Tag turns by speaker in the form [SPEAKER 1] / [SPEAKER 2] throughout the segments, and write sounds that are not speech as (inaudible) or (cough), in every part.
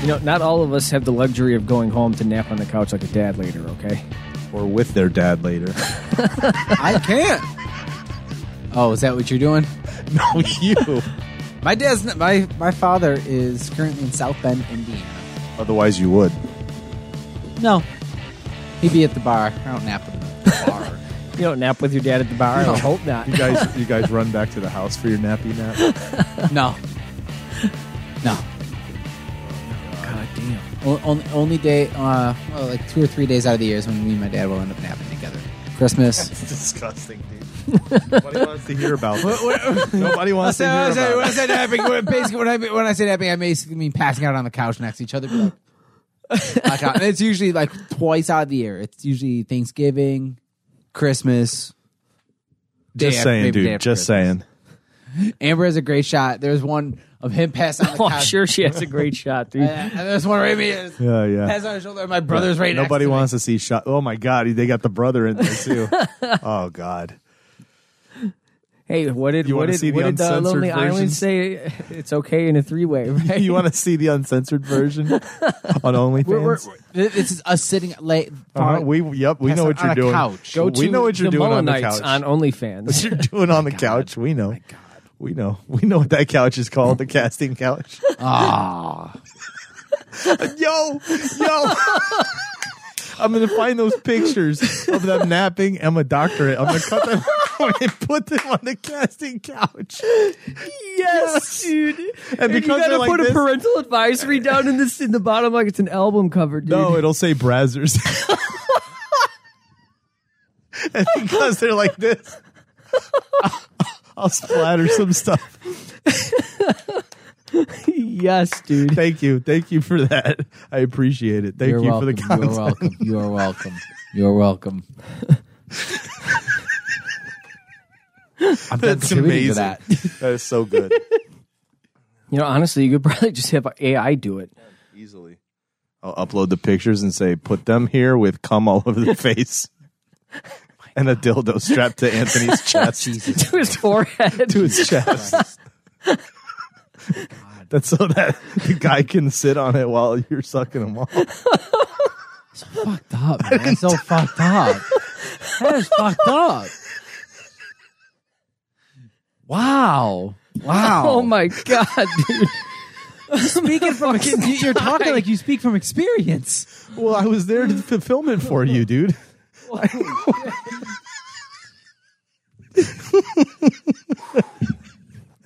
[SPEAKER 1] You know, not all of us have the luxury of going home to nap on the couch like a dad later, okay?
[SPEAKER 2] Or with their dad later. (laughs)
[SPEAKER 3] I can't. Oh, is that what you're doing?
[SPEAKER 2] no, you.
[SPEAKER 3] My dad's n- my my father is currently in South Bend, Indiana.
[SPEAKER 2] Otherwise, you would.
[SPEAKER 3] No, he'd be at the bar. I don't nap at the bar.
[SPEAKER 4] (laughs)
[SPEAKER 1] You don't nap with your dad at the bar. I hope not. (laughs)
[SPEAKER 2] You guys, you guys run back to the house for your nappy nap.
[SPEAKER 3] no, no.
[SPEAKER 1] God damn.
[SPEAKER 3] O- only, only day, uh, well, like two or three days out of the years when me and my dad will end up napping together. Christmas.
[SPEAKER 2] It's (laughs) disgusting, dude. Nobody wants to hear about it. (laughs) Nobody wants to hear about it.
[SPEAKER 3] say napping, when- basically when I when I say napping, I basically mean passing out on the couch next to each other. be like,
[SPEAKER 2] (laughs)
[SPEAKER 3] Watch out. And it's usually like twice out of the year. It's usually Thanksgiving, Christmas. day
[SPEAKER 2] Just
[SPEAKER 3] after-
[SPEAKER 2] saying,
[SPEAKER 3] maybe day
[SPEAKER 2] dude.
[SPEAKER 3] after
[SPEAKER 2] Just
[SPEAKER 3] Christmas.
[SPEAKER 2] saying.
[SPEAKER 3] Amber has a great shot. There's one of him passing out. The
[SPEAKER 2] (laughs)
[SPEAKER 1] Oh, I'm
[SPEAKER 3] couch.
[SPEAKER 1] sure she has a great shot,
[SPEAKER 3] (laughs)
[SPEAKER 1] dude. (laughs)
[SPEAKER 3] And there's one right me. It's-
[SPEAKER 2] Yeah, yeah.
[SPEAKER 3] Has on his shoulder. My brother's right next
[SPEAKER 2] Nobody
[SPEAKER 3] to me.
[SPEAKER 2] wants to see shot. Oh my god, they got the brother in there
[SPEAKER 3] (laughs)
[SPEAKER 2] too. oh god.
[SPEAKER 1] Hey, what did
[SPEAKER 2] You
[SPEAKER 1] what
[SPEAKER 2] wanna
[SPEAKER 1] did,
[SPEAKER 2] see the
[SPEAKER 1] what did uh,
[SPEAKER 2] uncensored
[SPEAKER 1] Lonely Island
[SPEAKER 2] versions?
[SPEAKER 1] say? (laughs) It's okay in a three way, (laughs)
[SPEAKER 2] (laughs)
[SPEAKER 1] right?
[SPEAKER 2] You want to see the uncensored
[SPEAKER 3] (laughs)
[SPEAKER 2] version on OnlyFans?
[SPEAKER 3] We're, we're, we're, this is us sitting late.
[SPEAKER 2] Uh-huh, we yep, we
[SPEAKER 3] Pass
[SPEAKER 2] know
[SPEAKER 3] out
[SPEAKER 2] what
[SPEAKER 3] on
[SPEAKER 2] you're
[SPEAKER 3] a
[SPEAKER 2] doing.
[SPEAKER 3] couch.
[SPEAKER 1] Go to
[SPEAKER 2] we know what you're
[SPEAKER 1] the
[SPEAKER 2] doing on the
[SPEAKER 1] Mullinites
[SPEAKER 2] couch.
[SPEAKER 1] on
[SPEAKER 2] what (laughs)
[SPEAKER 1] OnlyFans.
[SPEAKER 2] you're doing
[SPEAKER 3] Oh
[SPEAKER 2] on the couch. We know. We know. We know what that couch is called, the casting couch.
[SPEAKER 3] Ah,
[SPEAKER 2] (laughs) yo,
[SPEAKER 3] (laughs)
[SPEAKER 2] yo. I'm gonna find those pictures of them napping. I'm a doctorate. I'm gonna cut them (laughs) out and put them on the casting couch.
[SPEAKER 1] (laughs) (laughs) yes, dude. And, you
[SPEAKER 2] because
[SPEAKER 1] gotta
[SPEAKER 2] they're like
[SPEAKER 1] put a
[SPEAKER 2] this-
[SPEAKER 1] parental advisory (laughs) down in this in the bottom like it's an album cover, dude.
[SPEAKER 2] No, it'll say
[SPEAKER 3] (laughs)
[SPEAKER 2] Brazzers. and because they're like this, I'll splatter some stuff.
[SPEAKER 1] (laughs) yes, dude.
[SPEAKER 2] Thank you. Thank you for that. I appreciate it. Thank
[SPEAKER 3] you're
[SPEAKER 2] you for
[SPEAKER 3] welcome.
[SPEAKER 2] the content.
[SPEAKER 3] You're welcome. You're welcome. You're welcome. I'm done
[SPEAKER 2] That's
[SPEAKER 3] contributing to
[SPEAKER 2] amazing.
[SPEAKER 3] that.
[SPEAKER 2] that is so good.
[SPEAKER 1] You know, honestly, you could probably just have AI do it. (laughs)
[SPEAKER 2] Easily. I'll upload the pictures and say, put them here with cum all over
[SPEAKER 3] (laughs)
[SPEAKER 2] the face and a dildo strapped to
[SPEAKER 3] (laughs) Oh,
[SPEAKER 2] Anthony's chest.
[SPEAKER 1] to his forehead.
[SPEAKER 2] to his chest. (laughs) That's so that the guy can sit on it while you're sucking him off.
[SPEAKER 3] fucked up, man.
[SPEAKER 2] (laughs)
[SPEAKER 3] That's so fucked up. That is fucked up. Wow. Wow.
[SPEAKER 1] Oh my god, dude. (laughs)
[SPEAKER 3] Speaking from ex- you- you're talking like you speak from experience.
[SPEAKER 2] Well, I was (laughs) there to fulfill it for you, (laughs) dude.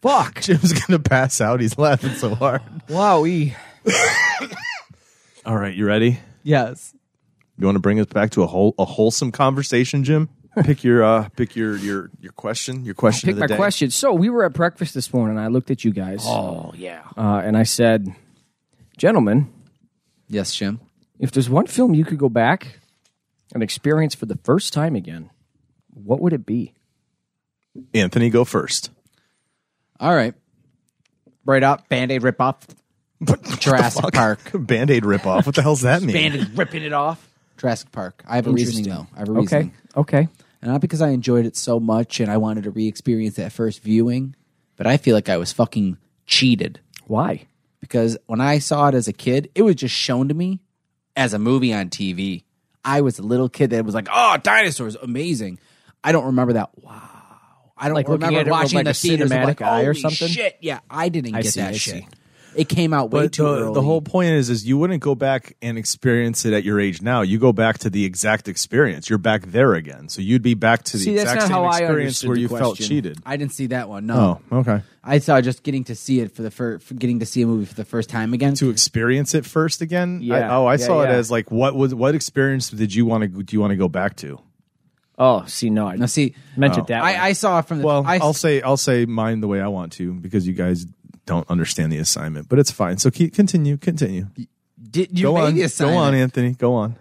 [SPEAKER 1] Fuck.
[SPEAKER 2] Jim's gonna pass out. He's laughing so hard.
[SPEAKER 1] Wowee.
[SPEAKER 2] All right, you ready?
[SPEAKER 3] Yes.
[SPEAKER 2] You want to bring us back to a whole a wholesome conversation, (laughs) Jim? Pick your uh, pick your your your question. Your question.
[SPEAKER 1] Pick
[SPEAKER 2] of the
[SPEAKER 1] my
[SPEAKER 2] day.
[SPEAKER 1] question. So we were at breakfast this morning. I looked at you guys.
[SPEAKER 3] Oh yeah.
[SPEAKER 1] Uh, and I said, Gentlemen,
[SPEAKER 3] Yes, Jim.
[SPEAKER 1] if there's one film you could go back and experience for the first time again, what would it be?
[SPEAKER 2] Anthony, go first.
[SPEAKER 3] All right. Right up, Band Aid rip off. Jurassic
[SPEAKER 2] (laughs)
[SPEAKER 3] Park.
[SPEAKER 2] Band aid ripoff. What the hell's that mean?
[SPEAKER 3] Band Aid ripping it off. Jurassic Park. I have a reasoning though. I have a reasoning,
[SPEAKER 1] Okay. Okay.
[SPEAKER 3] and not because I enjoyed it so much and I wanted to re-experience that first viewing, but I feel like I was fucking cheated.
[SPEAKER 1] Why?
[SPEAKER 3] because when I saw it as a kid, it was just shown to me as a movie on TV. I was a little kid that was like, "Oh, dinosaurs, amazing!" I don't remember that. Wow, I don't
[SPEAKER 1] Like looking
[SPEAKER 3] remember
[SPEAKER 1] at it with
[SPEAKER 3] watching
[SPEAKER 1] like
[SPEAKER 3] the
[SPEAKER 1] a
[SPEAKER 3] theaters and
[SPEAKER 1] cinematic
[SPEAKER 3] like,
[SPEAKER 1] eye or
[SPEAKER 3] "Holy
[SPEAKER 1] something?"
[SPEAKER 3] Shit, yeah, I didn't
[SPEAKER 1] I
[SPEAKER 3] get
[SPEAKER 1] see,
[SPEAKER 3] that
[SPEAKER 1] I
[SPEAKER 3] shit.
[SPEAKER 1] see.
[SPEAKER 3] It came out way
[SPEAKER 2] But
[SPEAKER 3] too
[SPEAKER 2] the,
[SPEAKER 3] early.
[SPEAKER 2] the whole point is, is you wouldn't go back and experience it at your age now. You go back to the exact experience. You're back there again. So you'd be back to the
[SPEAKER 1] See, that's
[SPEAKER 2] exact
[SPEAKER 1] not
[SPEAKER 2] same
[SPEAKER 1] how I
[SPEAKER 2] experience
[SPEAKER 1] understood
[SPEAKER 2] where
[SPEAKER 1] the
[SPEAKER 2] you felt
[SPEAKER 1] question.
[SPEAKER 2] cheated.
[SPEAKER 3] I didn't see that one. No,
[SPEAKER 2] Oh, okay.
[SPEAKER 3] I saw just getting to see it for the first, getting to see a movie for the first time again.
[SPEAKER 2] To experience it first again. I-
[SPEAKER 1] Yeah,
[SPEAKER 2] oh, I
[SPEAKER 1] yeah,
[SPEAKER 2] saw it
[SPEAKER 1] yeah.
[SPEAKER 2] as like what was what experience did you want to do you want to go back to?
[SPEAKER 1] Oh, see, no, I
[SPEAKER 3] now, see,
[SPEAKER 1] meant it that way.
[SPEAKER 3] I, I saw it from the
[SPEAKER 2] Well, I,
[SPEAKER 3] I,
[SPEAKER 2] will say I'll say mine the way I want to because you guys don't understand the assignment, but it's fine. So keep, continue, continue.
[SPEAKER 3] Did you
[SPEAKER 2] Go
[SPEAKER 3] made
[SPEAKER 2] on,
[SPEAKER 3] the
[SPEAKER 2] go on,
[SPEAKER 3] assignment?
[SPEAKER 2] Anthony. Go on.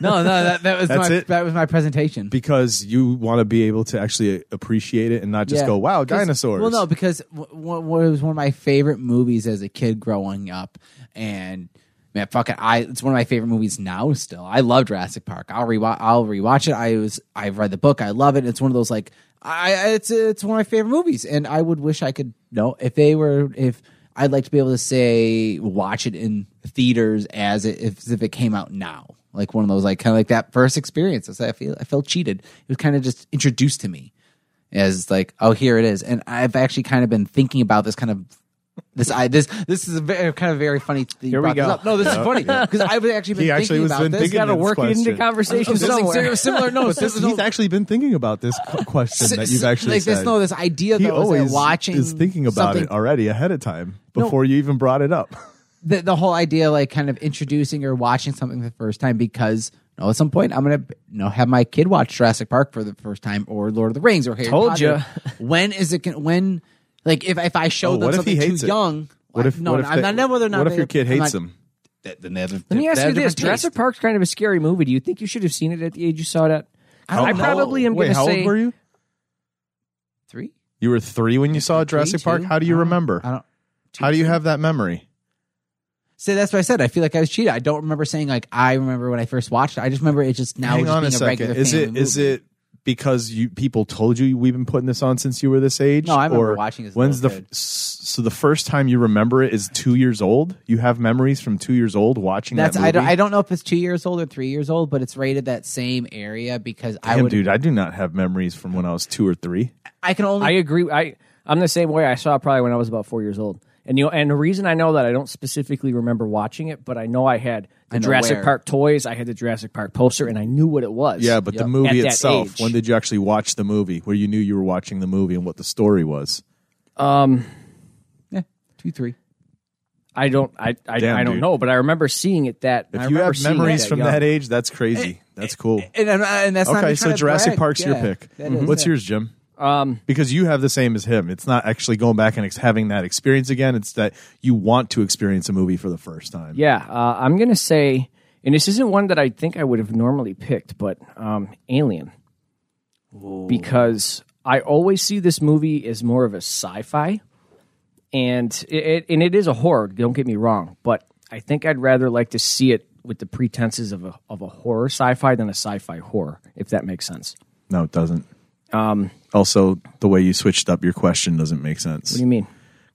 [SPEAKER 3] No, no, that, that
[SPEAKER 2] (laughs)
[SPEAKER 3] was
[SPEAKER 2] That's
[SPEAKER 3] my
[SPEAKER 2] it.
[SPEAKER 3] that was my presentation.
[SPEAKER 2] Because you want to be able to actually appreciate it and not just
[SPEAKER 3] Yeah.
[SPEAKER 2] go, "Wow,
[SPEAKER 3] 'Cause-
[SPEAKER 2] dinosaurs."
[SPEAKER 3] Well, no, because w- w- w- it was one of my favorite movies as a kid growing up, and man, fucking, I it's one of my favorite movies now. Still, I love Jurassic Park. I'll rewatch. I'll rewatch it. I was I've read the book. I love it. It's one of those like I I- it's it's one of my favorite movies, and I would wish I could know if they were if. I'd like to be able to say watch it in theaters as it, if, as if it came out now, like one of those like kind of like that first experience. That's- I feel I felt cheated. It was kind of just introduced to me as like, oh, here it is. And I've actually kind of been thinking about this kind of this. I this this is a very, kind of very funny. that you
[SPEAKER 1] Here we
[SPEAKER 3] brought this
[SPEAKER 1] go.
[SPEAKER 3] up. No, this is funny because I've actually been
[SPEAKER 2] He actually
[SPEAKER 3] thinking
[SPEAKER 2] was
[SPEAKER 3] about
[SPEAKER 2] been
[SPEAKER 3] this.
[SPEAKER 2] thinking
[SPEAKER 1] Got to
[SPEAKER 2] Goodness
[SPEAKER 1] work it into
[SPEAKER 2] question.
[SPEAKER 1] conversation
[SPEAKER 3] Something
[SPEAKER 2] (laughs)
[SPEAKER 1] somewhere.
[SPEAKER 3] serious- similar notes.
[SPEAKER 2] This- he's actually been thinking about this qu- question that you've actually
[SPEAKER 3] (laughs) like
[SPEAKER 2] said.
[SPEAKER 3] this. No, this idea
[SPEAKER 2] he
[SPEAKER 3] though is that
[SPEAKER 2] always
[SPEAKER 3] watching
[SPEAKER 2] is thinking about
[SPEAKER 3] something-
[SPEAKER 2] it already ahead of time before you even brought it up.
[SPEAKER 3] the, the whole idea like kind of introducing or watching something for the first time because you know, at some point I'm gonna you know have my kid watch Jurassic Park for the first time or Lord of the Rings or Harry
[SPEAKER 1] Told (laughs)
[SPEAKER 3] Potter. When is it gonna when like if if I show
[SPEAKER 2] Oh,
[SPEAKER 3] them
[SPEAKER 2] what if he
[SPEAKER 3] something too
[SPEAKER 2] hates it?
[SPEAKER 3] young?
[SPEAKER 2] What if?
[SPEAKER 3] no?
[SPEAKER 2] what if
[SPEAKER 3] I'm
[SPEAKER 2] they-
[SPEAKER 3] not. Whether or not
[SPEAKER 2] What if
[SPEAKER 3] they-
[SPEAKER 2] your kid
[SPEAKER 3] I'm
[SPEAKER 2] hates
[SPEAKER 3] not-
[SPEAKER 2] them?
[SPEAKER 3] Th- Then they have,
[SPEAKER 1] Let me ask you this: Jurassic Park's kind of a scary movie. Do you think you should have seen it at the age you saw it at?
[SPEAKER 3] I don't know.
[SPEAKER 1] probably am
[SPEAKER 2] Oh, Wait,
[SPEAKER 1] going to
[SPEAKER 2] how
[SPEAKER 1] say
[SPEAKER 2] old were you?
[SPEAKER 3] Three.
[SPEAKER 2] You were three when you saw Uh, Jurassic Park.
[SPEAKER 3] two?
[SPEAKER 2] How do you
[SPEAKER 3] I don't-
[SPEAKER 2] remember?
[SPEAKER 3] Um, I don't.
[SPEAKER 2] How do you have that memory?
[SPEAKER 3] So that's what I said. I feel like I was cheated. I don't remember saying like I remember when I first watched it. I just remember it just now
[SPEAKER 2] Hang
[SPEAKER 3] just
[SPEAKER 2] on
[SPEAKER 3] being
[SPEAKER 2] a
[SPEAKER 3] regular.
[SPEAKER 2] second. Is
[SPEAKER 3] family
[SPEAKER 2] it is
[SPEAKER 3] movie.
[SPEAKER 2] it because you people told you we've been putting this on since you were this age?
[SPEAKER 3] No, I remember
[SPEAKER 2] Or
[SPEAKER 3] watching as a
[SPEAKER 2] When's the
[SPEAKER 3] little
[SPEAKER 2] f-
[SPEAKER 3] kid.
[SPEAKER 2] s- so the first time you remember it is two years old? You have memories from two years old watching
[SPEAKER 3] That's
[SPEAKER 2] that
[SPEAKER 3] I
[SPEAKER 2] movie.
[SPEAKER 3] don't, I don't know if it's two years old or three years old, but it's rated that same area because I
[SPEAKER 2] Damn,
[SPEAKER 3] would
[SPEAKER 2] dude, I do not have memories from when I was two or three.
[SPEAKER 3] I can only
[SPEAKER 1] I agree. I I'm the same way. I saw it probably when I was about four years old. And you know, and the reason I know that I don't specifically remember watching it, but I know I had the
[SPEAKER 3] I know
[SPEAKER 1] Jurassic
[SPEAKER 3] where.
[SPEAKER 1] Park toys, I had the Jurassic Park poster, and I knew what it was.
[SPEAKER 2] Yeah, but the
[SPEAKER 3] Yep.
[SPEAKER 2] movie
[SPEAKER 1] At that
[SPEAKER 2] itself.
[SPEAKER 1] age.
[SPEAKER 2] When did you actually watch the movie? Where you knew you were watching the movie and what the story was?
[SPEAKER 3] yeah, eh, two three.
[SPEAKER 1] I don't. I I,
[SPEAKER 2] Damn,
[SPEAKER 1] I don't
[SPEAKER 2] dude.
[SPEAKER 1] know, but I remember seeing it that. I
[SPEAKER 2] If you
[SPEAKER 1] remember
[SPEAKER 2] have
[SPEAKER 1] seeing it
[SPEAKER 2] memories from
[SPEAKER 1] young.
[SPEAKER 2] that age, that's crazy. That's cool.
[SPEAKER 3] And, and, and that's not
[SPEAKER 2] Okay,
[SPEAKER 3] me
[SPEAKER 2] so
[SPEAKER 3] trying to
[SPEAKER 2] Jurassic
[SPEAKER 3] brag.
[SPEAKER 2] Park's your
[SPEAKER 3] Yeah,
[SPEAKER 2] pick. Mm-hmm.
[SPEAKER 3] that is
[SPEAKER 2] What's
[SPEAKER 3] it.
[SPEAKER 2] yours, Jim? Um, because you have the same as him. It's not actually going back and ex- having that experience again. It's that you want to experience a movie for the first time.
[SPEAKER 1] Yeah, uh, I'm gonna say, and this isn't one that I think I would have normally picked, but um, Alien, because I always see this movie as more of a sci-fi, and it, it and it is a horror. Don't get me wrong, but I think I'd rather like to see it with the pretenses of a of a horror sci-fi than a sci-fi horror, if that makes sense. What
[SPEAKER 2] No, it doesn't. Um, also, the way you switched up your question doesn't make sense
[SPEAKER 1] do you mean?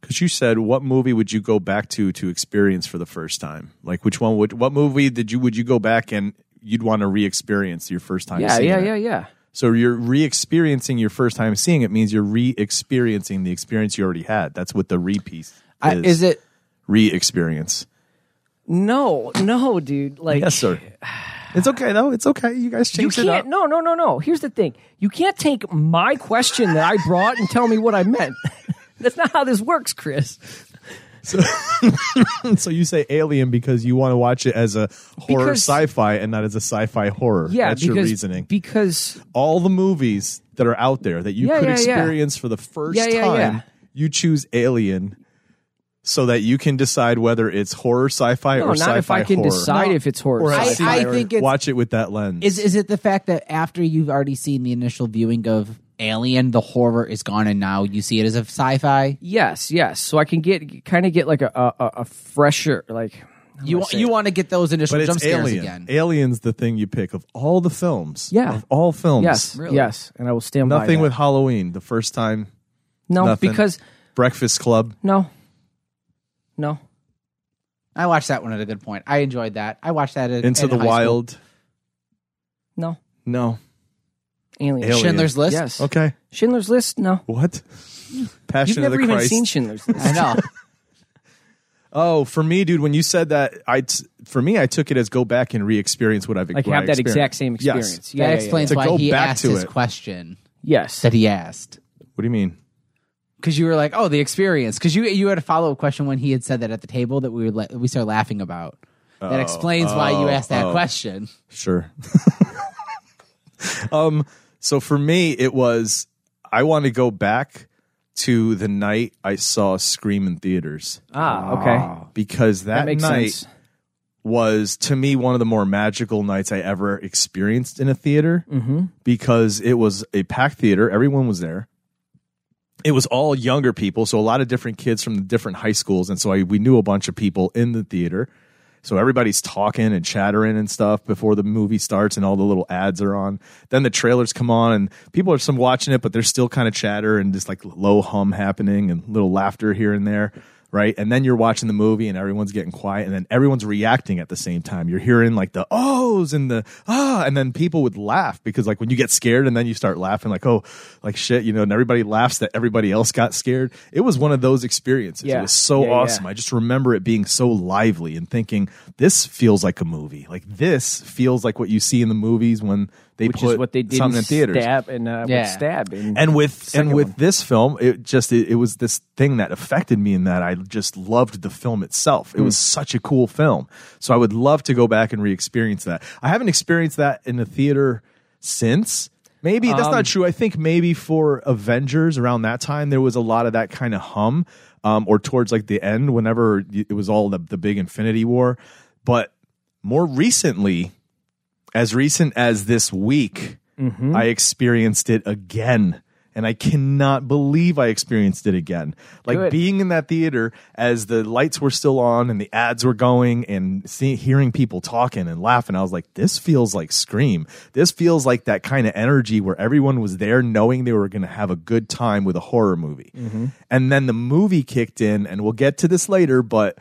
[SPEAKER 2] because you said, "What movie would you go back to to experience for the first time? Like, which one would? What movie did you would you go back and you'd want to re-experience your first time?
[SPEAKER 1] Yeah,
[SPEAKER 2] seeing
[SPEAKER 1] yeah,
[SPEAKER 2] it?
[SPEAKER 1] yeah, yeah.
[SPEAKER 2] So you're re-experiencing your first time seeing it means you're re-experiencing the experience you already had. That's what the re-piece is.
[SPEAKER 3] I, is it
[SPEAKER 2] re-experience?
[SPEAKER 1] No, no, dude. Like,
[SPEAKER 2] Yes, sir. It's okay though. It's okay. You guys
[SPEAKER 1] You
[SPEAKER 2] changed it up.
[SPEAKER 1] can't. No, no, no, no. Here's the thing. You can't take my question that I brought and tell me what I meant. (laughs) That's not how this works, Chris.
[SPEAKER 2] (laughs) So you say Alien because you want to watch it as a horror
[SPEAKER 1] Because-
[SPEAKER 2] sci-fi and not as a sci-fi horror.
[SPEAKER 1] Yeah,
[SPEAKER 2] that's
[SPEAKER 1] because,
[SPEAKER 2] your reasoning.
[SPEAKER 1] Because
[SPEAKER 2] All the movies that are out there that you
[SPEAKER 1] Yeah,
[SPEAKER 2] could
[SPEAKER 1] yeah, yeah.
[SPEAKER 2] experience for the first
[SPEAKER 1] Yeah, yeah,
[SPEAKER 2] time,
[SPEAKER 1] yeah.
[SPEAKER 2] you choose Alien. So that you can decide whether it's horror sci-fi
[SPEAKER 1] No,
[SPEAKER 2] or
[SPEAKER 1] not
[SPEAKER 2] sci-fi
[SPEAKER 1] if I can
[SPEAKER 2] horror.
[SPEAKER 1] decide if it's horror
[SPEAKER 2] Or
[SPEAKER 3] I-
[SPEAKER 1] sci-fi.
[SPEAKER 2] sci-fi
[SPEAKER 3] I
[SPEAKER 2] or
[SPEAKER 3] think it's-
[SPEAKER 2] watch it with that lens.
[SPEAKER 3] is is it the fact that after you've already seen the initial viewing of Alien, the horror is gone, and now you see it as a sci-fi?
[SPEAKER 1] yes, yes. So I can get kind of get like a a, a- a fresher like.
[SPEAKER 3] You want you want to get those initial
[SPEAKER 2] But
[SPEAKER 3] jump
[SPEAKER 2] it's
[SPEAKER 3] scares
[SPEAKER 2] Alien.
[SPEAKER 3] again.
[SPEAKER 2] Alien's the thing you pick of all the films.
[SPEAKER 1] Yeah.
[SPEAKER 2] Of all films.
[SPEAKER 1] Yes,
[SPEAKER 3] Really?
[SPEAKER 1] yes, and I will stand by
[SPEAKER 2] Nothing
[SPEAKER 1] that.
[SPEAKER 2] with Halloween the first time.
[SPEAKER 1] no
[SPEAKER 2] nothing.
[SPEAKER 1] because
[SPEAKER 2] Breakfast Club.
[SPEAKER 1] no, no.
[SPEAKER 3] I watched that one at a good point. I enjoyed that. I watched that at,
[SPEAKER 2] Into
[SPEAKER 3] in
[SPEAKER 2] the
[SPEAKER 3] high school.
[SPEAKER 2] Wild.
[SPEAKER 1] No.
[SPEAKER 2] No.
[SPEAKER 1] Alien.
[SPEAKER 2] Alien.
[SPEAKER 3] Schindler's List.
[SPEAKER 1] Yes.
[SPEAKER 2] Okay.
[SPEAKER 1] Schindler's List. No.
[SPEAKER 2] What?
[SPEAKER 1] You've
[SPEAKER 2] Passion of
[SPEAKER 1] never
[SPEAKER 2] the
[SPEAKER 1] even
[SPEAKER 2] Christ.
[SPEAKER 1] seen
[SPEAKER 2] (laughs)
[SPEAKER 1] Schindler's List. (laughs)
[SPEAKER 3] I know.
[SPEAKER 2] oh, for me, dude, when you said that, I t- for me, I took it as go back and re-experience what I've
[SPEAKER 1] Like
[SPEAKER 2] what I
[SPEAKER 1] have that exact
[SPEAKER 2] experienced.
[SPEAKER 1] same
[SPEAKER 2] Yes.
[SPEAKER 1] experience. Yeah,
[SPEAKER 3] That
[SPEAKER 1] yeah, yeah,
[SPEAKER 3] explains
[SPEAKER 2] To
[SPEAKER 3] why
[SPEAKER 2] go
[SPEAKER 3] he
[SPEAKER 2] back
[SPEAKER 3] asked
[SPEAKER 2] to
[SPEAKER 3] his
[SPEAKER 2] it.
[SPEAKER 3] question
[SPEAKER 1] yeah. Yes.
[SPEAKER 3] that he asked.
[SPEAKER 2] What do you mean?
[SPEAKER 3] Because you were like, "Oh, the experience." Because you you had a follow up question when he had said that at the table that we were la- we started laughing about. That explains why you asked that question.
[SPEAKER 2] Sure. (laughs) um, so for me, it was I want to go back to the night I saw Scream in theaters
[SPEAKER 5] Ah, okay.
[SPEAKER 2] because that,
[SPEAKER 5] that makes
[SPEAKER 2] night
[SPEAKER 5] sense.
[SPEAKER 2] was to me one of the more magical nights I ever experienced in a theater
[SPEAKER 5] Mm-hmm.
[SPEAKER 2] because it was a packed theater. Everyone was there. It was all younger people, so a lot of different kids from the different high schools, and so I, we knew a bunch of people in the theater. So everybody's talking and chattering and stuff before the movie starts, and all the little ads are on. Then the trailers come on, and people are some watching it, but there's still kind of chatter and just like low hum happening and little laughter here and there, right? And then you're watching the movie, and everyone's getting quiet, and then everyone's reacting at the same time. You're hearing like the ohs and the ah, and then people would laugh because like when you get scared, and then you start laughing like oh, like shit, you know, and everybody laughs that everybody else got scared. It was one of those experiences. It
[SPEAKER 5] Yeah.
[SPEAKER 2] was so
[SPEAKER 5] Yeah, yeah.
[SPEAKER 2] awesome. I just remember it being so lively and thinking this feels like a movie. Like this feels like what you see in the movies when they
[SPEAKER 5] Which
[SPEAKER 2] put
[SPEAKER 5] is what they did
[SPEAKER 2] something in theaters.
[SPEAKER 5] Stab and uh, with
[SPEAKER 3] Yeah.
[SPEAKER 5] stab and,
[SPEAKER 2] And with
[SPEAKER 5] Second
[SPEAKER 2] and with
[SPEAKER 5] one.
[SPEAKER 2] this film, it just it, it was this thing that affected me in that I just loved the film itself. It was
[SPEAKER 5] Mm.
[SPEAKER 2] such a cool film. So I would love to go back and re-experience that. I haven't experienced that in the theater since. Maybe that's
[SPEAKER 5] Um,
[SPEAKER 2] not true. I think maybe for Avengers around that time there was a lot of that kind of hum, um, or towards like the end whenever it was all the, the big Infinity War. But more recently, as recent as this week, I experienced it again. And I cannot believe I experienced it again. Like
[SPEAKER 5] Good.
[SPEAKER 2] being in that theater as the lights were still on and the ads were going and see, hearing people talking and laughing, I was like, this feels like Scream. This feels like that kind of energy where everyone was there knowing they were going to have a good time with a horror movie. And then the movie kicked in, and we'll get to this later, but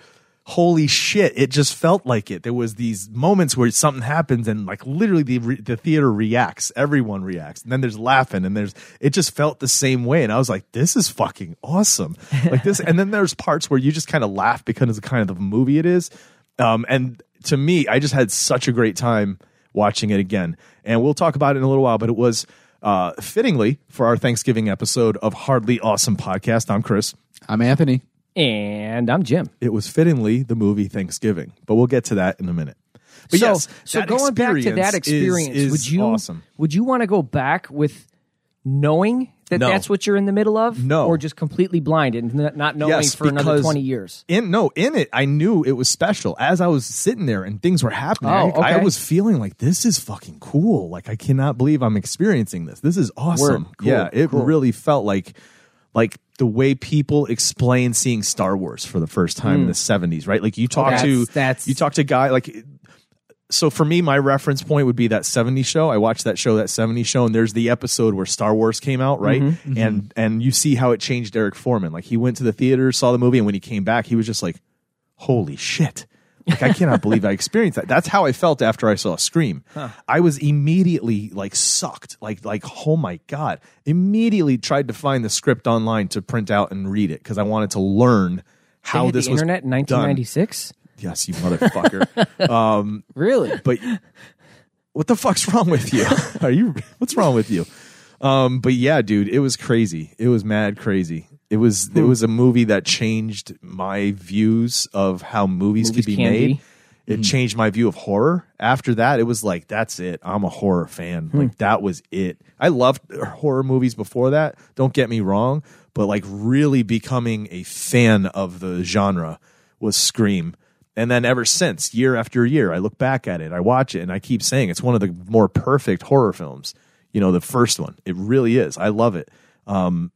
[SPEAKER 2] holy shit it just felt like it there was these moments where something happens and like literally the re- the theater reacts everyone reacts and then there's laughing and there's it just felt the same way and i was like this is fucking awesome like this and then there's parts where you just kind of laugh because of the kind of the movie it is um and to me i just had such a great time watching it again and we'll talk about it in a little while but it was uh fittingly for our thanksgiving episode of hardly awesome podcast i'm chris
[SPEAKER 3] I'm Anthony.
[SPEAKER 5] and I'm Jim.
[SPEAKER 2] it was fittingly the movie Thanksgiving, but we'll get to that in a minute. But
[SPEAKER 5] so,
[SPEAKER 2] yes,
[SPEAKER 5] so
[SPEAKER 2] that
[SPEAKER 5] going back to that
[SPEAKER 2] is-
[SPEAKER 5] experience,
[SPEAKER 2] is
[SPEAKER 5] would you
[SPEAKER 2] awesome?
[SPEAKER 5] would you want to go back with knowing that
[SPEAKER 2] No.
[SPEAKER 5] that's what you're in the middle of,
[SPEAKER 2] No.
[SPEAKER 5] or just completely blind and n- not knowing
[SPEAKER 2] Yes,
[SPEAKER 5] for another
[SPEAKER 2] because-
[SPEAKER 5] twenty years?
[SPEAKER 2] In no, in it, I knew it was special. As I was sitting there and things were happening,
[SPEAKER 5] Oh,
[SPEAKER 2] I, I
[SPEAKER 5] okay.
[SPEAKER 2] was feeling like this is fucking cool. Like I cannot believe I'm experiencing this. This is awesome.
[SPEAKER 5] Word. Cool,
[SPEAKER 2] yeah, it
[SPEAKER 5] cool.
[SPEAKER 2] really felt like like the way people explain seeing Star Wars for the first time in the 70s, right? Like you talk
[SPEAKER 3] Hmm. That's-
[SPEAKER 2] to
[SPEAKER 3] that's-
[SPEAKER 2] you talk to guy like so for me, my reference point would be that 70s show. I watched that show, that 70s show, and there's the episode where Star Wars came out, right?
[SPEAKER 3] Mm-hmm.
[SPEAKER 2] And and you see how it changed Eric Foreman. Like he went to the theater, saw the movie, and when he came back, he was just like, Holy shit. Like I cannot believe I experienced that. That's how I felt after I saw Scream. I was immediately like sucked, like like oh my god. Immediately tried to find the script online to print out and read it because I wanted to learn
[SPEAKER 5] They
[SPEAKER 2] how
[SPEAKER 5] had
[SPEAKER 2] this
[SPEAKER 5] the
[SPEAKER 2] was
[SPEAKER 5] internet in
[SPEAKER 2] done.
[SPEAKER 5] 1996.
[SPEAKER 2] Yes,
[SPEAKER 5] (laughs)
[SPEAKER 2] you motherfucker.
[SPEAKER 3] Really?
[SPEAKER 2] but what the fuck's wrong
[SPEAKER 5] (laughs)
[SPEAKER 2] with you? Are you what's wrong with you? Um, but yeah, dude, it was crazy. It was mad crazy. It was it was a movie that changed my views of how movies,
[SPEAKER 5] Movies
[SPEAKER 2] could be
[SPEAKER 5] can
[SPEAKER 2] made.
[SPEAKER 5] be.
[SPEAKER 2] It changed my view of horror. After that, it was like that's it. I'm a horror fan. Like that was it. I loved horror movies before that. Don't get me wrong, but like really becoming a fan of the genre was Scream. And then ever since, year after year, I look back at it, I watch it, and I keep saying it's one of the more perfect horror films. You know, the first one. It really is. I love it. Um,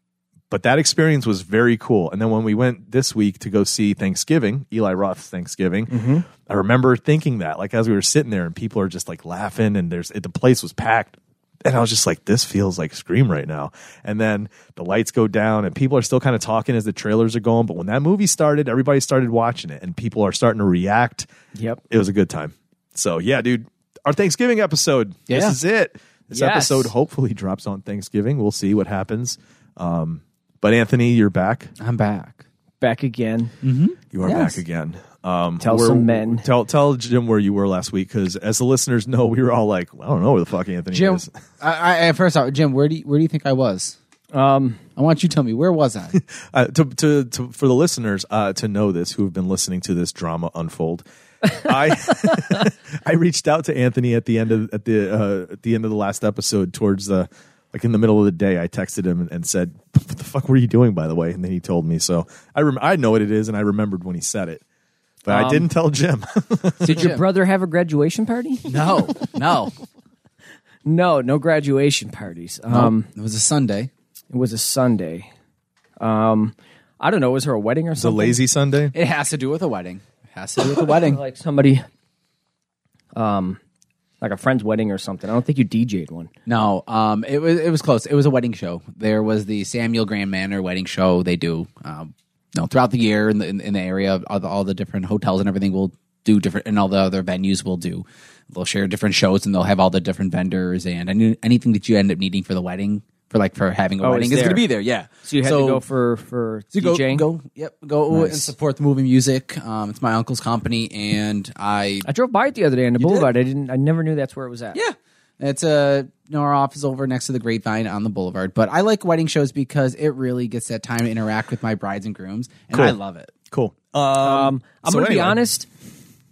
[SPEAKER 2] but that experience was very cool. And then when we went this week to go see Thanksgiving, Eli Roth's Thanksgiving, I remember thinking that, like as we were sitting there and people are just like laughing and there's the place was packed. And I was just like, this feels like Scream right now. And then the lights go down and people are still kind of talking as the trailers are going. But when that movie started, everybody started watching it and people are starting to react.
[SPEAKER 5] Yep.
[SPEAKER 2] It was a good time. So, yeah, dude, our Thanksgiving episode.
[SPEAKER 3] Yeah.
[SPEAKER 2] This is it. This
[SPEAKER 5] Yes.
[SPEAKER 2] episode hopefully drops on Thanksgiving. We'll see what happens. Um, but Anthony, you're back.
[SPEAKER 3] I'm back.
[SPEAKER 5] Back again.
[SPEAKER 2] Mm-hmm. You are
[SPEAKER 3] Yes.
[SPEAKER 2] back again. Um,
[SPEAKER 5] Tell
[SPEAKER 2] where-
[SPEAKER 5] some men.
[SPEAKER 2] Tell tell Jim where you were last week because as the listeners know, we were all like, I don't know where the fuck Anthony
[SPEAKER 3] Jim,
[SPEAKER 2] is.
[SPEAKER 3] I, I, first off, Jim, where do you, where do you think I was?
[SPEAKER 5] Um,
[SPEAKER 3] I want you to tell me where was I?
[SPEAKER 2] Uh, to, to, to for the listeners uh, to know this who have been listening to this drama unfold. I (laughs) I reached out to Anthony at the end of at the uh, at the end of the last episode towards the Like in the middle of the day, I texted him and said, "What the fuck were you doing, by the way?" And then he told me. So I rem- I know what it is, and I remembered when he said it, but
[SPEAKER 1] Um,
[SPEAKER 2] I didn't tell
[SPEAKER 1] (laughs)
[SPEAKER 2] Jim.
[SPEAKER 1] Did your brother have a graduation party?
[SPEAKER 3] (laughs) No, no.
[SPEAKER 1] No, no graduation parties. Um,
[SPEAKER 3] It was a Sunday.
[SPEAKER 1] It was a Sunday. Um, I don't know. Was her a wedding or
[SPEAKER 2] the
[SPEAKER 1] something?
[SPEAKER 2] lazy Sunday.
[SPEAKER 3] It has to do with a wedding. It has to do with a wedding.
[SPEAKER 1] Like somebody, um, like a friend's wedding or something. I don't think you DJ'd one.
[SPEAKER 3] No, um, it was it was close. It was a wedding show. There was the Samuel Grand Manor wedding show. They do, um, no, throughout the year in the in, in the area, all the, all the different hotels and everything will do different, and all the other venues will do. They'll share different shows, and they'll have all the different vendors and any, anything that you end up needing for the wedding, for like for having a
[SPEAKER 1] Oh,
[SPEAKER 3] wedding, is
[SPEAKER 1] it's
[SPEAKER 3] going to
[SPEAKER 1] there.
[SPEAKER 3] be there. Yeah,
[SPEAKER 1] So you had to go for for
[SPEAKER 3] so go,
[SPEAKER 1] DJing.
[SPEAKER 3] go, yep, go and support the movie music. Um, it's my uncle's company, and I
[SPEAKER 1] I drove by it the other day on the boulevard. I didn't. I never knew that's where it was at.
[SPEAKER 3] Yeah. It's a you know, our office over next to the Grapevine on the Boulevard. But I like wedding shows because it really gets that time to interact with my brides and grooms, and I
[SPEAKER 2] Cool.
[SPEAKER 3] love it.
[SPEAKER 2] Cool.
[SPEAKER 1] Um, I'm
[SPEAKER 2] So
[SPEAKER 1] gonna
[SPEAKER 2] anyway.
[SPEAKER 1] be honest.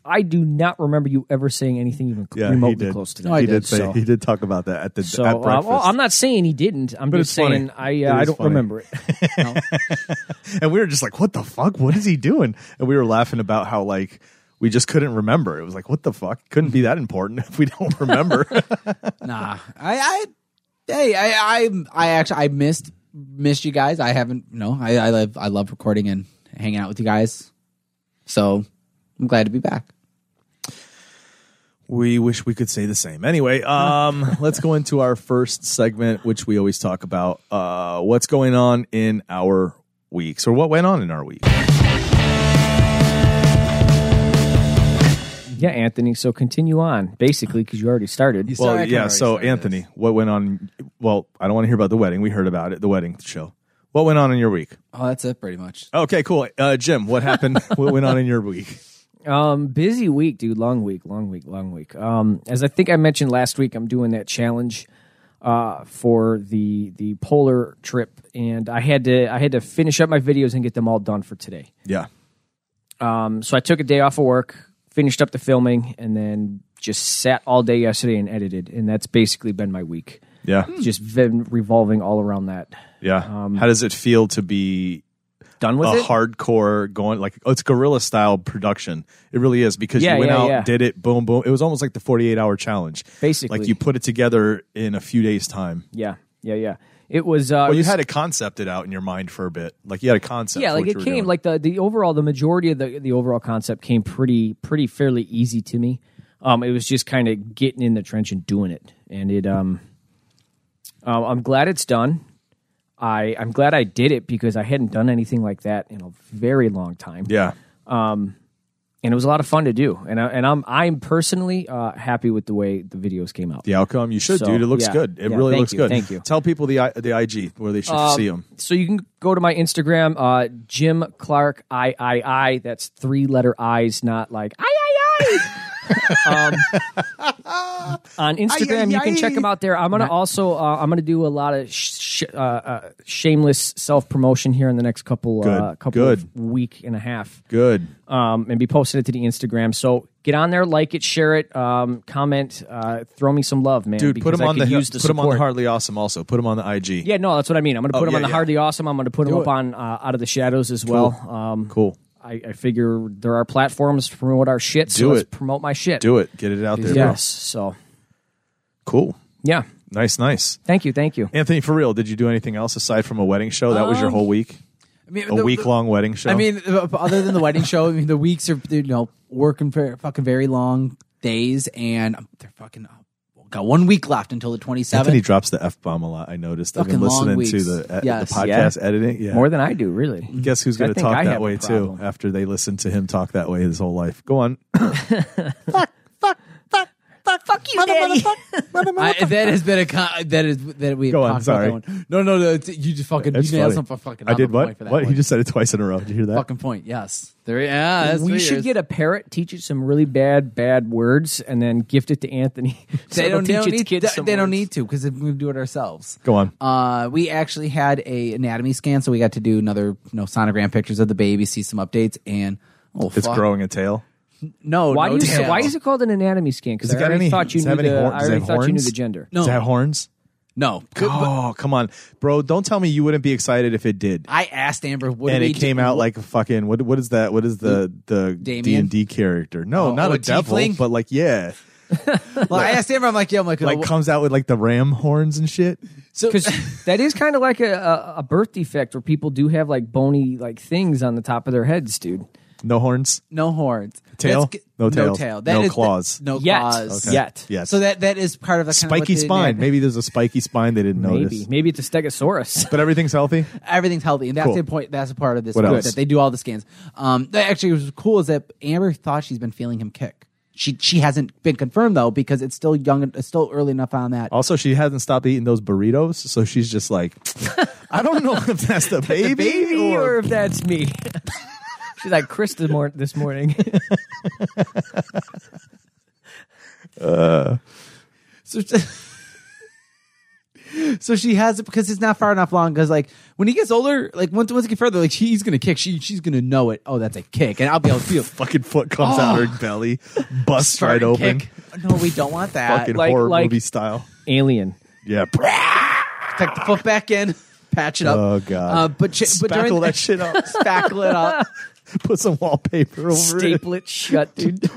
[SPEAKER 1] I do not remember you ever saying anything even
[SPEAKER 2] Yeah, he
[SPEAKER 1] remotely
[SPEAKER 2] did.
[SPEAKER 1] close to that.
[SPEAKER 2] he
[SPEAKER 3] I
[SPEAKER 2] did.
[SPEAKER 3] did,
[SPEAKER 2] say,
[SPEAKER 1] so-
[SPEAKER 2] He did talk about that at the
[SPEAKER 1] So
[SPEAKER 2] at
[SPEAKER 1] uh,
[SPEAKER 2] breakfast.
[SPEAKER 1] well, I'm not saying he didn't. I'm just
[SPEAKER 2] it's funny.
[SPEAKER 1] saying I
[SPEAKER 2] It
[SPEAKER 1] uh, I
[SPEAKER 2] is
[SPEAKER 1] don't
[SPEAKER 2] funny.
[SPEAKER 1] remember it. (laughs)
[SPEAKER 2] and we were just like, "What the fuck? What is he doing?" And we were laughing about how like we just couldn't remember. It was like, "What the fuck? Couldn't be that important (laughs) if we don't remember." (laughs)
[SPEAKER 3] Nah, I, I hey, I, I, I actually I missed missed you guys. I haven't. No, I, I love I love recording and hanging out with you guys. So I'm glad to be back.
[SPEAKER 2] we wish we could say the same. Anyway, um, let's go into our first segment, which we always talk about uh, what's going on in our weeks or what went on in our week.
[SPEAKER 1] yeah, Anthony. So continue on, basically, because you already started.
[SPEAKER 2] Well,
[SPEAKER 3] I kinda
[SPEAKER 2] yeah.
[SPEAKER 3] already
[SPEAKER 2] So,
[SPEAKER 3] started
[SPEAKER 2] Anthony, what went on? Well, I don't want to hear about the wedding. We heard about it, the wedding show. What went on in your week?
[SPEAKER 3] Oh, that's it, pretty much.
[SPEAKER 2] Okay, cool. Uh, Jim, what happened? (laughs) what went on in your week?
[SPEAKER 1] Um, busy week, dude. Long week, long week, long week. Um, as I think I mentioned last week, I'm doing that challenge uh, for the the polar trip, and I had to I had to finish up my videos and get them all done for today.
[SPEAKER 2] Yeah.
[SPEAKER 1] Um, so I took a day off of work, finished up the filming, and then just sat all day yesterday and edited, and that's basically been my week.
[SPEAKER 2] Yeah.
[SPEAKER 1] Just been revolving all around that.
[SPEAKER 2] Yeah. How does it feel to be
[SPEAKER 1] Um, Done with
[SPEAKER 2] a
[SPEAKER 1] it.
[SPEAKER 2] hardcore going like oh, it's guerrilla style production? It really is because
[SPEAKER 1] Yeah,
[SPEAKER 2] you went
[SPEAKER 1] yeah,
[SPEAKER 2] out,
[SPEAKER 1] yeah.
[SPEAKER 2] did it, boom, boom. It was almost like the forty-eight hour challenge.
[SPEAKER 1] Basically.
[SPEAKER 2] like you put it together in a few days' time.
[SPEAKER 1] yeah, yeah, yeah. It was. Uh,
[SPEAKER 2] Well,
[SPEAKER 1] it
[SPEAKER 2] you
[SPEAKER 1] was-
[SPEAKER 2] had it concepted out in your mind for a bit. Like you had a concept.
[SPEAKER 1] yeah
[SPEAKER 2] for
[SPEAKER 1] like
[SPEAKER 2] what
[SPEAKER 1] it
[SPEAKER 2] you were
[SPEAKER 1] came
[SPEAKER 2] doing.
[SPEAKER 1] like the the overall the majority of the the overall concept came pretty pretty fairly easy to me um it was just kind of getting in the trench and doing it and it um uh, i'm glad it's done i i'm glad i did it because i hadn't done anything like that in a very long time
[SPEAKER 2] yeah,
[SPEAKER 1] and it was a lot of fun to do and I, and i'm i'm personally uh happy with the way the videos came out
[SPEAKER 2] the outcome. You should,
[SPEAKER 1] So,
[SPEAKER 2] dude. It looks
[SPEAKER 1] yeah.
[SPEAKER 2] good. It
[SPEAKER 1] Yeah,
[SPEAKER 2] really
[SPEAKER 1] thank
[SPEAKER 2] looks
[SPEAKER 1] you,
[SPEAKER 2] good.
[SPEAKER 1] thank you. Um,
[SPEAKER 2] Tell people the I- the IG where they should see them.
[SPEAKER 1] so you can go to my Instagram, uh, Jim Clark I I I. That's three letter I's, not like I
[SPEAKER 2] (laughs)
[SPEAKER 1] I I. um, on Instagram, you can check them out there. I'm gonna also uh, I'm gonna do a lot of sh- sh- uh, uh, shameless self promotion here in the next couple uh,
[SPEAKER 2] Good,
[SPEAKER 1] couple
[SPEAKER 2] good.
[SPEAKER 1] Of week and a half
[SPEAKER 2] Good.
[SPEAKER 1] um, and be posting it to the Instagram. So get on there, like it, share it, um, comment, uh, throw me some love, man.
[SPEAKER 2] Dude, put
[SPEAKER 1] because
[SPEAKER 2] them
[SPEAKER 1] I
[SPEAKER 2] on the
[SPEAKER 1] could
[SPEAKER 2] hu-
[SPEAKER 1] use
[SPEAKER 2] put
[SPEAKER 1] the
[SPEAKER 2] them on the
[SPEAKER 1] support.
[SPEAKER 2] Hardly Awesome. Also, put them on the IG.
[SPEAKER 1] Yeah, no, that's what I mean. I'm going to put them
[SPEAKER 2] Oh, yeah,
[SPEAKER 1] on the
[SPEAKER 2] yeah.
[SPEAKER 1] Hardly Awesome. I'm going to put them up on uh, Out of the Shadows as well. Um,
[SPEAKER 2] Cool.
[SPEAKER 1] I, I figure there are platforms to promote our shit. So
[SPEAKER 2] Do
[SPEAKER 1] let's
[SPEAKER 2] it.
[SPEAKER 1] promote my shit.
[SPEAKER 2] Do it. Get it out there.
[SPEAKER 1] Yes. So
[SPEAKER 2] Bro. Cool.
[SPEAKER 1] yeah,
[SPEAKER 2] Nice, nice.
[SPEAKER 1] thank you, thank you.
[SPEAKER 2] Anthony, for real, did you do anything else aside from a wedding show? That was your whole week?
[SPEAKER 3] I mean,
[SPEAKER 2] A
[SPEAKER 3] Um, the-
[SPEAKER 2] week long wedding show?
[SPEAKER 3] I mean, uh, other than the wedding show, I mean, the weeks are you know working for fucking very long days, and um, they're fucking uh, got one week left until the twenty
[SPEAKER 2] Anthony
[SPEAKER 3] seventh.
[SPEAKER 2] drops the F bomb a lot. I noticed. I've been
[SPEAKER 3] Fucking long
[SPEAKER 2] listening to
[SPEAKER 3] weeks.
[SPEAKER 2] the, uh,
[SPEAKER 3] Yes.
[SPEAKER 2] the podcast editing. Yeah.
[SPEAKER 1] More than I do, really.
[SPEAKER 2] Guess who's
[SPEAKER 1] I
[SPEAKER 2] going to
[SPEAKER 1] think I
[SPEAKER 2] talk
[SPEAKER 1] have
[SPEAKER 2] that
[SPEAKER 1] a
[SPEAKER 2] way too
[SPEAKER 1] problem.
[SPEAKER 2] after they listen to him talk that way his whole life? Go on.
[SPEAKER 1] Fuck you, Daddy.
[SPEAKER 3] I, that has been a con- that is that we have
[SPEAKER 2] Go on,
[SPEAKER 3] talked
[SPEAKER 2] sorry.
[SPEAKER 3] about that one. No, no, no. it's- You just fucking
[SPEAKER 2] It's
[SPEAKER 3] you nailed
[SPEAKER 2] funny.
[SPEAKER 3] something fucking.
[SPEAKER 2] I
[SPEAKER 3] on
[SPEAKER 2] did
[SPEAKER 3] the Point
[SPEAKER 2] what?
[SPEAKER 3] for that
[SPEAKER 2] What?
[SPEAKER 3] one.
[SPEAKER 2] He just said it twice in a row. Did you hear that?
[SPEAKER 3] fucking point. Yes, there. Yeah, (laughs) that's
[SPEAKER 1] we
[SPEAKER 3] three
[SPEAKER 1] should
[SPEAKER 3] years.
[SPEAKER 1] get a parrot, teach it some really bad, bad words, and then gift it to Anthony. (laughs) So
[SPEAKER 3] They
[SPEAKER 1] it'll
[SPEAKER 3] don't, they
[SPEAKER 1] teach
[SPEAKER 3] don't
[SPEAKER 1] its
[SPEAKER 3] need.
[SPEAKER 1] kids
[SPEAKER 3] They,
[SPEAKER 1] some
[SPEAKER 3] they don't
[SPEAKER 1] words.
[SPEAKER 3] need to because we do it ourselves.
[SPEAKER 2] Go on.
[SPEAKER 3] Uh, we actually had a anatomy scan, so we got to do another you know sonogram pictures of the baby, see some updates, and oh,
[SPEAKER 2] it's
[SPEAKER 3] fuck.
[SPEAKER 2] growing a tail.
[SPEAKER 3] No,
[SPEAKER 1] Why
[SPEAKER 3] no
[SPEAKER 1] do you?
[SPEAKER 3] tail.
[SPEAKER 1] Why is it called an anatomy scan? Because
[SPEAKER 2] Oh, Does it
[SPEAKER 1] I
[SPEAKER 2] got
[SPEAKER 1] already
[SPEAKER 2] any-
[SPEAKER 1] thought you
[SPEAKER 2] does it
[SPEAKER 1] knew
[SPEAKER 2] have any
[SPEAKER 1] the.
[SPEAKER 2] horn-
[SPEAKER 1] I
[SPEAKER 2] does it
[SPEAKER 1] already
[SPEAKER 2] have
[SPEAKER 1] thought you knew
[SPEAKER 2] horns?
[SPEAKER 1] the gender.
[SPEAKER 3] No.
[SPEAKER 2] Does it have horns?
[SPEAKER 3] No.
[SPEAKER 2] (gasps)
[SPEAKER 3] Could- but
[SPEAKER 2] Oh, come on, bro! Don't tell me you wouldn't be excited if it did.
[SPEAKER 3] I asked Amber what
[SPEAKER 2] and
[SPEAKER 3] do
[SPEAKER 2] it
[SPEAKER 3] we
[SPEAKER 2] came
[SPEAKER 3] do-
[SPEAKER 2] out like a fucking what? What is that? What is the the D
[SPEAKER 3] Damien?
[SPEAKER 2] and D character? No,
[SPEAKER 3] Oh,
[SPEAKER 2] not
[SPEAKER 3] oh,
[SPEAKER 2] a
[SPEAKER 3] a
[SPEAKER 2] devil,
[SPEAKER 3] tiefling?
[SPEAKER 2] but like yeah,
[SPEAKER 3] Well, I asked Amber, I'm like, yo, I'm like,
[SPEAKER 2] like
[SPEAKER 3] oh,
[SPEAKER 2] comes out with like the ram horns and shit.
[SPEAKER 3] so,
[SPEAKER 1] because that is kind of like a, a, a birth defect where people do have like bony like things on the top of their heads, dude.
[SPEAKER 2] No horns,
[SPEAKER 3] (laughs) no horns.
[SPEAKER 2] Tail?
[SPEAKER 3] That's g-
[SPEAKER 2] No tails.
[SPEAKER 3] tail.
[SPEAKER 2] No
[SPEAKER 3] That is-
[SPEAKER 2] claws.
[SPEAKER 3] no
[SPEAKER 1] Yet.
[SPEAKER 3] claws.
[SPEAKER 1] Okay. Yet.
[SPEAKER 2] Yes.
[SPEAKER 3] So that that is part of the kind of what
[SPEAKER 2] spiky
[SPEAKER 3] the-
[SPEAKER 2] spine. Maybe there's a spiky spine they didn't
[SPEAKER 1] Maybe
[SPEAKER 2] notice.
[SPEAKER 1] maybe it's a stegosaurus.
[SPEAKER 2] But everything's healthy.
[SPEAKER 3] everything's healthy, and that's
[SPEAKER 2] Cool.
[SPEAKER 3] the point. That's a part of this
[SPEAKER 2] What
[SPEAKER 3] group,
[SPEAKER 2] else?
[SPEAKER 3] that they do all the scans. Um, that actually was cool is that Amber thought she's been feeling him kick. She she hasn't been confirmed though because it's still young. It's still early enough on that.
[SPEAKER 2] Also, she hasn't stopped eating those burritos, so she's just like, (laughs) I don't know if that's the
[SPEAKER 1] (laughs)
[SPEAKER 2] baby,
[SPEAKER 1] baby
[SPEAKER 2] or,
[SPEAKER 1] or if that's me. She's like Chris this, mor- this morning.
[SPEAKER 3] So, (laughs) so she has it because it's not far enough long. Because like when he gets older, like once once he gets further, like he's gonna kick. She she's gonna know it. Oh, that's a kick, and I'll be able to
[SPEAKER 2] (laughs)
[SPEAKER 3] feel.
[SPEAKER 2] fucking foot comes out her belly, busts right open,
[SPEAKER 3] Kick. No, we don't want that.
[SPEAKER 2] fucking
[SPEAKER 1] Like-
[SPEAKER 2] horror
[SPEAKER 1] like-
[SPEAKER 2] movie style.
[SPEAKER 1] (laughs) Alien.
[SPEAKER 2] Yeah, (laughs)
[SPEAKER 3] tuck the foot back in, (laughs) patch it up.
[SPEAKER 2] Oh, God.
[SPEAKER 3] Uh, but ch- but during (laughs)
[SPEAKER 2] spackle that shit up,
[SPEAKER 3] spackle
[SPEAKER 2] (laughs)
[SPEAKER 3] it up.
[SPEAKER 2] put some wallpaper over it.
[SPEAKER 1] Staple it shut, dude.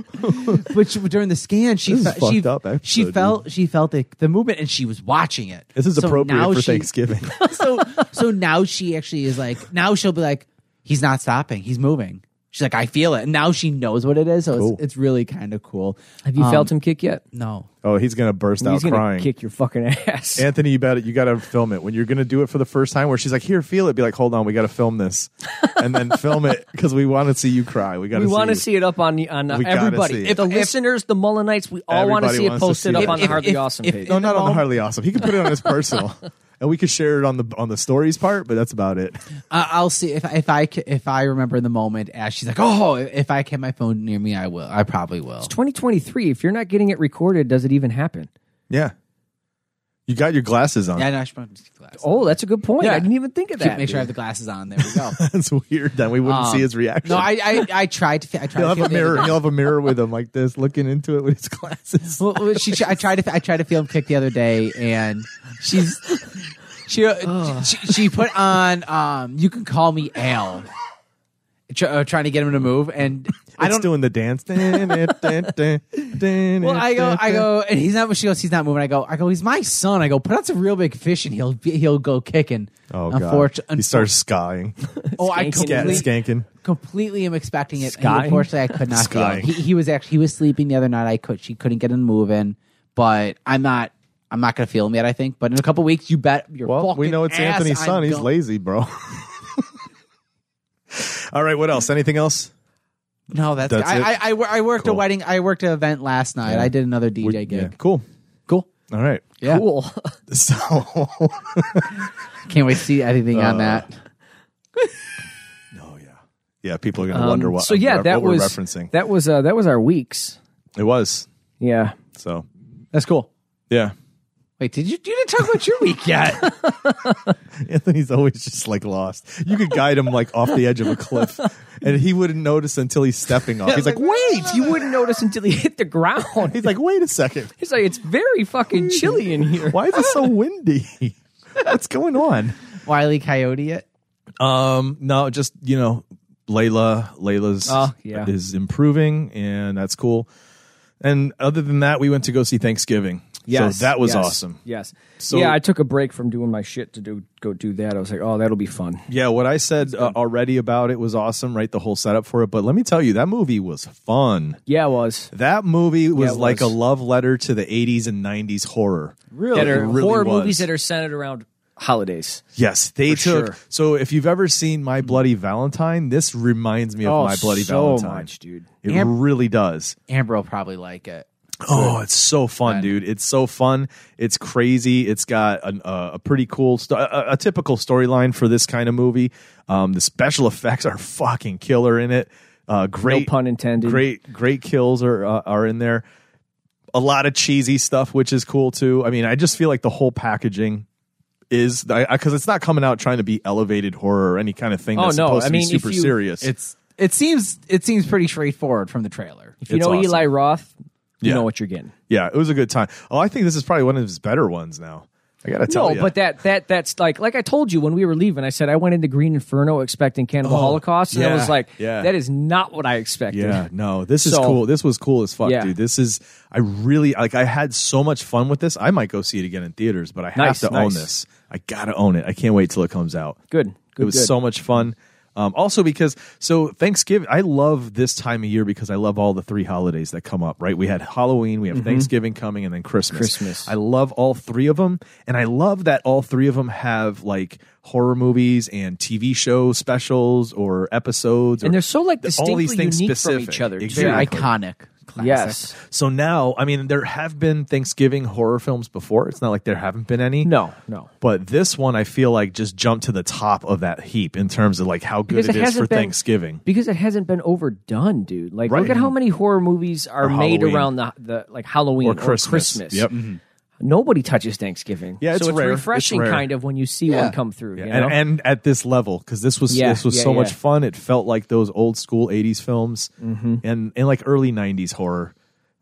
[SPEAKER 3] But she, during the scan, she
[SPEAKER 2] This is
[SPEAKER 3] fe- she,
[SPEAKER 2] fucked up episode,
[SPEAKER 3] she
[SPEAKER 2] dude.
[SPEAKER 3] felt she felt the, the movement, and she was watching it.
[SPEAKER 2] This is
[SPEAKER 3] So now
[SPEAKER 2] appropriate for
[SPEAKER 3] she-
[SPEAKER 2] Thanksgiving.
[SPEAKER 3] (laughs) so so now she actually is like now she'll be like he's not stopping, he's moving. She's like I feel it, and now she knows what it is. So
[SPEAKER 2] Cool.
[SPEAKER 3] it's, it's really kind of cool. Um,
[SPEAKER 1] Have you felt him kick yet?
[SPEAKER 3] No,
[SPEAKER 2] Oh, he's gonna burst out
[SPEAKER 1] He's gonna
[SPEAKER 2] crying.
[SPEAKER 1] kick your fucking ass.
[SPEAKER 2] Anthony, you better you gotta film it when you're gonna do it for the first time. Where she's like, "Here, feel it." Be like, "Hold on, we gotta film this," and
[SPEAKER 3] (laughs)
[SPEAKER 2] then film it because we want to see you cry. We gotta
[SPEAKER 1] (laughs) we want to
[SPEAKER 2] you-
[SPEAKER 1] see it up on the- on uh,
[SPEAKER 2] We gotta see
[SPEAKER 1] everybody.
[SPEAKER 2] it.
[SPEAKER 1] If the listeners, the Mullinites, we all want to
[SPEAKER 2] Everybody
[SPEAKER 1] see it
[SPEAKER 2] wants to
[SPEAKER 1] posted
[SPEAKER 2] see
[SPEAKER 1] up
[SPEAKER 2] it.
[SPEAKER 1] on the
[SPEAKER 2] If-
[SPEAKER 1] Hardly
[SPEAKER 3] if-
[SPEAKER 1] Awesome
[SPEAKER 3] if-
[SPEAKER 1] page.
[SPEAKER 2] No, not on the
[SPEAKER 3] moment-
[SPEAKER 2] Harley Awesome. He can put it on his
[SPEAKER 3] (laughs)
[SPEAKER 2] personal, and we could share it on the on the stories part. But that's about it.
[SPEAKER 3] I I'll see if if I ca- if I remember in the moment as she's like, oh, if I get my phone near me, I will. I probably will.
[SPEAKER 1] 2023. If you're not getting it recorded, does it even happen?
[SPEAKER 2] Yeah, you got your glasses on.
[SPEAKER 3] Yeah, no, I should probably keep the glasses.
[SPEAKER 1] Oh, that's a good point.
[SPEAKER 3] Yeah.
[SPEAKER 1] I didn't even think of
[SPEAKER 3] Keep-
[SPEAKER 1] that.
[SPEAKER 3] make sure I have the glasses on. There we go.
[SPEAKER 2] (laughs) that's weird. Then we wouldn't see his reaction.
[SPEAKER 3] Um,
[SPEAKER 2] (laughs)
[SPEAKER 3] no, I, I I tried to. fi- I tried
[SPEAKER 2] He'll
[SPEAKER 3] to
[SPEAKER 2] have a
[SPEAKER 3] feel the other
[SPEAKER 2] mirror.
[SPEAKER 3] day.
[SPEAKER 2] He'll have a mirror with him like this, looking into it with his glasses.
[SPEAKER 3] Well, well, she, I tried to. I tried to feel him kick the other day, and she's she uh, she, she put on. Um, you can call me Al. Tr- uh, trying to get him to move, and (laughs) I
[SPEAKER 2] It's
[SPEAKER 3] don't.
[SPEAKER 2] doing the
[SPEAKER 3] (laughs)
[SPEAKER 2] dance. well,
[SPEAKER 3] Well, I go, I go, and he's not. She goes, he's not moving. I go, I go. He's my son. I go, put out some real big fish, and he'll be- he'll go kicking.
[SPEAKER 2] Oh
[SPEAKER 3] Unfortu-
[SPEAKER 2] god! He starts skying,
[SPEAKER 3] Oh, I
[SPEAKER 1] Skanking.
[SPEAKER 2] yeah,
[SPEAKER 3] completely,
[SPEAKER 2] skanking.
[SPEAKER 3] completely am expecting it. And
[SPEAKER 1] Skying?
[SPEAKER 3] unfortunately, I could not feel.
[SPEAKER 2] Skying.
[SPEAKER 3] It. He, he was actually he was sleeping the other night. I could she couldn't get him moving, but I'm not. I'm not gonna feel him yet. I think, but in a couple weeks, you bet. Your
[SPEAKER 2] Well, we
[SPEAKER 3] fucking
[SPEAKER 2] know it's
[SPEAKER 3] ass
[SPEAKER 2] Anthony's
[SPEAKER 3] I'm
[SPEAKER 2] son. He's
[SPEAKER 3] go-
[SPEAKER 2] lazy, bro. (laughs) All right, what else? Anything else?
[SPEAKER 3] No, that's,
[SPEAKER 2] That's
[SPEAKER 3] I,
[SPEAKER 2] it?
[SPEAKER 3] I, I wor- I worked a
[SPEAKER 2] Cool.
[SPEAKER 3] wedding. I worked an event last night. I did another DJ
[SPEAKER 2] We-
[SPEAKER 3] gig.
[SPEAKER 2] yeah, Cool.
[SPEAKER 3] Cool.
[SPEAKER 2] All right. (laughs)
[SPEAKER 3] Yeah,
[SPEAKER 1] cool.
[SPEAKER 2] So Oh
[SPEAKER 3] can't wait to see anything
[SPEAKER 2] Uh,
[SPEAKER 3] on that.
[SPEAKER 2] yeah. Yeah, people are gonna wonder what
[SPEAKER 1] Um, so yeah,
[SPEAKER 2] what
[SPEAKER 1] that
[SPEAKER 2] we're
[SPEAKER 1] was
[SPEAKER 2] referencing.
[SPEAKER 1] that was uh, that was our weeks.
[SPEAKER 2] it was.
[SPEAKER 1] Yeah,
[SPEAKER 2] So
[SPEAKER 3] That's cool.
[SPEAKER 2] yeah.
[SPEAKER 3] Wait, did you you didn't talk about your week (laughs) yet?
[SPEAKER 2] (laughs) Anthony's always just like lost. You could guide him like off the edge of a (laughs) cliff and he wouldn't notice until he's stepping
[SPEAKER 3] Oh,
[SPEAKER 2] off.
[SPEAKER 1] (laughs)
[SPEAKER 2] He's like, wait.
[SPEAKER 1] you wouldn't notice until you hit the ground. (laughs)
[SPEAKER 2] He's like, wait a second.
[SPEAKER 1] He's like, it's very fucking chilly in here.
[SPEAKER 2] Why is it so windy? (laughs) What's going on?
[SPEAKER 3] Wiley Coyote it.
[SPEAKER 2] Um, no, just you know, Layla, Layla's
[SPEAKER 1] Oh, yeah.
[SPEAKER 2] is improving, and that's cool. And other than that, we went to go see Thanksgiving.
[SPEAKER 1] Yes,
[SPEAKER 2] so that was
[SPEAKER 1] yes,
[SPEAKER 2] awesome.
[SPEAKER 1] Yes.
[SPEAKER 2] So-
[SPEAKER 1] yeah, I took a break from doing my shit to do go do that. I was like, oh, that'll be fun.
[SPEAKER 2] Yeah, what I said uh, already about it was awesome, right? The whole setup for it. But let me tell you, that movie was fun.
[SPEAKER 1] Yeah, it was.
[SPEAKER 2] That movie was,
[SPEAKER 1] it
[SPEAKER 2] like a
[SPEAKER 1] was.
[SPEAKER 2] love letter to the 80s and 90s horror. Really?
[SPEAKER 1] That are horror movies that are centered around holidays.
[SPEAKER 2] Yes, they took.
[SPEAKER 1] sure.
[SPEAKER 2] So if you've ever seen My Bloody Valentine, this reminds me of My Bloody
[SPEAKER 1] Oh, so
[SPEAKER 2] Valentine.
[SPEAKER 1] much, dude.
[SPEAKER 2] It
[SPEAKER 3] Am-
[SPEAKER 2] really does.
[SPEAKER 3] Amber will probably like it.
[SPEAKER 2] Oh, it's so fun, dude! It's so fun. It's crazy. It's got an, uh, a pretty cool, sto- a, a typical storyline for this kind of movie. Um, the special effects are fucking killer in it. Uh, great
[SPEAKER 1] No pun intended.
[SPEAKER 2] Great, great kills are uh, are in there. A lot of cheesy stuff, which is cool too. I mean, I just feel like the whole packaging is because it's not coming out trying to be elevated horror or any kind of thing.
[SPEAKER 1] Oh,
[SPEAKER 2] that's
[SPEAKER 1] no.
[SPEAKER 2] supposed
[SPEAKER 1] I
[SPEAKER 2] to be
[SPEAKER 1] mean, if
[SPEAKER 2] super
[SPEAKER 1] you-
[SPEAKER 2] serious.
[SPEAKER 3] It's it seems it seems pretty straightforward from the trailer.
[SPEAKER 1] If you
[SPEAKER 2] It's
[SPEAKER 1] know
[SPEAKER 2] awesome.
[SPEAKER 1] Eli Roth, you
[SPEAKER 2] Yeah.
[SPEAKER 1] know what you're getting.
[SPEAKER 2] yeah, it was a good time. Oh, I think this is probably one of his better ones now. I gotta tell
[SPEAKER 5] No,
[SPEAKER 2] you.
[SPEAKER 5] but that that that's like like I told you when we were leaving. I said I went into Green Inferno expecting Cannibal Holocaust, and I
[SPEAKER 2] Oh, yeah,
[SPEAKER 5] was like,
[SPEAKER 2] yeah.
[SPEAKER 5] that is not what I expected.
[SPEAKER 2] Yeah, no, this is
[SPEAKER 5] So-
[SPEAKER 2] cool. This was cool as fuck,
[SPEAKER 5] Yeah.
[SPEAKER 2] dude. This is I really like. I had so much fun with this. I might go see it again in theaters, but I have
[SPEAKER 5] Nice,
[SPEAKER 2] to
[SPEAKER 5] nice.
[SPEAKER 2] own this. I gotta own it. I can't wait till it comes out.
[SPEAKER 5] Good, good,
[SPEAKER 2] it was
[SPEAKER 5] good.
[SPEAKER 2] so much fun. Um, also because so Thanksgiving, I love this time of year because I love all the three holidays that come up. Right, we had Halloween, we have Thanksgiving coming, and then Christmas.
[SPEAKER 5] Mm-hmm. Christmas.
[SPEAKER 2] I love all three of them, and I love that all three of them have like horror movies and TV show specials or episodes.
[SPEAKER 5] and
[SPEAKER 2] or,
[SPEAKER 5] they're so like
[SPEAKER 2] th- all
[SPEAKER 5] distinctly
[SPEAKER 2] these things
[SPEAKER 5] unique
[SPEAKER 2] specific.
[SPEAKER 5] from each other. too.
[SPEAKER 2] Exactly.
[SPEAKER 3] Very iconic. Classic.
[SPEAKER 5] Yes,
[SPEAKER 2] So now, I mean, there have been Thanksgiving horror films before. It's not like there haven't been any.
[SPEAKER 5] no, no,
[SPEAKER 2] But this one, I feel like just jumped to the top of that heap in terms of like how good
[SPEAKER 5] Because
[SPEAKER 2] it
[SPEAKER 5] it
[SPEAKER 2] is for
[SPEAKER 5] hasn't been-
[SPEAKER 2] Thanksgiving.
[SPEAKER 5] because it hasn't been overdone, dude. Like,
[SPEAKER 2] Right.
[SPEAKER 5] look at how many horror movies are
[SPEAKER 2] Or
[SPEAKER 5] made
[SPEAKER 2] Halloween.
[SPEAKER 5] around the the like Halloween
[SPEAKER 2] Or Christmas. Yep.
[SPEAKER 5] Nobody touches Thanksgiving.
[SPEAKER 2] Yeah, it's
[SPEAKER 5] so it's
[SPEAKER 2] rare. It's
[SPEAKER 5] refreshing,
[SPEAKER 2] rare.
[SPEAKER 5] kind of, when you see one come through.
[SPEAKER 2] Yeah.
[SPEAKER 5] you know?
[SPEAKER 2] And, and at this level, because this was
[SPEAKER 5] Yeah,
[SPEAKER 2] this was
[SPEAKER 5] yeah,
[SPEAKER 2] so much
[SPEAKER 5] yeah. Mm-hmm.
[SPEAKER 2] fun. It felt like those old school '80s films and and like early '90s horror.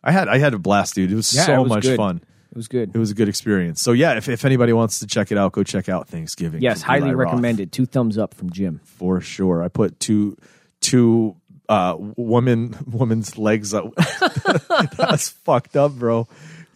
[SPEAKER 2] I had I had a blast, dude. It was
[SPEAKER 5] Yeah,
[SPEAKER 2] so
[SPEAKER 5] it was
[SPEAKER 2] much
[SPEAKER 5] good.
[SPEAKER 2] fun.
[SPEAKER 5] it was good.
[SPEAKER 2] It was a good experience. So yeah, if, if anybody wants to check it out, go check out Thanksgiving.
[SPEAKER 5] yes,
[SPEAKER 2] from
[SPEAKER 5] highly
[SPEAKER 2] Eli Roth.
[SPEAKER 5] recommended. Two thumbs up from Jim.
[SPEAKER 2] for sure. I put two two uh woman woman's legs up. (laughs) That's fucked up, bro.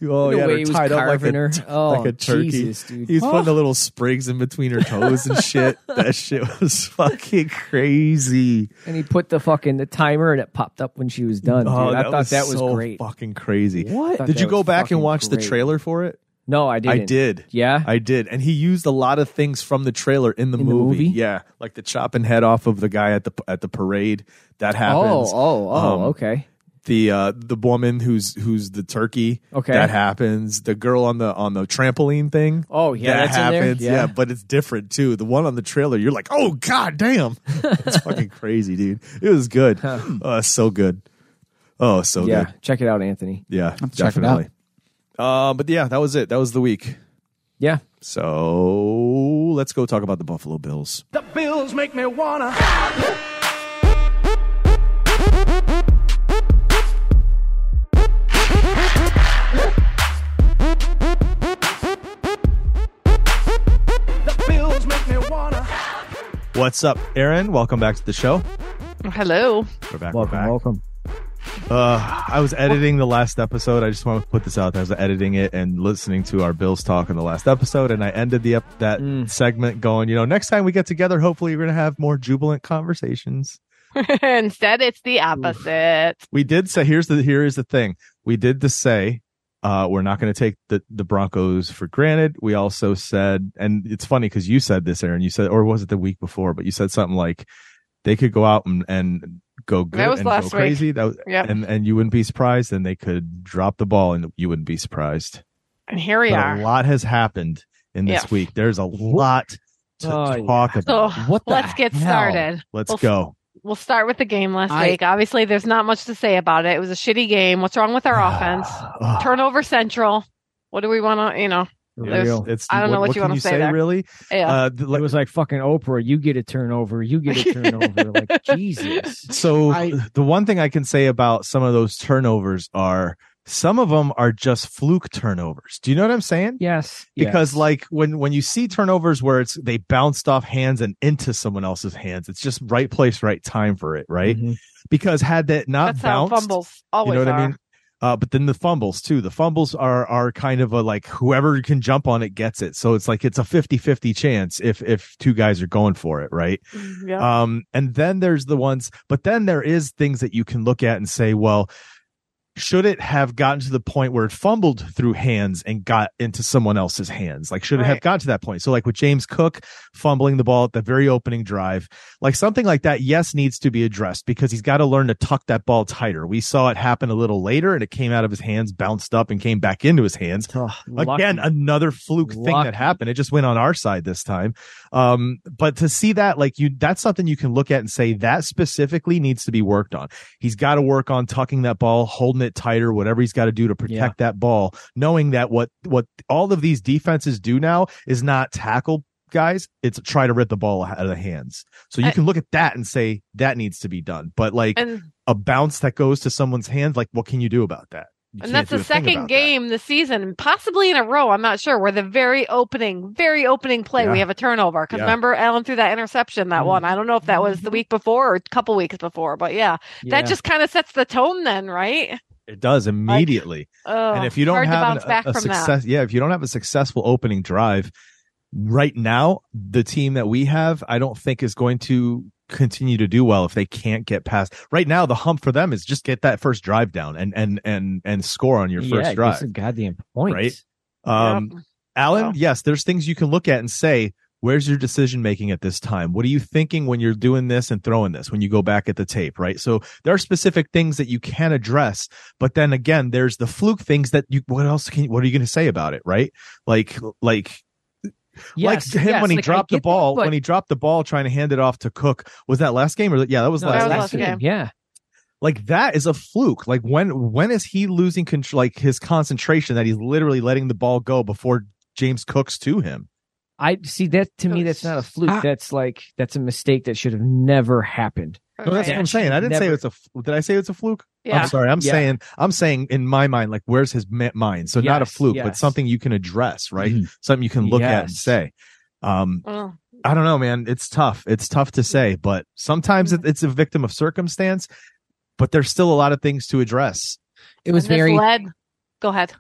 [SPEAKER 2] Oh,
[SPEAKER 5] The
[SPEAKER 2] yeah,
[SPEAKER 5] way
[SPEAKER 2] they're
[SPEAKER 5] he was
[SPEAKER 2] tied up like a,
[SPEAKER 5] carving her.
[SPEAKER 2] t-
[SPEAKER 5] Oh,
[SPEAKER 2] like a turkey.
[SPEAKER 5] Jesus, dude.
[SPEAKER 2] He's putting the little sprigs in between her toes and
[SPEAKER 5] (laughs)
[SPEAKER 2] shit. that shit was fucking crazy.
[SPEAKER 5] And he put the fucking the timer, and it popped up when she was done.
[SPEAKER 2] Oh,
[SPEAKER 5] dude. I thought that was
[SPEAKER 2] so
[SPEAKER 5] great.
[SPEAKER 2] Fucking crazy.
[SPEAKER 5] What? Thought
[SPEAKER 2] Did
[SPEAKER 5] that
[SPEAKER 2] you go
[SPEAKER 5] was
[SPEAKER 2] back and
[SPEAKER 5] fucking
[SPEAKER 2] watch the
[SPEAKER 5] great.
[SPEAKER 2] trailer for it?
[SPEAKER 5] No, I didn't.
[SPEAKER 2] I did.
[SPEAKER 5] Yeah?
[SPEAKER 2] I did. And he used a lot of things from the trailer in the,
[SPEAKER 5] the movie?
[SPEAKER 2] movie. Yeah, like the chopping head off of the guy at the at the parade. That
[SPEAKER 5] Oh,
[SPEAKER 2] happens.
[SPEAKER 5] oh, oh,
[SPEAKER 2] Um,
[SPEAKER 5] okay.
[SPEAKER 2] The uh, the woman who's who's the turkey.
[SPEAKER 5] Okay.
[SPEAKER 2] that happens. The girl on the on the trampoline thing.
[SPEAKER 5] Oh, yeah,
[SPEAKER 2] that
[SPEAKER 5] that's in there?
[SPEAKER 2] happens.
[SPEAKER 5] Yeah.
[SPEAKER 2] Yeah, but it's different too. The one on the trailer, you're like, oh
[SPEAKER 5] (laughs)
[SPEAKER 2] god damn, it's fucking crazy, dude. It was good. Uh, so good. Oh, so
[SPEAKER 5] Yeah,
[SPEAKER 2] good.
[SPEAKER 5] check it out, Anthony.
[SPEAKER 2] Yeah,
[SPEAKER 3] to check it out.
[SPEAKER 2] definitely. Uh, but yeah, that was it. That was the week.
[SPEAKER 5] Yeah.
[SPEAKER 2] So let's go talk about the Buffalo Bills.
[SPEAKER 6] The bills make me wanna. The bills make me wanna.
[SPEAKER 2] What's up, Aaron? Welcome back to the show.
[SPEAKER 7] Hello.
[SPEAKER 2] We're back.
[SPEAKER 5] Welcome,
[SPEAKER 2] we're back.
[SPEAKER 5] welcome.
[SPEAKER 2] Uh, I was editing the last episode. I just want to put this out. there. I was editing it and listening to our Bills talk in the last episode, and I ended the ep- that
[SPEAKER 5] Mm.
[SPEAKER 2] segment going. You know, next time we get together, hopefully we're gonna have more jubilant conversations.
[SPEAKER 7] (laughs) Instead, it's the opposite.
[SPEAKER 2] We did say here's the here is the thing. We did to say uh, we're not going to take the the Broncos for granted. We also said, and it's funny because you said this, Aaron. You said, or was it the week before? But you said something like they could go out and, and go good
[SPEAKER 7] That was
[SPEAKER 2] and
[SPEAKER 7] last
[SPEAKER 2] go
[SPEAKER 7] week.
[SPEAKER 2] crazy. That was,
[SPEAKER 7] Yep.
[SPEAKER 2] and and you wouldn't be surprised. And they could drop the ball, and you wouldn't be surprised.
[SPEAKER 7] And here we
[SPEAKER 2] But
[SPEAKER 7] are.
[SPEAKER 2] a lot has happened in this
[SPEAKER 7] Yeah.
[SPEAKER 2] week. There's a lot to
[SPEAKER 5] Oh, yeah.
[SPEAKER 2] talk about.
[SPEAKER 7] So
[SPEAKER 3] What the
[SPEAKER 7] let's get
[SPEAKER 3] hell?
[SPEAKER 7] started.
[SPEAKER 2] Let's
[SPEAKER 7] Well,
[SPEAKER 2] go.
[SPEAKER 7] We'll start with the game last
[SPEAKER 3] I-
[SPEAKER 7] week. Obviously, there's not much to say about it. It was a shitty game. What's wrong
[SPEAKER 2] (sighs)
[SPEAKER 7] with our offense?
[SPEAKER 2] Ugh.
[SPEAKER 7] Turnover central. What do we want to, you know? There's-
[SPEAKER 5] Real.
[SPEAKER 2] It's,
[SPEAKER 7] I don't know what you
[SPEAKER 2] can
[SPEAKER 7] wanna say there.
[SPEAKER 2] Really,
[SPEAKER 7] Yeah.
[SPEAKER 2] uh, th-
[SPEAKER 5] It
[SPEAKER 2] like,
[SPEAKER 5] was like fucking Oprah. You get a turnover. You (laughs) get a turnover. like Jesus.
[SPEAKER 2] So
[SPEAKER 3] I-
[SPEAKER 2] the one thing I can say about some of those turnovers are some of them are just fluke turnovers. Do you know what I'm saying?
[SPEAKER 5] Yes.
[SPEAKER 2] Because
[SPEAKER 5] yes.
[SPEAKER 2] like when when you see turnovers where it's they bounced off hands and into someone else's hands, it's just right place, right time for it, right?
[SPEAKER 5] Mhm.
[SPEAKER 2] Because had that not
[SPEAKER 7] Mm-hmm. That's how
[SPEAKER 2] bounced,
[SPEAKER 7] fumbles always
[SPEAKER 2] you know what
[SPEAKER 7] are.
[SPEAKER 2] I mean? Uh, but then the fumbles too. The fumbles are are kind of a like whoever can jump on it gets it. So it's like it's a 50-50 chance if if two guys are going for it, right?
[SPEAKER 7] Mm, Yeah.
[SPEAKER 2] Um, and then there's the ones, but then there is things that you can look at and say, well, should it have gotten to the point where it fumbled through hands and got into someone else's hands? Like, should it have
[SPEAKER 7] Right.
[SPEAKER 2] got to that point? So, like with James Cook fumbling the ball at the very opening drive, like something like that, yes, needs to be addressed because he's got to learn to tuck that ball tighter. We saw it happen a little later and it came out of his hands, bounced up, and came back into his hands
[SPEAKER 5] Ugh, lucky.
[SPEAKER 2] again uh, another fluke thing
[SPEAKER 5] Lucky.
[SPEAKER 2] that happened it just went on our side this time um but to see that like you that's something you can look at and say that specifically needs to be worked on he's got to work on tucking that ball holding it tighter whatever he's got to do to protect
[SPEAKER 5] Yeah.
[SPEAKER 2] that ball knowing that what what all of these defenses do now is not tackle guys it's try to rip the ball out of the hands so you
[SPEAKER 7] I-
[SPEAKER 2] can look at that and say that needs to be done but like
[SPEAKER 7] and
[SPEAKER 2] a bounce that goes to someone's hands like what can you do about that
[SPEAKER 7] and that's the second game this season, possibly in a row. I'm not sure. Where the very opening, very opening play, we
[SPEAKER 2] Yeah.
[SPEAKER 7] have a turnover. Because
[SPEAKER 2] Yeah. Mm-hmm.
[SPEAKER 7] remember, Allen threw that interception that one. I don't know if that was the week before or a couple weeks before, but yeah, that just kind of sets the tone, then, right?
[SPEAKER 2] It does immediately.
[SPEAKER 7] Oh,
[SPEAKER 2] and if you don't
[SPEAKER 7] hard to
[SPEAKER 2] have
[SPEAKER 7] bounce
[SPEAKER 2] an-
[SPEAKER 7] back
[SPEAKER 2] a, a
[SPEAKER 7] from
[SPEAKER 2] success,
[SPEAKER 7] that,
[SPEAKER 2] yeah, if you don't have a successful opening drive right now, the team that we have, I don't think is going to continue to do well if they can't get past. Right now, the hump for them is just get that first drive down and and and and score on your
[SPEAKER 1] yeah,
[SPEAKER 2] first
[SPEAKER 1] it
[SPEAKER 2] drive.
[SPEAKER 1] gives them goddamn points.
[SPEAKER 2] Right? Um,
[SPEAKER 7] Yep.
[SPEAKER 2] Alan,
[SPEAKER 7] Wow.
[SPEAKER 2] yes, there's things you can look at and say, where's your decision making at this time? What are you thinking when you're doing this and throwing this when you go back at the tape, right? So there are specific things that you can address, but then again, there's the fluke things that you what else can what are you going to say about it, right? Like like
[SPEAKER 5] Yes,
[SPEAKER 2] like him
[SPEAKER 5] yes,
[SPEAKER 2] when he
[SPEAKER 5] like, I
[SPEAKER 2] dropped the
[SPEAKER 5] get that,
[SPEAKER 2] ball,
[SPEAKER 5] but-
[SPEAKER 2] when he dropped the ball trying to hand it off to Cook. Was that last game or yeah, that was
[SPEAKER 1] No,
[SPEAKER 2] last
[SPEAKER 7] that
[SPEAKER 2] game
[SPEAKER 7] was
[SPEAKER 1] last
[SPEAKER 7] last
[SPEAKER 1] game,
[SPEAKER 7] game.
[SPEAKER 1] Yeah.
[SPEAKER 2] like that is a fluke like when when is he losing control like his concentration that he's literally letting the ball go before james cooks to him
[SPEAKER 1] I see that to me. That's not a fluke.
[SPEAKER 3] Ah.
[SPEAKER 1] that's like that's a mistake that should have never happened.
[SPEAKER 2] no Oh, that's what
[SPEAKER 7] Right.
[SPEAKER 2] i'm saying i didn't say
[SPEAKER 1] Never.
[SPEAKER 2] it's a f- did i say it's a fluke
[SPEAKER 7] yeah.
[SPEAKER 2] i'm sorry i'm
[SPEAKER 1] Yeah.
[SPEAKER 2] saying i'm saying in my mind like where's his ma- mind so not a
[SPEAKER 1] Yes,
[SPEAKER 2] fluke but
[SPEAKER 1] yes.
[SPEAKER 2] something you can address right something you can look at and
[SPEAKER 1] Yes.
[SPEAKER 2] say um
[SPEAKER 7] Oh.
[SPEAKER 2] I don't know, man. It's tough. It's tough to say, but sometimes it, it's a victim of circumstance. But there's still a lot of things to address.
[SPEAKER 3] It was
[SPEAKER 7] And this
[SPEAKER 3] very.
[SPEAKER 7] led. Go ahead.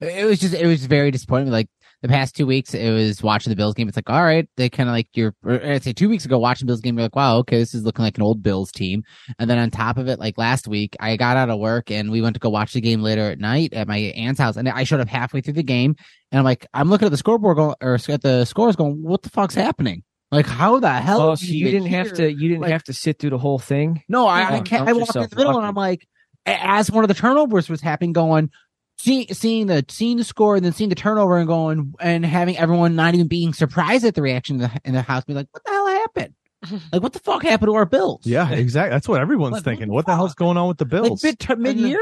[SPEAKER 3] It was just. It was very disappointing. Like the past two weeks, it was watching the Bills game. It's like, all right, they kind of like you're. Or I'd say two weeks ago, watching Bills game, you're like, wow, okay, this is looking like an old Bills team. And then on top of it, like last week, I got out of work and we went to go watch the game later at night at my aunt's house, and I showed up halfway through the game, and I'm like, I'm looking at the scoreboard going, or at the scores going, what the fuck's happening? Like, how the hell?
[SPEAKER 1] Oh,
[SPEAKER 3] is
[SPEAKER 1] so
[SPEAKER 3] this
[SPEAKER 1] you
[SPEAKER 3] even
[SPEAKER 1] didn't have
[SPEAKER 3] here?
[SPEAKER 1] to. You didn't
[SPEAKER 3] Like-
[SPEAKER 1] have to sit through the whole thing.
[SPEAKER 3] No, I, I,
[SPEAKER 1] Yeah.
[SPEAKER 3] can't,
[SPEAKER 1] Count
[SPEAKER 3] I walked in
[SPEAKER 1] yourself
[SPEAKER 3] the middle and
[SPEAKER 1] lucky.
[SPEAKER 3] I'm like, a- as one of the turnovers was happening, going, see, seeing the seeing the score and then seeing the turnover and going and having everyone not even being surprised at the reaction in the, in the house, be like, what the hell happened? Like, what the fuck happened to our bills?
[SPEAKER 2] (laughs) Yeah, exactly. That's what everyone's
[SPEAKER 3] Like, what
[SPEAKER 2] thinking.
[SPEAKER 3] the
[SPEAKER 2] What the hell's
[SPEAKER 3] fuck?
[SPEAKER 2] going on with the
[SPEAKER 3] like
[SPEAKER 2] Bills?
[SPEAKER 3] mid mid year,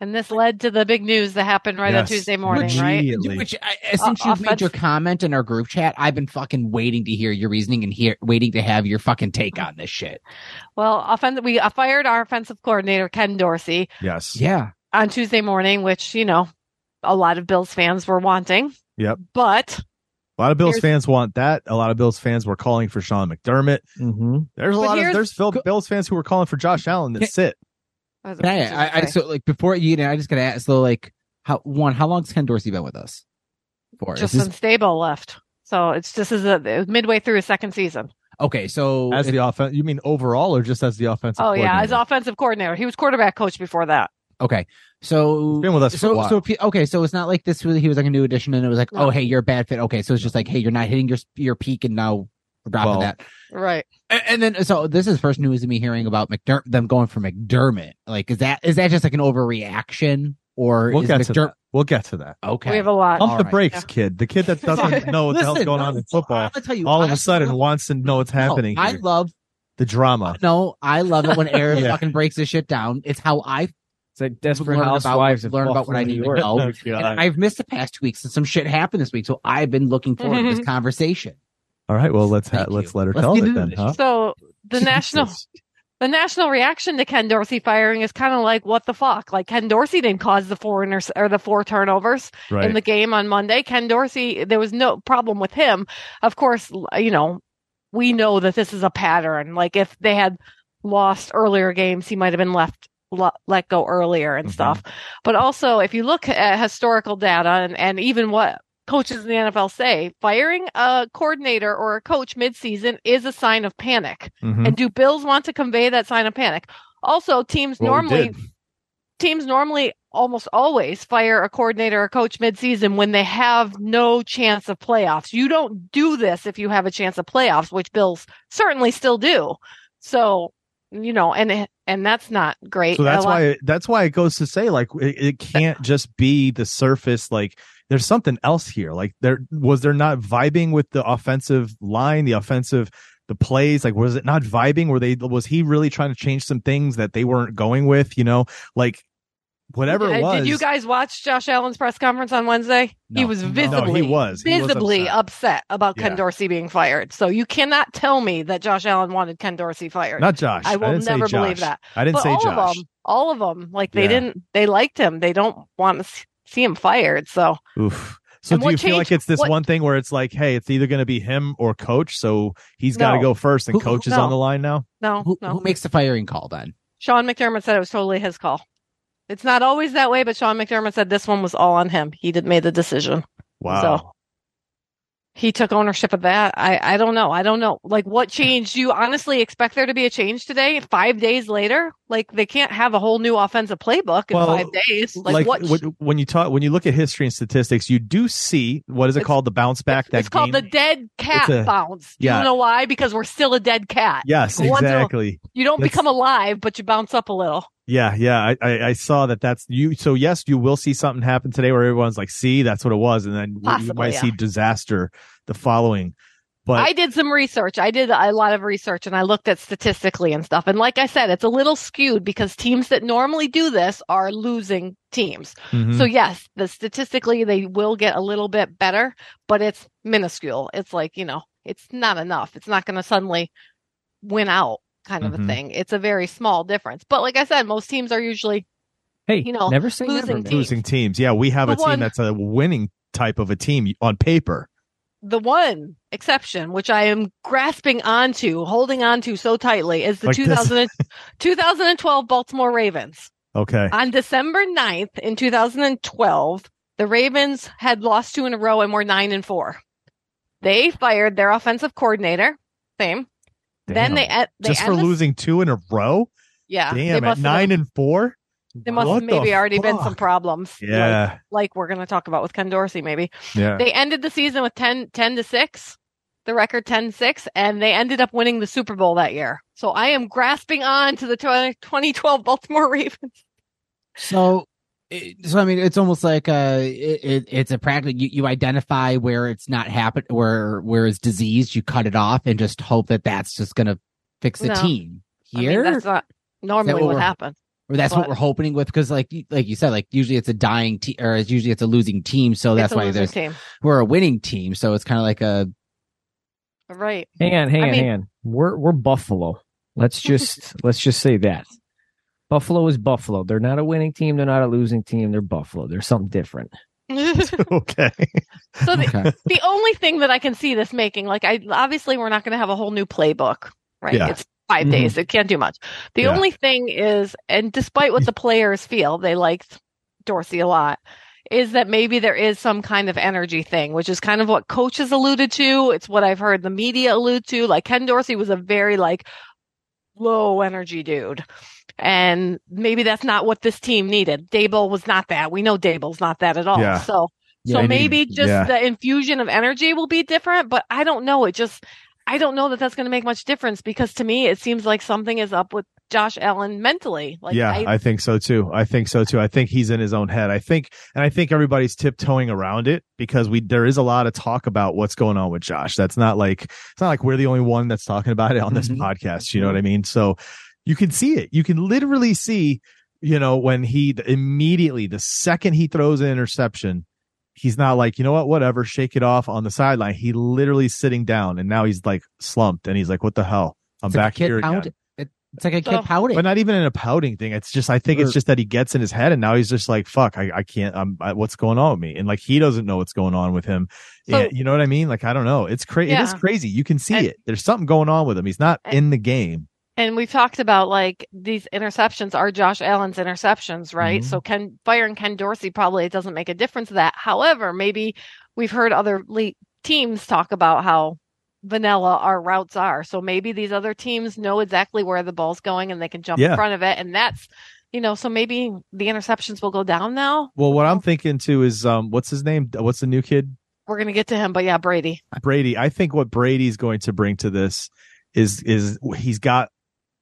[SPEAKER 7] And this led to the big news that happened right
[SPEAKER 2] Yes.
[SPEAKER 7] on Tuesday morning, right?
[SPEAKER 2] Immediately.
[SPEAKER 3] which I, since
[SPEAKER 7] Uh,
[SPEAKER 3] you've made
[SPEAKER 7] offense-
[SPEAKER 3] your comment in our group chat, I've been fucking waiting to hear your reasoning and hear waiting to have your fucking take on this shit.
[SPEAKER 7] Well, offense, we uh, fired our offensive coordinator Ken Dorsey
[SPEAKER 2] yes.
[SPEAKER 3] Yeah,
[SPEAKER 7] on Tuesday morning, which you know a lot of Bills fans were wanting.
[SPEAKER 2] Yep.
[SPEAKER 7] But
[SPEAKER 2] A lot of Bills
[SPEAKER 7] Here's-
[SPEAKER 2] fans want that. A lot of Bills fans were calling for Sean McDermott.
[SPEAKER 1] Mm-hmm.
[SPEAKER 2] There's a
[SPEAKER 7] But
[SPEAKER 2] lot of
[SPEAKER 7] here's-
[SPEAKER 2] there's Phil, Bills fans who were calling for Josh Allen that sit.
[SPEAKER 3] Can I, I, I so like before you know, I just gotta ask though, like how one, how long's Ken Dorsey been with us? For Is
[SPEAKER 7] just
[SPEAKER 3] this-
[SPEAKER 7] unstable left. So it's this is a midway through his second season.
[SPEAKER 3] okay, so
[SPEAKER 2] As
[SPEAKER 3] it-
[SPEAKER 2] the offense, you mean overall or just as the offensive?
[SPEAKER 7] Oh yeah, as
[SPEAKER 2] coordinator?
[SPEAKER 7] offensive coordinator, he was quarterback coach before that.
[SPEAKER 3] okay, so
[SPEAKER 2] He's been with us for a
[SPEAKER 3] so
[SPEAKER 2] while.
[SPEAKER 3] so pe- okay, so it's not like this really he was like a new addition and it was like
[SPEAKER 7] No.
[SPEAKER 3] oh hey you're a bad fit. Okay, so it's just like hey you're not hitting your your peak and now we're dropping
[SPEAKER 2] Well,
[SPEAKER 3] that.
[SPEAKER 7] Right.
[SPEAKER 3] A- And then so this is first news to me hearing about McDermott them going for McDermott. Like is that is that just like an overreaction or
[SPEAKER 2] we'll
[SPEAKER 3] is
[SPEAKER 2] get to
[SPEAKER 3] McDermott
[SPEAKER 2] that. We'll get to that.
[SPEAKER 3] okay?
[SPEAKER 7] We have a lot.
[SPEAKER 2] Pump
[SPEAKER 3] All
[SPEAKER 2] the
[SPEAKER 3] right.
[SPEAKER 2] brakes,
[SPEAKER 7] Yeah.
[SPEAKER 2] kid. The
[SPEAKER 3] (laughs)
[SPEAKER 2] kid that doesn't know what the hell's
[SPEAKER 3] Listen,
[SPEAKER 2] going on in
[SPEAKER 3] I'm
[SPEAKER 2] football.
[SPEAKER 3] gonna tell you,
[SPEAKER 2] All of
[SPEAKER 3] I-
[SPEAKER 2] a sudden, wants to know what's happening.
[SPEAKER 3] No, I
[SPEAKER 2] here.
[SPEAKER 3] love
[SPEAKER 2] the drama.
[SPEAKER 3] No, I
[SPEAKER 2] (laughs)
[SPEAKER 3] love it when Aaron
[SPEAKER 2] Yeah.
[SPEAKER 3] fucking breaks this shit down. It's how I
[SPEAKER 1] It's like desperate
[SPEAKER 3] Learn about-
[SPEAKER 1] housewives. of
[SPEAKER 3] learn about what I
[SPEAKER 1] Buffalo,
[SPEAKER 3] need
[SPEAKER 1] New
[SPEAKER 3] to
[SPEAKER 1] York. (laughs)
[SPEAKER 3] know.
[SPEAKER 2] Oh, God.
[SPEAKER 3] and I've missed the past two weeks and some shit happened this week, so I've been looking forward to
[SPEAKER 7] Mm-hmm.
[SPEAKER 3] this conversation.
[SPEAKER 2] All right. Well, let's ha-
[SPEAKER 3] Thank
[SPEAKER 2] let's
[SPEAKER 3] you.
[SPEAKER 2] let her
[SPEAKER 3] Let's
[SPEAKER 2] tell
[SPEAKER 3] get
[SPEAKER 2] it
[SPEAKER 3] into
[SPEAKER 2] then,
[SPEAKER 3] this.
[SPEAKER 2] huh?
[SPEAKER 7] So the national the national reaction to Ken Dorsey firing is kind of like what the fuck? Like Ken Dorsey didn't cause the four inter- or the four turnovers in
[SPEAKER 2] Right.
[SPEAKER 7] the game on Monday. Ken Dorsey, there was no problem with him. Of course, l- you know, we know that this is a pattern. Like if they had lost earlier games, he might have been left lo- let go earlier and
[SPEAKER 2] Mhm.
[SPEAKER 7] stuff. But also, if you look at historical data and, and even what coaches in the NFL say, firing a coordinator or a coach midseason is a sign of panic.
[SPEAKER 2] Mhm.
[SPEAKER 7] And do Bills want to convey that sign of panic? Also, teams
[SPEAKER 2] Well, we
[SPEAKER 7] normally
[SPEAKER 2] did.
[SPEAKER 7] teams normally almost always fire a coordinator or coach midseason when they have no chance of playoffs. You don't do this if you have a chance of playoffs, which Bills certainly still do. So, you know, and and that's not great.
[SPEAKER 2] So that's
[SPEAKER 7] A lot-
[SPEAKER 2] why that's why it goes to say like it, it can't just be the surface. Like there's something else here. Like there was there not vibing with the offensive line, the offensive the plays. Like was it not vibing? Were they was he really trying to change some things that they weren't going with? You know, like whatever
[SPEAKER 7] Uh,
[SPEAKER 2] it was.
[SPEAKER 7] Did you guys watch Josh Allen's press conference on Wednesday? He
[SPEAKER 2] No.
[SPEAKER 7] was
[SPEAKER 2] No, he
[SPEAKER 7] visibly
[SPEAKER 2] was. He was
[SPEAKER 7] visibly
[SPEAKER 2] upset.
[SPEAKER 7] upset. about Ken
[SPEAKER 2] Yeah.
[SPEAKER 7] Dorsey being fired. So you cannot tell me that Josh Allen wanted Ken Dorsey fired.
[SPEAKER 2] not Josh.
[SPEAKER 7] I will
[SPEAKER 2] didn't say
[SPEAKER 7] never
[SPEAKER 2] Josh.
[SPEAKER 7] believe that.
[SPEAKER 2] I didn't
[SPEAKER 7] But
[SPEAKER 2] say
[SPEAKER 7] all of
[SPEAKER 2] Josh.
[SPEAKER 7] them. all of them. Like they
[SPEAKER 2] Yeah.
[SPEAKER 7] didn't, they liked him. They don't want to s- see him fired. So
[SPEAKER 2] Oof. So
[SPEAKER 7] And
[SPEAKER 2] do
[SPEAKER 7] what
[SPEAKER 2] you feel
[SPEAKER 7] changed-
[SPEAKER 2] like it's this
[SPEAKER 7] what-
[SPEAKER 2] one thing where it's like, hey, it's either going to be him or coach, so he's got to
[SPEAKER 7] No.
[SPEAKER 2] go first, and
[SPEAKER 3] Who-
[SPEAKER 2] coach is
[SPEAKER 7] no.
[SPEAKER 2] on the line now.
[SPEAKER 7] no,
[SPEAKER 3] Who,
[SPEAKER 7] no.
[SPEAKER 3] who makes the firing call then?
[SPEAKER 7] Sean McDermott said it was totally his call. It's not always that way, but Sean McDermott said this one was all on him. He did made the decision.
[SPEAKER 2] Wow.
[SPEAKER 7] So he took ownership of that. I, I don't know. I don't know. Like what change do you honestly expect there to be a change today? Five days later? Like they can't have a whole new offensive playbook in
[SPEAKER 2] Well,
[SPEAKER 7] five days.
[SPEAKER 2] like
[SPEAKER 7] Like, what
[SPEAKER 2] when, when you talk, when you look at history and statistics, you do see what is it
[SPEAKER 7] It's-
[SPEAKER 2] called? The bounce back. that
[SPEAKER 7] it's called the
[SPEAKER 2] gain-
[SPEAKER 7] dead cat
[SPEAKER 2] It's a-
[SPEAKER 7] bounce.
[SPEAKER 2] yeah.
[SPEAKER 7] You know why? Because we're still a dead cat.
[SPEAKER 2] Yes,
[SPEAKER 7] Go on to-
[SPEAKER 2] exactly.
[SPEAKER 7] You don't
[SPEAKER 2] That's-
[SPEAKER 7] become alive, but you bounce up a little.
[SPEAKER 2] Yeah, yeah. I, I, I saw that. That's you. So yes, you will see something happen today where everyone's like, "See, that's what it was," and then you
[SPEAKER 7] Possibly,
[SPEAKER 2] might
[SPEAKER 7] yeah.
[SPEAKER 2] see disaster the following. But
[SPEAKER 7] I did some research. I did a lot of research and I looked at statistically and stuff. And like I said, it's a little skewed because teams that normally do this are losing teams.
[SPEAKER 2] Mhm.
[SPEAKER 7] So yes, the statistically they will get a little bit better, but it's minuscule. It's like, you know, it's not enough. It's not going to suddenly win out kind of
[SPEAKER 2] Mhm.
[SPEAKER 7] a thing. It's a very small difference. But like I said, most teams are usually
[SPEAKER 1] Hey,
[SPEAKER 7] You know,
[SPEAKER 1] never say
[SPEAKER 7] losing
[SPEAKER 1] never. man.
[SPEAKER 7] team.
[SPEAKER 2] losing teams. Yeah, we have
[SPEAKER 7] The
[SPEAKER 2] a team
[SPEAKER 7] one-
[SPEAKER 2] that's a winning type of a team on paper.
[SPEAKER 7] the one exception, which I am grasping onto, holding onto so tightly, is the
[SPEAKER 2] Like this. (laughs)
[SPEAKER 7] 2000 and- 2012 Baltimore Ravens.
[SPEAKER 2] Okay.
[SPEAKER 7] On December 9th in 2012, the Ravens had lost two in a row and were nine and four. They fired their offensive coordinator. Same. Then
[SPEAKER 2] Damn.
[SPEAKER 7] they, e- they
[SPEAKER 2] just for
[SPEAKER 7] end the-
[SPEAKER 2] losing two in a row.
[SPEAKER 7] Yeah. they
[SPEAKER 2] Damn, at
[SPEAKER 7] must have-
[SPEAKER 2] nine and four.
[SPEAKER 7] There must
[SPEAKER 2] What
[SPEAKER 7] have
[SPEAKER 2] the
[SPEAKER 7] maybe already been some
[SPEAKER 2] fuck?
[SPEAKER 7] problems. Like,
[SPEAKER 2] Yeah,
[SPEAKER 7] like we're going to talk about with Ken Dorsey, maybe.
[SPEAKER 2] yeah. (laughs)
[SPEAKER 7] They ended the season with 10, 10 to 6, the record 10 6, and they ended up winning the Super Bowl that year. So I am grasping on to the 20- 2012 Baltimore (laughs) Ravens.
[SPEAKER 3] So, it, so I mean, it's almost like uh, it, it, it's a practice. You, you identify where it's not happen, where where it's diseased. You cut it off and just hope that that's just gonna fix the
[SPEAKER 7] No.
[SPEAKER 3] team
[SPEAKER 7] I mean,
[SPEAKER 3] here,
[SPEAKER 7] that's not normally
[SPEAKER 3] what
[SPEAKER 7] what,
[SPEAKER 3] we're-
[SPEAKER 7] happens.
[SPEAKER 3] or that's what
[SPEAKER 7] but-
[SPEAKER 3] we're hoping with. Because like you- like you said, like usually it's a dying team, or it's usually it's a losing team. So Oh, that's
[SPEAKER 7] it's a
[SPEAKER 3] why
[SPEAKER 7] losing
[SPEAKER 3] there's
[SPEAKER 7] team.
[SPEAKER 3] we're a winning team. So it's kind of like a (laughs)
[SPEAKER 7] Right.
[SPEAKER 1] Hang on, hang
[SPEAKER 7] I
[SPEAKER 1] on,
[SPEAKER 7] mean-
[SPEAKER 1] hang on. We're we're Buffalo.
[SPEAKER 7] (laughs)
[SPEAKER 1] Let's just let's just say that. Buffalo is Buffalo. They're not a winning team. They're not a losing team. They're Buffalo. They're something different.
[SPEAKER 7] so
[SPEAKER 2] okay.
[SPEAKER 7] the,
[SPEAKER 3] okay.
[SPEAKER 7] the only thing that I can see this making, like, I obviously we're not going to have a whole new playbook, right?
[SPEAKER 2] Yeah.
[SPEAKER 7] It's 5
[SPEAKER 1] Mhm.
[SPEAKER 7] days. It can't do much. The
[SPEAKER 2] Yeah.
[SPEAKER 7] only thing is, and despite what the players feel, they liked Dorsey a lot, is that maybe there is some kind of energy thing, which is kind of what coaches alluded to. It's what I've heard the media allude to. Like Ken Dorsey was a very like low energy dude. And maybe that's not what this team needed. Dable was not that. We know Dable's not that at all.
[SPEAKER 2] Yeah.
[SPEAKER 7] So
[SPEAKER 2] Yeah,
[SPEAKER 7] so
[SPEAKER 2] they need-
[SPEAKER 7] maybe just
[SPEAKER 2] yeah.
[SPEAKER 7] the infusion of energy will be different, but I don't know. It just, I don't know that that's going to make much difference because to me, it seems like something is up with Josh Allen mentally. Like,
[SPEAKER 2] yeah,
[SPEAKER 7] I,
[SPEAKER 2] I, think so too. I think so too. I think he's in his own head. I think, and I think everybody's tiptoeing around it because we there is a lot of talk about what's going on with Josh. That's not like it's not like we're the only one that's talking about it on this
[SPEAKER 3] Mhm.
[SPEAKER 2] podcast. You know what I mean? So you can see it. You can literally see. You know when he immediately the second he throws an interception, he's not like you know what, whatever, shake it off on the sideline. He literally sitting down, and now he's like slumped, and he's like, what the hell? I'm
[SPEAKER 3] it's like a
[SPEAKER 2] back
[SPEAKER 3] kid
[SPEAKER 2] here again.
[SPEAKER 3] pound- it- it's like a kid
[SPEAKER 7] So-
[SPEAKER 3] pouting.
[SPEAKER 2] But not even in a pouting thing. It's just I think it's
[SPEAKER 3] Or-
[SPEAKER 2] just that he gets in his head, and now he's just like, "Fuck, I, I can't. I'm, I, what's going on with me?" And like he doesn't know what's going on with him.
[SPEAKER 7] So-
[SPEAKER 2] Yeah, you know what I mean? Like I don't know. It's crazy. It is
[SPEAKER 7] Yeah.
[SPEAKER 2] crazy. You can see
[SPEAKER 7] And-
[SPEAKER 2] it. There's something going on with him. He's not
[SPEAKER 7] And-
[SPEAKER 2] in the game.
[SPEAKER 7] and we've talked about like these interceptions are Josh Allen's interceptions, right?
[SPEAKER 2] Mhm.
[SPEAKER 7] So Ken firing Ken Dorsey probably it doesn't make a difference to that. However, maybe we've heard other le- teams talk about how vanilla our routes are. So maybe these other teams know exactly where the ball's going and they can jump
[SPEAKER 2] Yeah.
[SPEAKER 7] in front of it. And that's, you know, so maybe the interceptions will go down now.
[SPEAKER 2] Well, what I'm thinking too is, um, what's his name? What's the new kid?
[SPEAKER 7] We're going to get to him, but yeah, Brady.
[SPEAKER 2] Brady. I think what Brady's going to bring to this is is he's got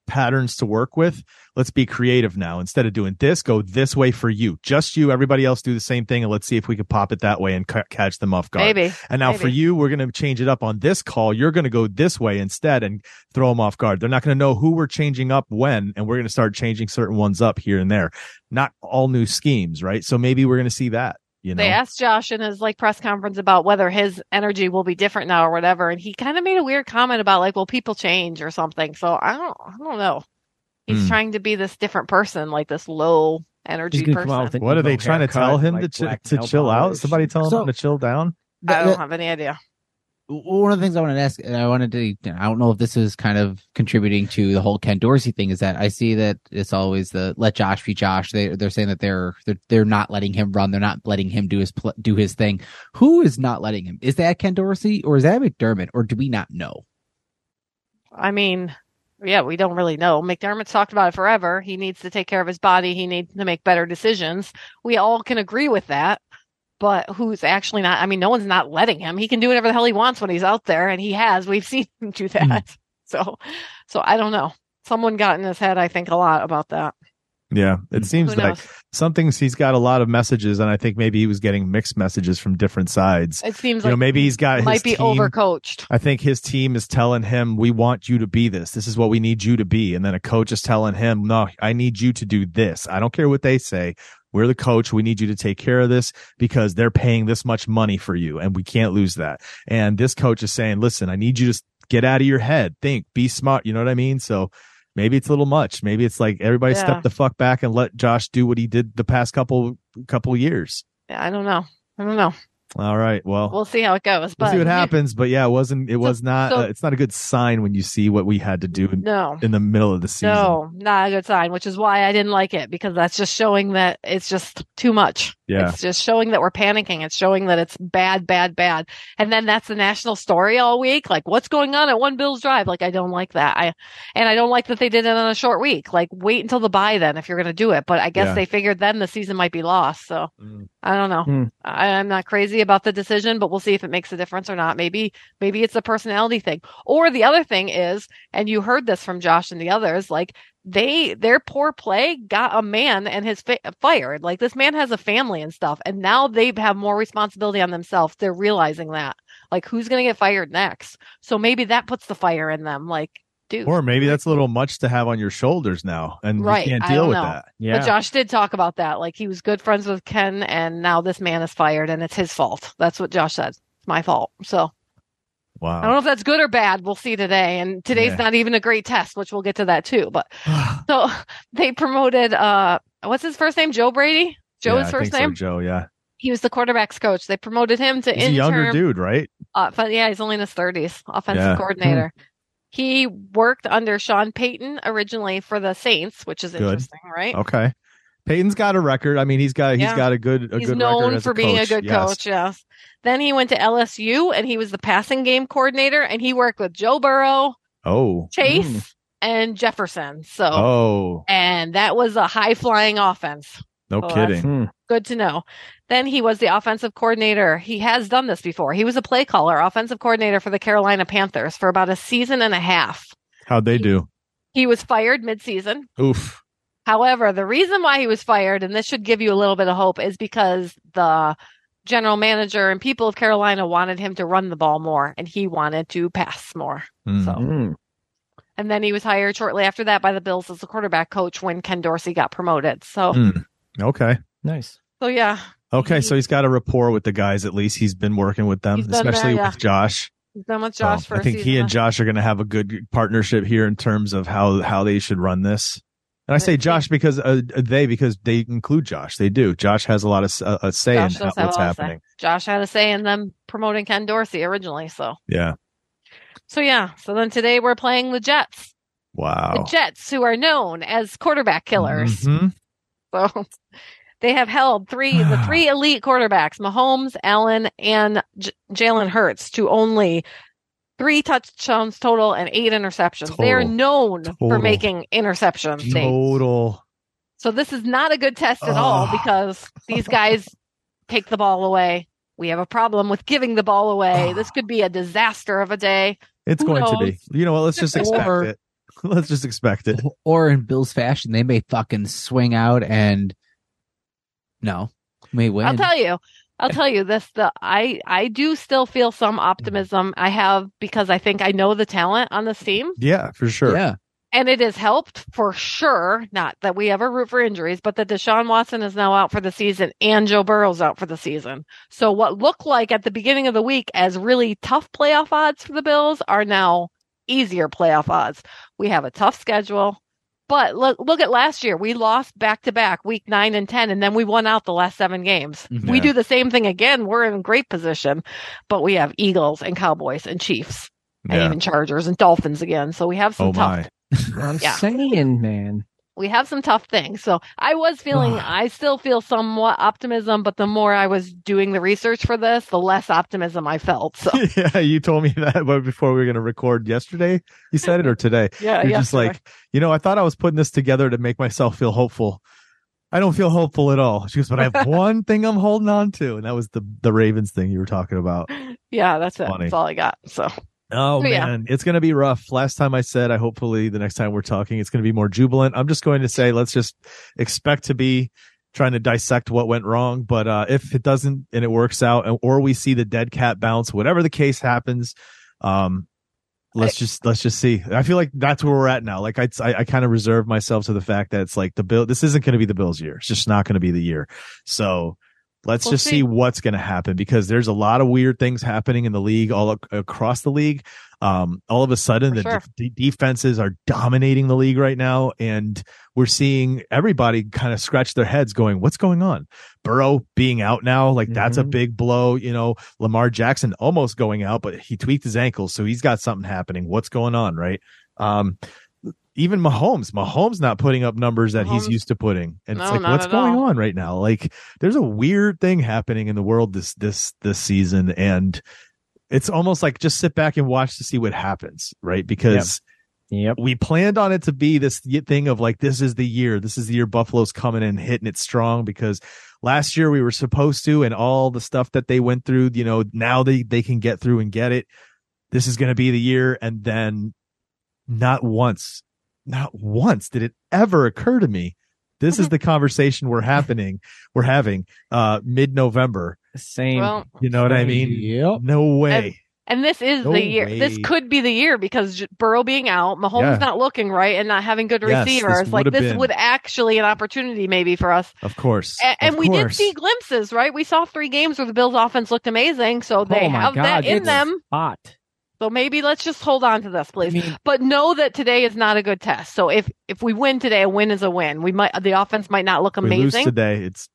[SPEAKER 2] patterns to work with. Let's be creative now. Instead of doing this, go this way for you. Just you. Everybody else do the same thing, and let's see if we can pop it that way and ca- catch them off guard.
[SPEAKER 7] Maybe.
[SPEAKER 2] And now for
[SPEAKER 7] Maybe.
[SPEAKER 2] you, we're going to change it up on this call. You're going to go this way instead and throw them off guard. They're not going to know who we're changing up when, and we're going to start changing certain ones up here and there. Not all new schemes, right? So maybe we're going to see that. You know,
[SPEAKER 7] They asked Josh in his like press conference about whether his energy will be different now or whatever, and he kind of made a weird comment about like, "Well, people change" or something. So I don't, I don't know. He's
[SPEAKER 2] Hmm.
[SPEAKER 7] trying to be this different person, like this low energy
[SPEAKER 1] gonna come out
[SPEAKER 7] person.
[SPEAKER 1] with an
[SPEAKER 2] What are they
[SPEAKER 1] emo
[SPEAKER 2] trying to
[SPEAKER 1] haircut,
[SPEAKER 2] tell him
[SPEAKER 1] like
[SPEAKER 2] to chi-
[SPEAKER 1] black
[SPEAKER 2] to
[SPEAKER 1] nail
[SPEAKER 2] chill out?
[SPEAKER 1] polish.
[SPEAKER 2] Somebody telling
[SPEAKER 3] So-
[SPEAKER 2] him to chill down?
[SPEAKER 7] I
[SPEAKER 3] Th-
[SPEAKER 7] don't have any idea.
[SPEAKER 3] one of the things I wanted to ask, and I wanted to, I don't know if this is kind of contributing to the whole Ken Dorsey thing, is that I see that it's always the let Josh be Josh. They they're saying that they're they're they're not letting him run. They're not letting him do his pl- do his thing. Who is not letting him? Is that Ken Dorsey or is that McDermott or do we not
[SPEAKER 7] (sighs)
[SPEAKER 3] know?
[SPEAKER 7] I mean, yeah, we don't really know. McDermott's talked about it forever. He needs to take care of his body. He needs to make better decisions. We all can agree with that. But who's actually not? I mean, no one's not letting him. He can do whatever the hell he wants when he's out there, and he has. We've (laughs) seen him do that.
[SPEAKER 2] Hmm.
[SPEAKER 7] So, so I don't know. Someone got in his head, I think, a lot about that.
[SPEAKER 2] Yeah, it seems
[SPEAKER 7] Hmm. Who
[SPEAKER 2] like
[SPEAKER 7] knows?
[SPEAKER 2] some things he's got a lot of messages, and I think maybe he was getting mixed messages from different sides.
[SPEAKER 7] It seems
[SPEAKER 2] You know,
[SPEAKER 7] like
[SPEAKER 2] maybe he's got
[SPEAKER 7] he
[SPEAKER 2] his
[SPEAKER 7] might be
[SPEAKER 2] team-
[SPEAKER 7] overcoached.
[SPEAKER 2] I think his team is telling him, "We want you to be this. This is what we need you to be." And then a coach is telling him, "No, I need you to do this. I don't care what they say. We're the coach. We need you to take care of this because they're paying this much money for you, and we can't lose that." And this coach is saying, "Listen, I need you to s- get out of your head. Think. Be smart. You know what I mean?" So maybe it's a little much. Maybe it's like everybody
[SPEAKER 7] Yeah.
[SPEAKER 2] step the fuck back and let Josh do what he did the past couple couple years.
[SPEAKER 7] Yeah, I don't know. I don't know.
[SPEAKER 2] All right. Well,
[SPEAKER 7] We'll see how it goes.
[SPEAKER 2] We'll
[SPEAKER 7] but
[SPEAKER 2] see what happens, but yeah, it wasn't. It was not.
[SPEAKER 7] so-
[SPEAKER 2] uh, it's not a good sign when you see what we had to do in,
[SPEAKER 7] No.
[SPEAKER 2] in the middle of the season.
[SPEAKER 7] No, not a good sign, which is why I didn't like it because that's just showing that it's just too much.
[SPEAKER 2] Yeah.
[SPEAKER 7] It's just showing that we're panicking. It's showing that it's bad, bad, bad. And then that's the national story all week. Like what's going on at One Bills Drive? Like I don't like that. I and I don't like that they did it on a short week. Like wait until the bye then if you're going to do it. But I guess
[SPEAKER 2] Yeah.
[SPEAKER 7] they figured then the season might be lost. So
[SPEAKER 2] Mm.
[SPEAKER 7] I don't know.
[SPEAKER 1] Hmm.
[SPEAKER 7] I, I'm not crazy about the decision, but we'll see if it makes a difference or not. Maybe maybe it's a personality thing. Or the other thing is, and you heard this from Josh and the others, like they their poor play got a man and his fa- fired. Like this man has a family and stuff, and now they have more responsibility on themselves. They're realizing that. Like who's going to get fired next? So maybe that puts the fire in them. Like, dude.
[SPEAKER 2] Or maybe that's a little much to have on your shoulders now, and
[SPEAKER 7] Right,
[SPEAKER 2] you can't
[SPEAKER 7] I
[SPEAKER 2] deal
[SPEAKER 7] don't
[SPEAKER 2] with
[SPEAKER 7] know.
[SPEAKER 2] that.
[SPEAKER 7] But
[SPEAKER 1] Yeah.
[SPEAKER 7] Josh did talk about that. Like he was good friends with Ken, and now this man is fired, and it's his fault. That's what Josh said. It's my fault. So I don't
[SPEAKER 2] Wow.
[SPEAKER 7] know if that's good or bad. We'll see today. And
[SPEAKER 2] Oh.
[SPEAKER 7] today's
[SPEAKER 2] Yeah.
[SPEAKER 7] not even a great test, which we'll get to that too. But so (laughs) they promoted uh what's his first name? Joe Brady? Joe
[SPEAKER 2] Yeah,
[SPEAKER 7] is
[SPEAKER 2] I
[SPEAKER 7] first
[SPEAKER 2] think so,
[SPEAKER 7] name.
[SPEAKER 2] Joe. Yeah,
[SPEAKER 7] He was the quarterbacks coach. They promoted him to
[SPEAKER 2] he's a
[SPEAKER 7] interim.
[SPEAKER 2] younger dude, right?
[SPEAKER 7] Uh, but yeah, he's only in his thirties. Offensive
[SPEAKER 2] Yeah. Hmm.
[SPEAKER 7] coordinator. He worked under Sean Payton originally for the Saints, which is
[SPEAKER 2] Good. Oh,
[SPEAKER 7] interesting, right?
[SPEAKER 2] Okay. Peyton's got a record. I mean, he's got he's
[SPEAKER 7] Yeah.
[SPEAKER 2] got a good a
[SPEAKER 7] he's
[SPEAKER 2] good record
[SPEAKER 7] known
[SPEAKER 2] as
[SPEAKER 7] for being
[SPEAKER 2] coach.
[SPEAKER 7] a good
[SPEAKER 2] Yes.
[SPEAKER 7] coach. Yes. Then he went to LSU and he was the passing game coordinator, and he worked with Joe Burrow,
[SPEAKER 2] Oh,
[SPEAKER 7] Chase, and Jefferson. So.
[SPEAKER 2] oh,
[SPEAKER 7] and that was a high flying offense.
[SPEAKER 2] no
[SPEAKER 7] So Oh, that's-
[SPEAKER 2] kidding.
[SPEAKER 1] Hmm.
[SPEAKER 7] Good to know. Then he was the offensive coordinator. He has done this before. He was a play caller, offensive coordinator for the Carolina Panthers for about a season and a half.
[SPEAKER 2] How'd they do?
[SPEAKER 7] He was fired midseason.
[SPEAKER 2] Oof.
[SPEAKER 7] However, the reason why he was fired, and this should give you a little bit of hope, is because the general manager and people of Carolina wanted him to run the ball more and he wanted to pass more.
[SPEAKER 2] Mm.
[SPEAKER 7] So
[SPEAKER 1] Mm.
[SPEAKER 7] and then he was hired shortly after that by the Bills as the quarterback coach when Ken Dorsey got promoted. So
[SPEAKER 2] Mm. Okay.
[SPEAKER 1] Nice.
[SPEAKER 7] so yeah,
[SPEAKER 2] Okay. So he's got a rapport with the guys. At least he's been working with them,
[SPEAKER 7] He's been there,
[SPEAKER 2] especially
[SPEAKER 7] yeah.
[SPEAKER 2] with Josh.
[SPEAKER 7] He's been with
[SPEAKER 2] So,
[SPEAKER 7] Josh for
[SPEAKER 2] I think
[SPEAKER 7] a
[SPEAKER 2] he
[SPEAKER 7] season.
[SPEAKER 2] and Josh are going to have a good partnership here in terms of how how they should run this. And I say Josh because uh, they because they include Josh. They do. Josh has a lot of s- uh, a say
[SPEAKER 7] Josh
[SPEAKER 2] in
[SPEAKER 7] does
[SPEAKER 2] ho-
[SPEAKER 7] have
[SPEAKER 2] what's
[SPEAKER 7] a lot of say.
[SPEAKER 2] happening.
[SPEAKER 7] Josh had a say in them promoting Ken Dorsey originally. So,
[SPEAKER 2] Yeah.
[SPEAKER 7] so yeah. So then today we're playing the Jets. The
[SPEAKER 2] Wow.
[SPEAKER 7] Jets, who are known as quarterback killers.
[SPEAKER 2] Mhm.
[SPEAKER 7] So (laughs) they have held three
[SPEAKER 2] (sighs)
[SPEAKER 7] the three elite quarterbacks, Mahomes, Allen, and J- Jalen Hurts, to only three touchdowns total and eight interceptions. They are
[SPEAKER 2] Total.
[SPEAKER 7] known for
[SPEAKER 2] Total.
[SPEAKER 7] making interceptions.
[SPEAKER 2] Total.
[SPEAKER 7] So this is not a good test at all
[SPEAKER 2] Ugh.
[SPEAKER 7] because these guys take the ball away. We have a problem with giving the ball away. This could be a disaster of a day.
[SPEAKER 2] It's
[SPEAKER 7] Who
[SPEAKER 2] going to be. You know what? Let's just expect
[SPEAKER 3] Or-
[SPEAKER 2] it. (laughs) Let's just expect it.
[SPEAKER 3] Or in Bill's fashion, they may fucking swing out and no, may win.
[SPEAKER 7] I'll tell you. I'll tell you this the I I do still feel some optimism I have because I think I know the talent on this team
[SPEAKER 2] Yeah, for sure.
[SPEAKER 3] Yeah,
[SPEAKER 7] and it has helped for sure not that we ever root for injuries but that Deshaun Watson is now out for the season and Joe Burrow's out for the season. So what looked like at the beginning of the week as really tough playoff odds for the Bills are now easier playoff odds. We have a tough schedule. But look, look at last year. We lost back to back week nine and 10, and then we won out the last seven games. We
[SPEAKER 2] Yeah.
[SPEAKER 7] do the same thing again. We're in great position, but we have Eagles and Cowboys and Chiefs and even Chargers and Dolphins again. So we have some
[SPEAKER 2] Oh
[SPEAKER 7] tough
[SPEAKER 2] my. (laughs)
[SPEAKER 1] I'm
[SPEAKER 7] Yeah.
[SPEAKER 1] saying, man.
[SPEAKER 7] we have some tough things. So I was feeling, I still feel somewhat optimism, but the more I was doing the research for this, the less optimism I felt. So
[SPEAKER 2] yeah, you told me (laughs) that but before we were going to record yesterday. You said it or today.
[SPEAKER 7] yeah,
[SPEAKER 2] You're just like, you know, I thought I was putting this together to make myself feel hopeful. I don't feel hopeful at all. She goes, but I
[SPEAKER 7] (laughs)
[SPEAKER 2] have one thing I'm holding on to, and that was the the Ravens thing you were talking about.
[SPEAKER 7] yeah, that's it.
[SPEAKER 2] Funny.
[SPEAKER 7] That's all I got. So
[SPEAKER 2] Oh
[SPEAKER 7] So, yeah.
[SPEAKER 2] man, it's gonna be rough. Last time I said, I hopefully the next time we're talking, it's gonna be more jubilant. I'm just going to say, let's just expect to be trying to dissect what went wrong. But uh, if it doesn't and it works out, and- or we see the dead cat bounce, whatever the case happens, um, let's just let's just see. I feel like that's where we're at now. Like I I, I kind of reserve myself to the fact that it's like the bill. This isn't gonna be the Bills' year. It's just not gonna be the year. So let's
[SPEAKER 7] We'll
[SPEAKER 2] just
[SPEAKER 7] see.
[SPEAKER 2] see what's going to happen because there's a lot of weird things happening in the league all ac- across the league um all of a sudden
[SPEAKER 7] For
[SPEAKER 2] the
[SPEAKER 7] sure.
[SPEAKER 2] de- defenses are dominating the league right now and we're seeing everybody kind of scratch their heads going what's going on burrow being out now like that's a
[SPEAKER 1] Mhm.
[SPEAKER 2] big blow you know lamar jackson almost going out but he tweaked his ankle so he's got something happening what's going on right um even Mahomes, Mahomes not putting up numbers that he's
[SPEAKER 7] Mahomes-
[SPEAKER 2] used to putting, and
[SPEAKER 7] No,
[SPEAKER 2] it's like,
[SPEAKER 7] not
[SPEAKER 2] what's
[SPEAKER 7] at
[SPEAKER 2] going
[SPEAKER 7] all.
[SPEAKER 2] on right now? Like, there's a weird thing happening in the world this this this season and it's almost like just sit back and watch to see what happens right because
[SPEAKER 1] Yep.
[SPEAKER 2] we planned on it to be this y- thing of like this is the year this is the year buffalo's coming and hitting it strong because last year we were supposed to and all the stuff that they went through you know now they they can get through and get it this is going to be the year and then not once not once did it ever occur to me this
[SPEAKER 7] Mm-hmm.
[SPEAKER 2] is the conversation we're happening we're having uh mid-november
[SPEAKER 1] Same.
[SPEAKER 7] well,
[SPEAKER 2] you know what i mean
[SPEAKER 1] Yep.
[SPEAKER 2] no way
[SPEAKER 7] and this is
[SPEAKER 2] No
[SPEAKER 7] the year. This
[SPEAKER 2] way.
[SPEAKER 7] could be the year because J- Burrow being out, Mahomes
[SPEAKER 2] Yeah.
[SPEAKER 7] not looking right, and not having good
[SPEAKER 2] Yes, this
[SPEAKER 7] receivers. like
[SPEAKER 2] would've
[SPEAKER 7] this
[SPEAKER 2] been.
[SPEAKER 7] would actually an opportunity maybe for us.
[SPEAKER 2] of course
[SPEAKER 7] A- and
[SPEAKER 2] Of
[SPEAKER 7] we did
[SPEAKER 2] course.
[SPEAKER 7] see glimpses, right? We saw three games where the Bills' offense looked amazing, so they
[SPEAKER 1] oh my
[SPEAKER 7] have
[SPEAKER 1] God,
[SPEAKER 7] that in
[SPEAKER 1] it's
[SPEAKER 7] them.
[SPEAKER 1] Hot.
[SPEAKER 7] So maybe let's just hold on to this,
[SPEAKER 3] I
[SPEAKER 7] please.
[SPEAKER 3] mean,
[SPEAKER 7] but know that today is not a good test. So if if we win today, a win is a win. We might the offense might not look
[SPEAKER 2] we lose
[SPEAKER 7] amazing.
[SPEAKER 2] today it's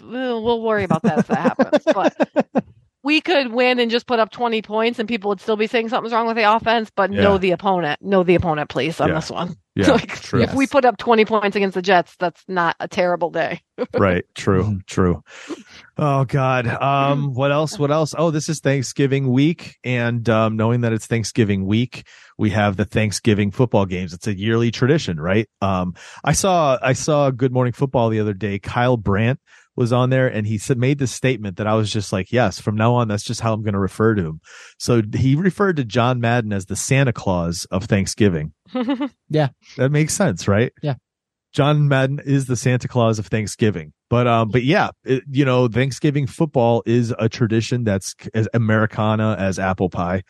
[SPEAKER 7] We'll we'll worry about that if that happens. But
[SPEAKER 2] (laughs)
[SPEAKER 7] we could win and just put up twenty points, and people would still be saying something's wrong with the offense. But know
[SPEAKER 2] Yeah.
[SPEAKER 7] the opponent, know the opponent, please on
[SPEAKER 2] Yeah.
[SPEAKER 7] this one.
[SPEAKER 2] yeah
[SPEAKER 7] (laughs) Like,
[SPEAKER 2] true
[SPEAKER 7] If we put up twenty points against the Jets, that's not a terrible day. (laughs)
[SPEAKER 2] right true true Mm-hmm. oh god um what else what else oh this is thanksgiving week and um knowing that it's thanksgiving week we have the thanksgiving football games it's a yearly tradition right um i saw i saw good morning football the other day kyle brandt was on there and he said, made this statement that I was just like, yes, from now on, that's just how I'm going to refer to him. So he referred to John Madden as the Santa Claus of Thanksgiving. That makes sense, right?
[SPEAKER 3] Yeah.
[SPEAKER 2] John Madden is the Santa Claus of Thanksgiving. But um but yeah, it, you know, Thanksgiving football is a tradition that's c- as Americana as apple
[SPEAKER 7] (laughs)
[SPEAKER 2] pie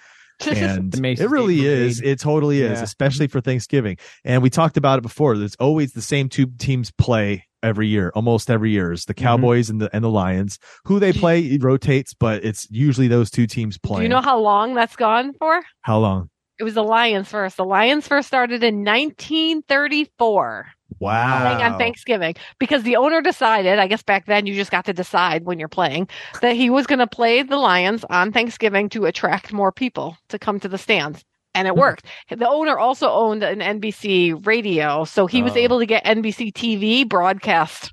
[SPEAKER 2] and
[SPEAKER 1] The Macy's
[SPEAKER 2] it really
[SPEAKER 1] Day Parade.
[SPEAKER 2] is. It totally is,
[SPEAKER 1] Yeah.
[SPEAKER 7] Mm-hmm.
[SPEAKER 2] especially for Thanksgiving. And we talked about it before. There's always the same two teams play every year, almost every year. Is
[SPEAKER 7] Mm-hmm.
[SPEAKER 2] the Cowboys and the and the Lions. Who they play it rotates, but it's usually those two teams
[SPEAKER 7] Do
[SPEAKER 2] playing.
[SPEAKER 7] you know how long that's gone for?
[SPEAKER 2] how long?
[SPEAKER 7] It was the Lions first. The Lions first started in 1934.
[SPEAKER 2] Wow.
[SPEAKER 7] playing
[SPEAKER 2] Oh.
[SPEAKER 7] on Thanksgiving because the owner decided, I guess back then you just got to decide when you're playing, that he was going to play the Lions on Thanksgiving to attract more people to come to the stands. And
[SPEAKER 2] Hmm.
[SPEAKER 7] it worked. The owner also owned an NBC radio, so he was
[SPEAKER 2] Oh.
[SPEAKER 7] able to get NBC TV broadcast.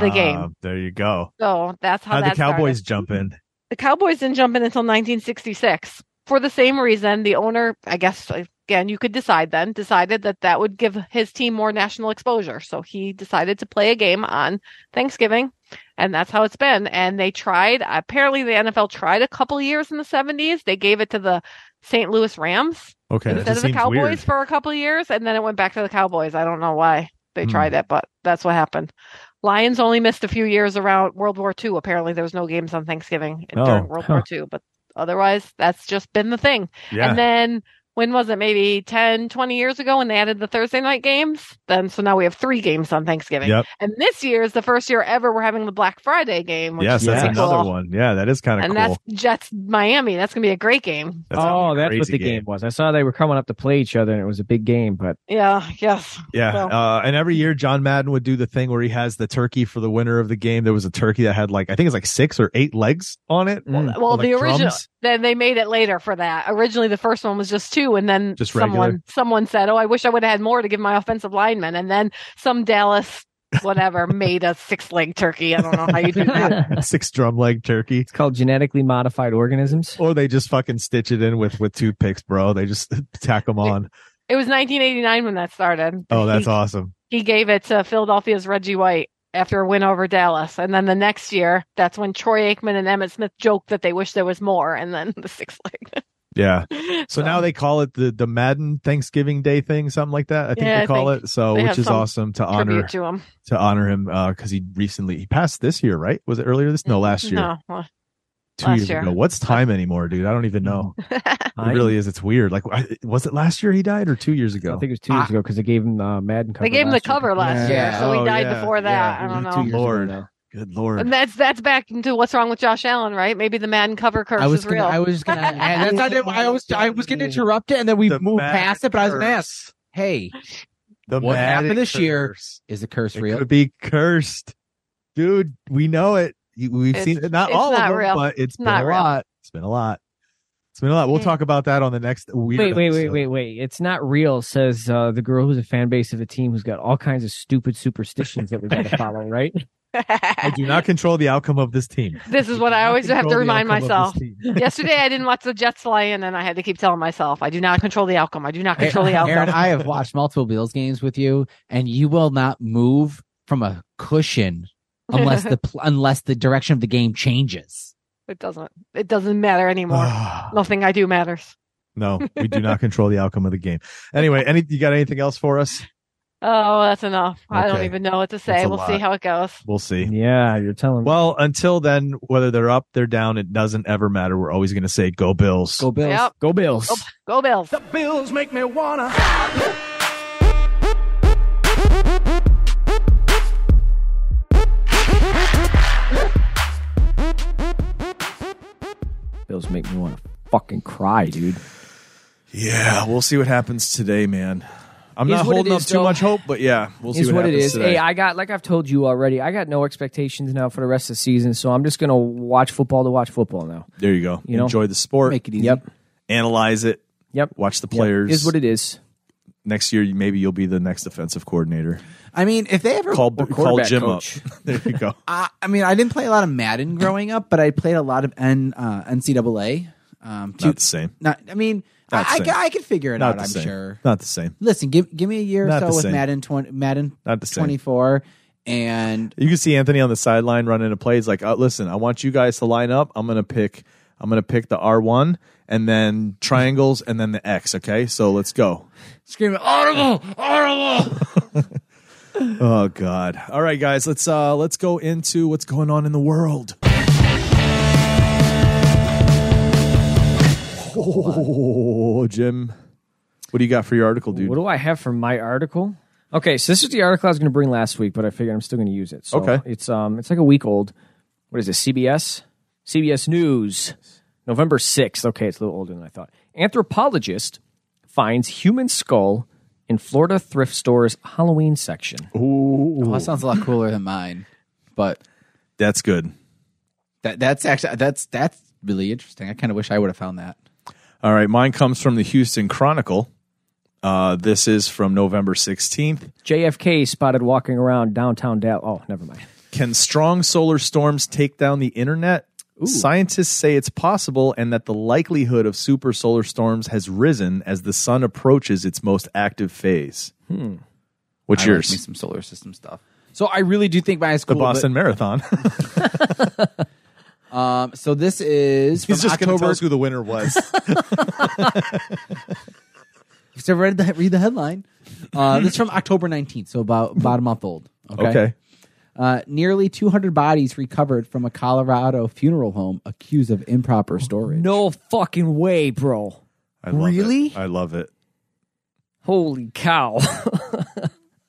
[SPEAKER 7] the game.
[SPEAKER 2] Ah, there you go.
[SPEAKER 7] So that's how
[SPEAKER 2] How
[SPEAKER 7] that
[SPEAKER 2] the Cowboys
[SPEAKER 7] started.
[SPEAKER 2] jump in?
[SPEAKER 7] The Cowboys didn't jump in until 1966 for the same reason. The owner, I guess, again, you could decide then, decided that that would give his team more national exposure. So he decided to play a game on Thanksgiving, and that's how it's been. And they tried, apparently, the NFL tried a couple years in the 70s. They gave it to the St. Louis Rams
[SPEAKER 2] Okay, that
[SPEAKER 7] instead
[SPEAKER 2] just
[SPEAKER 7] of the
[SPEAKER 2] seems
[SPEAKER 7] Cowboys
[SPEAKER 2] weird.
[SPEAKER 7] for a couple years, and then it went back to the Cowboys. I don't know why they
[SPEAKER 2] Hmm.
[SPEAKER 7] tried it, but that's what happened. Lions only missed a few years around World War II. Apparently, there was no games on Thanksgiving
[SPEAKER 2] Oh,
[SPEAKER 7] during World War II, but otherwise, that's just been the thing.
[SPEAKER 2] yeah,
[SPEAKER 7] And then when was it? Maybe 10, 20 years ago when they added the Thursday night games. Then so now we have three games on Thanksgiving.
[SPEAKER 2] Yep.
[SPEAKER 7] And this year is the first year ever we're having the Black Friday game. Which
[SPEAKER 2] Yes,
[SPEAKER 7] is
[SPEAKER 2] that's
[SPEAKER 7] pretty
[SPEAKER 2] another
[SPEAKER 7] cool.
[SPEAKER 2] one. Yeah, that is kind of
[SPEAKER 7] And
[SPEAKER 2] cool.
[SPEAKER 7] that's Jets Miami. That's gonna be a great game.
[SPEAKER 2] gonna
[SPEAKER 1] oh,
[SPEAKER 2] be a
[SPEAKER 1] that's what
[SPEAKER 2] crazy
[SPEAKER 1] the game. was. I saw they were coming up to play each other, and it was a big game. But (laughs)
[SPEAKER 7] Yeah. Yes.
[SPEAKER 2] Yeah,
[SPEAKER 7] So-
[SPEAKER 2] uh, and every year John Madden would do the thing where he has the turkey for the winner of the game. There was a turkey that had like I think it's like six or eight legs on it.
[SPEAKER 1] Mm.
[SPEAKER 2] Or,
[SPEAKER 7] Well,
[SPEAKER 2] like,
[SPEAKER 7] the original.
[SPEAKER 2] drums. (laughs)
[SPEAKER 7] Then they made it later for that. Originally, the first one was just two, and then
[SPEAKER 2] Just
[SPEAKER 7] someone
[SPEAKER 2] regular?
[SPEAKER 7] someone said, "Oh, I wish I would have had more to give my offensive lineman." And then some Dallas
[SPEAKER 2] (laughs)
[SPEAKER 7] whatever made a six leg turkey. I don't know how you do that.
[SPEAKER 1] it's
[SPEAKER 2] six drum leg turkey,
[SPEAKER 1] called genetically modified organisms.
[SPEAKER 2] or they just fucking stitch it in with with toothpicks, bro. They just (laughs) tack them on.
[SPEAKER 7] It was 1989 when that started.
[SPEAKER 2] Oh,
[SPEAKER 7] (laughs)
[SPEAKER 2] that's
[SPEAKER 7] he,
[SPEAKER 2] awesome.
[SPEAKER 7] He gave it to Philadelphia's Reggie White after a win over Dallas, and then the next year, that's when Troy Aikman and Emmett Smith joked that they wish there was more, and then (laughs) the six leg.
[SPEAKER 2] Yeah. (laughs)
[SPEAKER 7] (laughs)
[SPEAKER 2] So now they call it the the Madden Thanksgiving Day thing, something like that. I think
[SPEAKER 7] Yeah,
[SPEAKER 2] they
[SPEAKER 7] I
[SPEAKER 2] call
[SPEAKER 7] think
[SPEAKER 2] it. So
[SPEAKER 7] they
[SPEAKER 2] which
[SPEAKER 7] have
[SPEAKER 2] is
[SPEAKER 7] some
[SPEAKER 2] awesome to honor
[SPEAKER 7] tribute to him.
[SPEAKER 2] to honor him because he recently he passed this year, right? Was it earlier this? No, last year.
[SPEAKER 7] Mm, No, well,
[SPEAKER 2] Two
[SPEAKER 7] last
[SPEAKER 2] years
[SPEAKER 7] year.
[SPEAKER 2] ago. What's time anymore, dude? I don't even know. It
[SPEAKER 1] I-
[SPEAKER 2] really is. It's weird. Like, I- was it last year he died or two years
[SPEAKER 1] I
[SPEAKER 2] ago?
[SPEAKER 1] think it was two years
[SPEAKER 3] Ah.
[SPEAKER 1] ago because they gave him the Madden cover.
[SPEAKER 7] they gave him the
[SPEAKER 1] last year.
[SPEAKER 7] cover last
[SPEAKER 3] Yeah.
[SPEAKER 7] year, so he
[SPEAKER 2] Oh,
[SPEAKER 7] died
[SPEAKER 2] yeah.
[SPEAKER 7] before that.
[SPEAKER 2] Yeah.
[SPEAKER 7] I don't
[SPEAKER 3] Two
[SPEAKER 7] know.
[SPEAKER 3] years ago
[SPEAKER 2] Lord.
[SPEAKER 3] now.
[SPEAKER 2] Good lord.
[SPEAKER 7] (laughs) And that's that's back into what's wrong with Josh Allen, right? Maybe the Madden cover curse
[SPEAKER 3] I was
[SPEAKER 7] is
[SPEAKER 3] gonna,
[SPEAKER 7] real.
[SPEAKER 3] I
[SPEAKER 7] (laughs)
[SPEAKER 3] was just (laughs) gonna. add, that's not, I was I was gonna interrupt it, and then we
[SPEAKER 2] The
[SPEAKER 3] moved
[SPEAKER 2] Madden
[SPEAKER 3] past it. But I was gonna ask,
[SPEAKER 2] curse.
[SPEAKER 3] hey,
[SPEAKER 2] The
[SPEAKER 3] what happened
[SPEAKER 2] Madden
[SPEAKER 3] this year?
[SPEAKER 2] curse.
[SPEAKER 3] is the curse
[SPEAKER 2] It
[SPEAKER 3] real?
[SPEAKER 2] could be cursed, dude. We know it. You- We've
[SPEAKER 7] It's-
[SPEAKER 2] seen it. Not
[SPEAKER 7] it's
[SPEAKER 2] all
[SPEAKER 7] not
[SPEAKER 2] of them,
[SPEAKER 7] real.
[SPEAKER 2] but it's been
[SPEAKER 7] not
[SPEAKER 2] a
[SPEAKER 7] real.
[SPEAKER 2] lot. It's been a lot. It's been a lot. We'll
[SPEAKER 7] Yeah.
[SPEAKER 2] talk about that on the next. Weird
[SPEAKER 1] Wait, wait, wait,
[SPEAKER 2] episode.
[SPEAKER 1] wait, wait! It's not real, says uh, the girl who's a fan base of a team who's got all kinds of stupid superstitions that we got to follow. Right?
[SPEAKER 2] I do not control the outcome of this team.
[SPEAKER 7] (laughs) this is what I
[SPEAKER 2] do not
[SPEAKER 7] always have
[SPEAKER 2] control
[SPEAKER 7] to
[SPEAKER 2] the
[SPEAKER 7] remind
[SPEAKER 2] outcome of
[SPEAKER 7] myself.
[SPEAKER 2] this team.
[SPEAKER 7] Yesterday, I didn't watch the Jets fly in, and I had to keep telling myself, "I do not control the outcome. I do not control the
[SPEAKER 2] uh,
[SPEAKER 3] Aaron,
[SPEAKER 7] outcome."
[SPEAKER 2] (laughs)
[SPEAKER 3] I have watched multiple Bills games with you, and you will not move from a (laughs) cushion unless the pl- unless the direction of the game changes.
[SPEAKER 7] it doesn't. It doesn't matter
[SPEAKER 2] uh,
[SPEAKER 7] anymore. Nothing I do
[SPEAKER 2] Ah,
[SPEAKER 7] matters.
[SPEAKER 2] no, we do not control the outcome of the game. Anyway, any you got anything else for us?
[SPEAKER 7] Oh, that's enough. I don't
[SPEAKER 2] Okay.
[SPEAKER 7] even know what to say.
[SPEAKER 2] That's a
[SPEAKER 7] We'll see
[SPEAKER 2] lot.
[SPEAKER 7] how it goes.
[SPEAKER 2] We'll see.
[SPEAKER 1] yeah, you're telling me.
[SPEAKER 2] Well, until then, whether they're up, they're down, it doesn't ever matter. We're always going to say, "Go Bills."
[SPEAKER 3] Go Bills.
[SPEAKER 7] Yep.
[SPEAKER 1] Go Bills.
[SPEAKER 7] Go Bills.
[SPEAKER 6] The bills make me wanna.
[SPEAKER 1] Bills make me want to fucking cry, dude.
[SPEAKER 2] Yeah, we'll see what happens today, man. I'm
[SPEAKER 5] Is
[SPEAKER 2] not
[SPEAKER 5] what it
[SPEAKER 2] holding up
[SPEAKER 5] is,
[SPEAKER 2] too
[SPEAKER 5] though.
[SPEAKER 2] much hope, but yeah, we'll see
[SPEAKER 1] is
[SPEAKER 2] what,
[SPEAKER 1] what, it
[SPEAKER 2] happens
[SPEAKER 1] is.
[SPEAKER 2] today.
[SPEAKER 1] Hey, I got like I've told you already. I got no expectations now for the rest of the season, so I'm just gonna watch football to watch football now.
[SPEAKER 2] there you go.
[SPEAKER 1] you know,
[SPEAKER 2] Enjoy the sport.
[SPEAKER 3] Make it easy.
[SPEAKER 1] Yep.
[SPEAKER 2] analyze it.
[SPEAKER 1] Yep.
[SPEAKER 2] Watch the
[SPEAKER 1] Yep.
[SPEAKER 2] players.
[SPEAKER 1] is what it is.
[SPEAKER 2] Next year, maybe you'll be the next defensive coordinator.
[SPEAKER 3] I mean, if they ever
[SPEAKER 2] Call
[SPEAKER 1] Or
[SPEAKER 2] call
[SPEAKER 1] quarterback
[SPEAKER 2] Jim
[SPEAKER 1] coach.
[SPEAKER 2] up. (laughs) There you go.
[SPEAKER 3] I, I mean, I didn't play a lot of Madden
[SPEAKER 2] (clears throat)
[SPEAKER 3] growing up, but I played a lot of N, uh, NCAA. Um, to,
[SPEAKER 2] Not the
[SPEAKER 3] not,
[SPEAKER 2] same.
[SPEAKER 3] I mean,
[SPEAKER 2] Not the
[SPEAKER 3] I, I,
[SPEAKER 2] same.
[SPEAKER 3] could- I could figure it
[SPEAKER 2] Not
[SPEAKER 3] out.
[SPEAKER 2] the
[SPEAKER 3] I'm
[SPEAKER 2] same.
[SPEAKER 3] sure.
[SPEAKER 2] Not the same.
[SPEAKER 3] Listen, give give me a year
[SPEAKER 2] Not
[SPEAKER 3] or
[SPEAKER 2] the
[SPEAKER 3] so with
[SPEAKER 2] same.
[SPEAKER 3] Madden 20, Madden
[SPEAKER 2] Not the same.
[SPEAKER 3] 24, and
[SPEAKER 2] You can see Anthony on the sideline running a play. He's like, oh, "Listen, I want you guys to line up. I'm gonna pick. I'm gonna pick the R one, and then triangles, and then the X. Okay, so let's go."
[SPEAKER 3] screaming audible, audible.
[SPEAKER 2] (laughs) Oh God! All right, guys, let's uh let's go into what's going on in the world. Oh, Jim, what do you got for your article, dude?
[SPEAKER 1] What do I have for my article? Okay, so this is the article I was going to bring last week, but I figured I'm still going to use it. So
[SPEAKER 2] Okay.
[SPEAKER 1] it's um it's like a week old. What is it? CBS, CBS News, November sixth. Okay, it's a little older than I thought. Anthropologist finds human skull in Florida thrift store's Halloween section.
[SPEAKER 3] Oh, that sounds a lot cooler than mine, but
[SPEAKER 2] That's good.
[SPEAKER 3] that that's actually that's that's really interesting. I kind of wish I would have found that.
[SPEAKER 2] All right, mine comes from the Houston Chronicle. Uh, this is from November sixteenth.
[SPEAKER 1] JFK spotted walking around downtown Dallas. Oh, never mind.
[SPEAKER 2] Can strong solar storms take down the internet? Scientists say it's possible and that the likelihood of super solar storms has risen as the sun approaches its most active phase. What's
[SPEAKER 3] I like me
[SPEAKER 2] yours?
[SPEAKER 3] some solar system stuff. So I really do think my
[SPEAKER 2] the
[SPEAKER 3] school.
[SPEAKER 2] Boston (laughs) Marathon.
[SPEAKER 3] um, so this is from
[SPEAKER 2] He's just going to tell
[SPEAKER 3] October.
[SPEAKER 2] us who the winner was.
[SPEAKER 3] So read the read the headline. Uh, this is from October nineteenth, so about about a month old.
[SPEAKER 2] (laughs)
[SPEAKER 3] Okay.
[SPEAKER 2] okay.
[SPEAKER 3] Uh, nearly two hundred bodies recovered from a Colorado funeral home accused of improper storage.
[SPEAKER 1] No fucking way, bro.
[SPEAKER 2] I love
[SPEAKER 5] Really?
[SPEAKER 2] It. I love it.
[SPEAKER 1] Holy cow.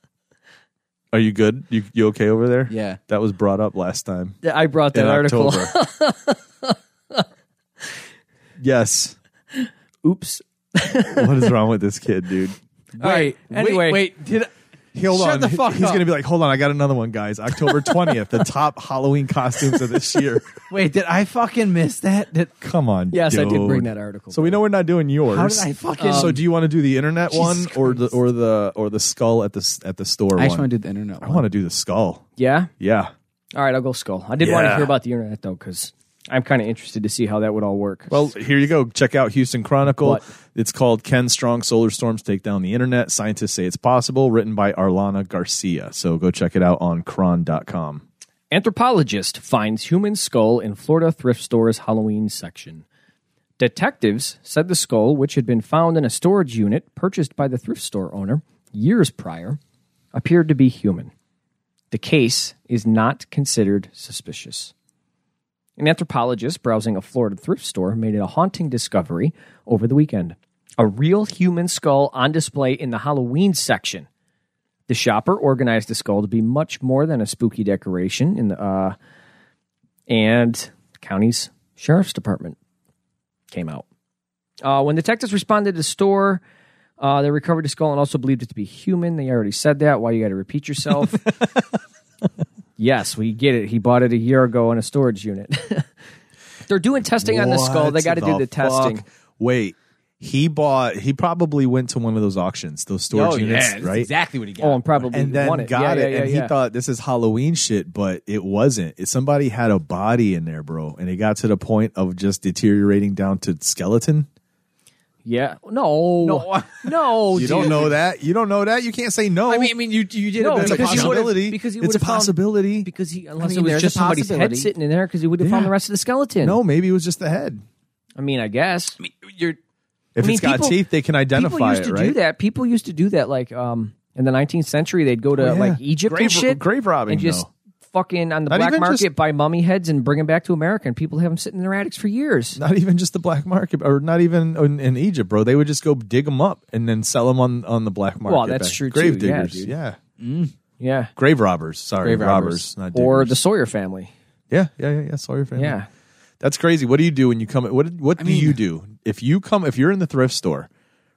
[SPEAKER 1] (laughs)
[SPEAKER 2] Are you good? You you okay over there?
[SPEAKER 3] Yeah.
[SPEAKER 2] That was brought up last time
[SPEAKER 1] I brought
[SPEAKER 2] in
[SPEAKER 1] that article.
[SPEAKER 2] October. (laughs) yes.
[SPEAKER 1] (laughs) Oops.
[SPEAKER 2] What is wrong with this kid, dude?
[SPEAKER 1] All right. Anyway,
[SPEAKER 3] wait. Did
[SPEAKER 2] Hold
[SPEAKER 3] Shut
[SPEAKER 2] on.
[SPEAKER 3] the fuck
[SPEAKER 2] He's
[SPEAKER 3] up.
[SPEAKER 2] gonna be like, hold on, I got another one, guys. (laughs) October twentieth, the top Halloween costumes of this year.
[SPEAKER 3] wait? Did I fucking miss that? Did,
[SPEAKER 2] Come on.
[SPEAKER 1] Yes, I did bring
[SPEAKER 2] dude.
[SPEAKER 1] that article.
[SPEAKER 2] So we know we're not doing yours.
[SPEAKER 3] how did I fucking?
[SPEAKER 2] so do you want to do the internet one
[SPEAKER 3] Jesus
[SPEAKER 2] or the or the or the skull at the s- at the store
[SPEAKER 3] I just
[SPEAKER 2] one?
[SPEAKER 3] want to do the internet.
[SPEAKER 2] I want to do the skull.
[SPEAKER 1] yeah.
[SPEAKER 2] Yeah.
[SPEAKER 1] All right, I'll go skull. I did want to
[SPEAKER 2] Yeah.
[SPEAKER 1] hear about the internet though, because I'm kind of interested to see how that would all work.
[SPEAKER 2] Well, here you go. Check out Houston Chronicle.
[SPEAKER 1] What?
[SPEAKER 2] It's called Ken Strong Solar Storms Take Down the Internet. Scientists say it's possible, written by Arlana Garcia. So go check it out on cron.com.
[SPEAKER 1] Anthropologist finds human skull in Florida thrift store's Halloween section. Detectives said the skull, which had been found in a storage unit purchased by the thrift store owner years prior, appeared to be human. The case is not considered suspicious. An anthropologist browsing a Florida thrift store made a haunting discovery over the weekend a real human skull on display in the Halloween section. The shopper organized the skull to be much more than a spooky decoration in the uh, and county's sheriff's department came out. Uh, when detectives responded to the store, uh, they recovered the skull and also believed it to be human. They already said that. Why you got to
[SPEAKER 2] (laughs)
[SPEAKER 1] repeat yourself? yes, we get it. He bought it a year ago in a storage unit. (laughs) They're doing testing on the skull. They got to do the testing.
[SPEAKER 2] Wait. He bought, he probably went to one of those auctions, those storage units, right?
[SPEAKER 3] Exactly what he got.
[SPEAKER 1] Oh, and probably
[SPEAKER 2] And then
[SPEAKER 1] won it.
[SPEAKER 2] got
[SPEAKER 1] Yeah,
[SPEAKER 2] it,
[SPEAKER 1] yeah, yeah,
[SPEAKER 2] and
[SPEAKER 1] yeah.
[SPEAKER 2] he thought this is Halloween shit, but it wasn't. It, somebody had a body in there, bro, and it got to the point of just deteriorating down to skeleton.
[SPEAKER 1] yeah.
[SPEAKER 2] (laughs)
[SPEAKER 1] No, no, no.
[SPEAKER 2] You don't
[SPEAKER 1] dude.
[SPEAKER 2] know that. You don't know that. You can't say no.
[SPEAKER 3] I mean, I mean, you you did
[SPEAKER 1] No,
[SPEAKER 3] a bit
[SPEAKER 2] it's
[SPEAKER 3] of
[SPEAKER 2] a
[SPEAKER 1] because you would've-
[SPEAKER 2] possibility.
[SPEAKER 1] because you
[SPEAKER 2] it's a
[SPEAKER 1] would've found-
[SPEAKER 2] possibility.
[SPEAKER 1] Because he, unless
[SPEAKER 3] mean,
[SPEAKER 1] it was
[SPEAKER 3] there's
[SPEAKER 1] just
[SPEAKER 3] a
[SPEAKER 1] somebody's head
[SPEAKER 3] possibility.
[SPEAKER 1] sitting in there, because he would have found
[SPEAKER 2] Yeah.
[SPEAKER 1] the rest of the skeleton.
[SPEAKER 2] no, maybe it was just the head.
[SPEAKER 1] I mean, I guess
[SPEAKER 3] You're
[SPEAKER 2] If
[SPEAKER 1] I mean,
[SPEAKER 2] it's got
[SPEAKER 1] people-
[SPEAKER 2] teeth, they can
[SPEAKER 1] people
[SPEAKER 2] identify
[SPEAKER 1] used
[SPEAKER 2] it,
[SPEAKER 1] to
[SPEAKER 2] right?
[SPEAKER 1] do that. People used to do that, like um, in the 19th century, they'd go to
[SPEAKER 2] Oh, yeah.
[SPEAKER 1] like Egypt
[SPEAKER 2] Grave-
[SPEAKER 1] and shit,
[SPEAKER 2] grave robbing,
[SPEAKER 1] and just
[SPEAKER 2] though.
[SPEAKER 1] fucking on the
[SPEAKER 2] Not
[SPEAKER 1] black
[SPEAKER 2] even
[SPEAKER 1] market
[SPEAKER 2] just-
[SPEAKER 1] buy mummy heads and bring them back to America, and people have them sitting in their attics for years.
[SPEAKER 2] Not even just the black market, or not even in, in Egypt, bro. They would just go dig them up and then sell them on, on the black market.
[SPEAKER 1] Well, that's
[SPEAKER 2] back.
[SPEAKER 1] true, too.
[SPEAKER 2] Grave
[SPEAKER 1] Yeah,
[SPEAKER 2] diggers,
[SPEAKER 1] dude.
[SPEAKER 2] yeah,
[SPEAKER 1] Yeah,
[SPEAKER 2] grave robbers. Sorry,
[SPEAKER 3] Grave
[SPEAKER 2] robbers,
[SPEAKER 3] robbers.
[SPEAKER 2] not diggers.
[SPEAKER 1] or the Sawyer family.
[SPEAKER 2] yeah, yeah, yeah, yeah. Sorry, family.
[SPEAKER 1] Yeah,
[SPEAKER 2] that's crazy. What do you do when you come? What what do you do if you come? If you're in the thrift store,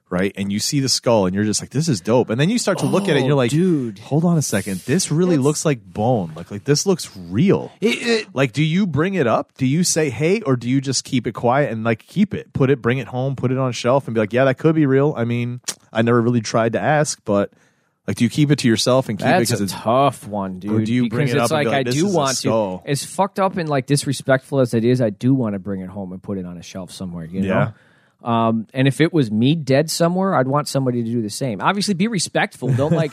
[SPEAKER 2] right, and you see the skull, and you're just like, "This is dope," and then you start to look at it, and you're like,
[SPEAKER 1] Oh, dude.
[SPEAKER 2] hold on a second. This really looks like bone. Like like this looks real." Like, do you bring it up? Do you say hey, or do you just keep it quiet and like keep it, put it, bring it home, put it on a shelf, and be like, yeah, that could be real. I mean, I never really tried to ask, but like, do you keep it to yourself and keep it
[SPEAKER 1] That's
[SPEAKER 2] because
[SPEAKER 1] a
[SPEAKER 2] it's
[SPEAKER 1] tough one, dude.
[SPEAKER 2] do you
[SPEAKER 1] because
[SPEAKER 2] bring it up
[SPEAKER 1] it's
[SPEAKER 2] and
[SPEAKER 1] like,
[SPEAKER 2] be like,
[SPEAKER 1] I
[SPEAKER 2] "This
[SPEAKER 1] do
[SPEAKER 2] is a
[SPEAKER 1] want to.
[SPEAKER 2] skull"?
[SPEAKER 1] As fucked up and like disrespectful as it is, I do want to bring it home and put it on a shelf somewhere. You know.
[SPEAKER 2] Yeah.
[SPEAKER 1] Um, and if it was me dead somewhere, I'd want somebody to do the same. Obviously, be respectful.
[SPEAKER 2] (laughs)
[SPEAKER 1] Don't like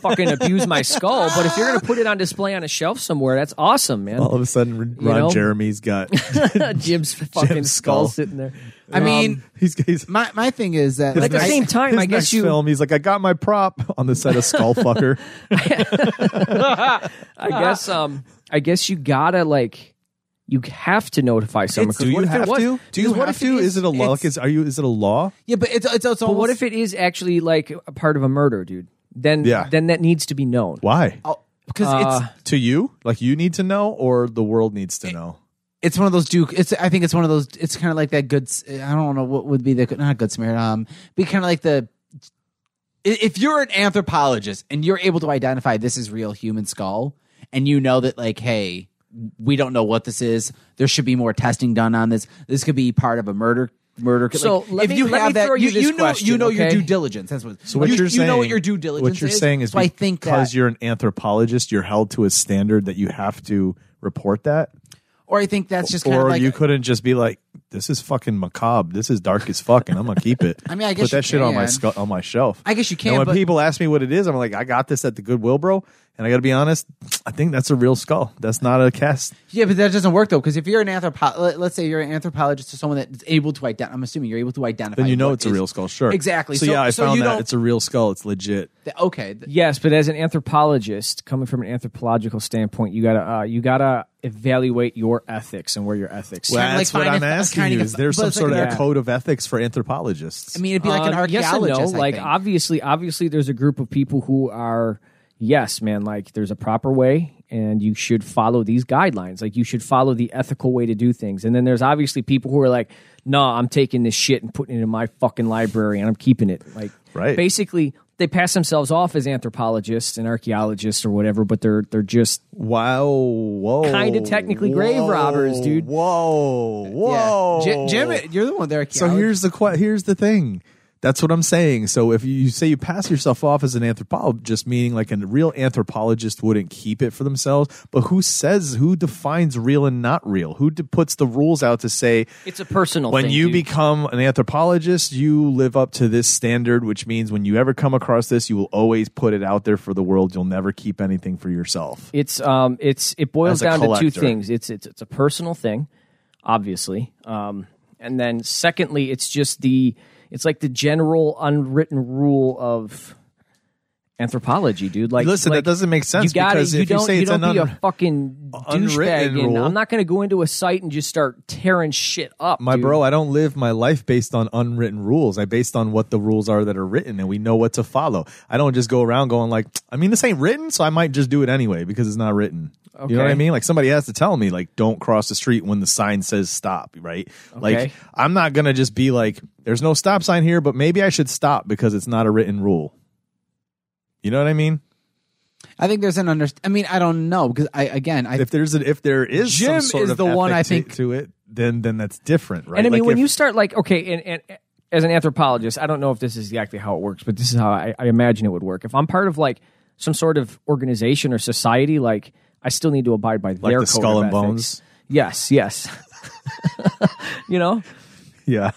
[SPEAKER 1] fucking abuse my skull. But if you're gonna put it on display on a shelf somewhere, that's awesome, man.
[SPEAKER 2] all of a sudden Ron
[SPEAKER 1] know?
[SPEAKER 2] Jeremy's got
[SPEAKER 1] (laughs)
[SPEAKER 2] (laughs)
[SPEAKER 1] Jim's fucking skull.
[SPEAKER 2] skull. (laughs)
[SPEAKER 1] sitting there.
[SPEAKER 3] I mean,
[SPEAKER 2] he's he's
[SPEAKER 3] my my thing is that
[SPEAKER 1] But at the
[SPEAKER 3] I-
[SPEAKER 1] same time,
[SPEAKER 2] his
[SPEAKER 1] I guess
[SPEAKER 2] next
[SPEAKER 1] you.
[SPEAKER 2] film, he's like, I got my prop (laughs) on the set of Skullfucker.
[SPEAKER 1] I guess um, I guess you gotta like, you have to notify someone. 'cause
[SPEAKER 2] Do you
[SPEAKER 1] what if it
[SPEAKER 2] have
[SPEAKER 1] was-
[SPEAKER 2] to? Do you
[SPEAKER 1] because what
[SPEAKER 2] have
[SPEAKER 1] if
[SPEAKER 2] to?
[SPEAKER 1] is-
[SPEAKER 2] Is it a law?
[SPEAKER 3] it's-
[SPEAKER 2] Is, are you? Is it a law?
[SPEAKER 3] yeah, but it's it's, it's
[SPEAKER 1] But
[SPEAKER 3] almost
[SPEAKER 1] what if it is actually like a part of a murder, dude? Then
[SPEAKER 2] Yeah.
[SPEAKER 1] then that needs to be known. Uh,
[SPEAKER 2] Why?
[SPEAKER 3] because it's
[SPEAKER 2] to you? Like you need to know, or the world needs to know?
[SPEAKER 3] it's one of those Duke. It's I think it's one of those. It's kind of like that good. S- I don't know what would be the good- not good smear. Um, be kind of like the. i- If you're an anthropologist and you're able to identify this is real human skull, and you know that like, hey, we don't know what this is. There should be more testing done on this. This could be part of a murder. Murder.
[SPEAKER 1] So
[SPEAKER 3] like,
[SPEAKER 1] let
[SPEAKER 3] if
[SPEAKER 1] me-
[SPEAKER 3] you
[SPEAKER 1] let
[SPEAKER 3] have
[SPEAKER 1] me
[SPEAKER 3] that,
[SPEAKER 1] throw you
[SPEAKER 3] you,
[SPEAKER 1] this
[SPEAKER 3] know, you
[SPEAKER 1] question,
[SPEAKER 3] know your
[SPEAKER 1] okay?
[SPEAKER 3] due diligence. That's what.
[SPEAKER 2] So what
[SPEAKER 3] you,
[SPEAKER 2] are
[SPEAKER 3] you
[SPEAKER 2] saying?
[SPEAKER 3] know what your due diligence.
[SPEAKER 2] What you're saying is,
[SPEAKER 3] So I think that,
[SPEAKER 2] because you're an anthropologist, you're held to a standard that you have to report that,
[SPEAKER 3] or I think that's just kind
[SPEAKER 2] or
[SPEAKER 3] of like
[SPEAKER 2] you couldn't just be like, "This is fucking macabre. This is dark as fuck, and I'm gonna keep it."
[SPEAKER 3] (laughs) I mean, I
[SPEAKER 2] put
[SPEAKER 3] guess you
[SPEAKER 2] that shit on my
[SPEAKER 3] can.
[SPEAKER 2] scu- on my shelf.
[SPEAKER 3] I guess you can,
[SPEAKER 2] And when
[SPEAKER 3] but-
[SPEAKER 2] people ask me what it is, I'm like, "I got this at the Goodwill, bro." And I got to be honest, I think that's a real skull. That's not a cast.
[SPEAKER 3] Yeah, but that doesn't work though, because if you're an anthropologist, let's say you're an anthropologist to someone that's able to identify. I'm assuming you're able to identify.
[SPEAKER 2] then you know
[SPEAKER 3] what
[SPEAKER 2] it's a
[SPEAKER 3] is-
[SPEAKER 2] real skull. Sure,
[SPEAKER 3] Exactly.
[SPEAKER 2] So,
[SPEAKER 3] So-
[SPEAKER 2] yeah, I
[SPEAKER 3] so
[SPEAKER 2] found
[SPEAKER 3] you
[SPEAKER 2] that
[SPEAKER 3] don't-
[SPEAKER 2] it's a real skull. It's legit.
[SPEAKER 3] th- Okay, th-
[SPEAKER 1] Yes, but as an anthropologist, coming from an anthropological standpoint, you gotta uh, you gotta evaluate your ethics and where your ethics.
[SPEAKER 2] Well,
[SPEAKER 3] kinda
[SPEAKER 2] that's
[SPEAKER 3] like
[SPEAKER 2] what
[SPEAKER 3] fine
[SPEAKER 2] I'm
[SPEAKER 3] if-
[SPEAKER 2] asking
[SPEAKER 3] kind
[SPEAKER 2] you,
[SPEAKER 3] of-
[SPEAKER 2] is there
[SPEAKER 3] but
[SPEAKER 2] some
[SPEAKER 3] it's
[SPEAKER 2] sort
[SPEAKER 3] like
[SPEAKER 2] of
[SPEAKER 3] an-
[SPEAKER 2] code of ethics for anthropologists?
[SPEAKER 3] I mean, it'd be like an
[SPEAKER 1] Uh, yes and
[SPEAKER 3] archaeologist.
[SPEAKER 1] no. like
[SPEAKER 3] I think.
[SPEAKER 1] obviously, obviously, there's a group of people who are yes, man. Like there's a proper way, and you should follow these guidelines. Like you should follow the ethical way to do things. And then there's obviously people who are like, no, I'm taking this shit and putting it in my fucking library, and I'm keeping it. Like
[SPEAKER 2] Right.
[SPEAKER 1] basically. They pass themselves off as anthropologists and archaeologists or whatever, but they're they're just
[SPEAKER 2] wow, whoa,
[SPEAKER 1] Kinda technically grave
[SPEAKER 2] whoa,
[SPEAKER 1] robbers, dude.
[SPEAKER 2] Whoa, whoa.
[SPEAKER 3] Yeah. J- Jim, you're the one there.
[SPEAKER 2] So here's the que- here's the thing. That's what I'm saying. So if you say you pass yourself off as an anthropologist, meaning like a real anthropologist wouldn't keep it for themselves, but who says who defines real and not real? Who de- puts the rules out to say
[SPEAKER 1] it's a personal.
[SPEAKER 2] when
[SPEAKER 1] thing,
[SPEAKER 2] you
[SPEAKER 1] dude.
[SPEAKER 2] become an anthropologist, you live up to this standard, which means when you ever come across this, you will always put it out there for the world. You'll never keep anything for yourself.
[SPEAKER 1] It's um, it's it
[SPEAKER 2] As
[SPEAKER 1] boils
[SPEAKER 2] a
[SPEAKER 1] down to two
[SPEAKER 2] collector.
[SPEAKER 1] things. It's it's it's a personal thing, obviously. Um, and then secondly, it's just the it's like the general unwritten rule of anthropology, dude. Like,
[SPEAKER 2] Listen,
[SPEAKER 1] like,
[SPEAKER 2] that doesn't make sense
[SPEAKER 1] You gotta,
[SPEAKER 2] because
[SPEAKER 1] you
[SPEAKER 2] if you
[SPEAKER 1] don't,
[SPEAKER 2] say it's
[SPEAKER 1] don't
[SPEAKER 2] an
[SPEAKER 1] be
[SPEAKER 2] un-
[SPEAKER 1] a fucking
[SPEAKER 2] unwritten
[SPEAKER 1] douchebag. And
[SPEAKER 2] rule.
[SPEAKER 1] I'm not going to go into a site and just start tearing shit up,
[SPEAKER 2] My
[SPEAKER 1] dude.
[SPEAKER 2] bro, I don't live my life based on unwritten rules. I based on what the rules are that are written, and we know what to follow. I don't just go around going like, I mean, this ain't written, so I might just do it anyway because it's not written. You know what I
[SPEAKER 1] Okay.
[SPEAKER 2] mean? Like somebody has to tell me like, don't cross the street when the sign says stop. Right?
[SPEAKER 1] Okay.
[SPEAKER 2] Like I'm not gonna just be like, there's no stop sign here, but maybe I should stop because it's not a written rule. You know what I mean?
[SPEAKER 3] I think there's an under. I mean, I don't know because I again, I
[SPEAKER 2] If there's an, if there is some
[SPEAKER 3] Jim
[SPEAKER 2] sort
[SPEAKER 3] is
[SPEAKER 2] of
[SPEAKER 3] the one
[SPEAKER 2] ethic
[SPEAKER 3] I
[SPEAKER 2] to-
[SPEAKER 3] think-
[SPEAKER 2] to it, then then that's different, right?
[SPEAKER 1] And I mean,
[SPEAKER 2] Like,
[SPEAKER 1] when
[SPEAKER 2] if-
[SPEAKER 1] you start like, okay, and, and as an anthropologist, I don't know if this is exactly how it works, but this is how I, I imagine it would work. If I'm part of like some sort of organization or society, like I still need to abide by
[SPEAKER 2] like
[SPEAKER 1] their
[SPEAKER 2] the
[SPEAKER 1] code
[SPEAKER 2] skull
[SPEAKER 1] of
[SPEAKER 2] and
[SPEAKER 1] ethics.
[SPEAKER 2] bones,
[SPEAKER 1] Yes, yes. (laughs) you know,
[SPEAKER 2] yeah.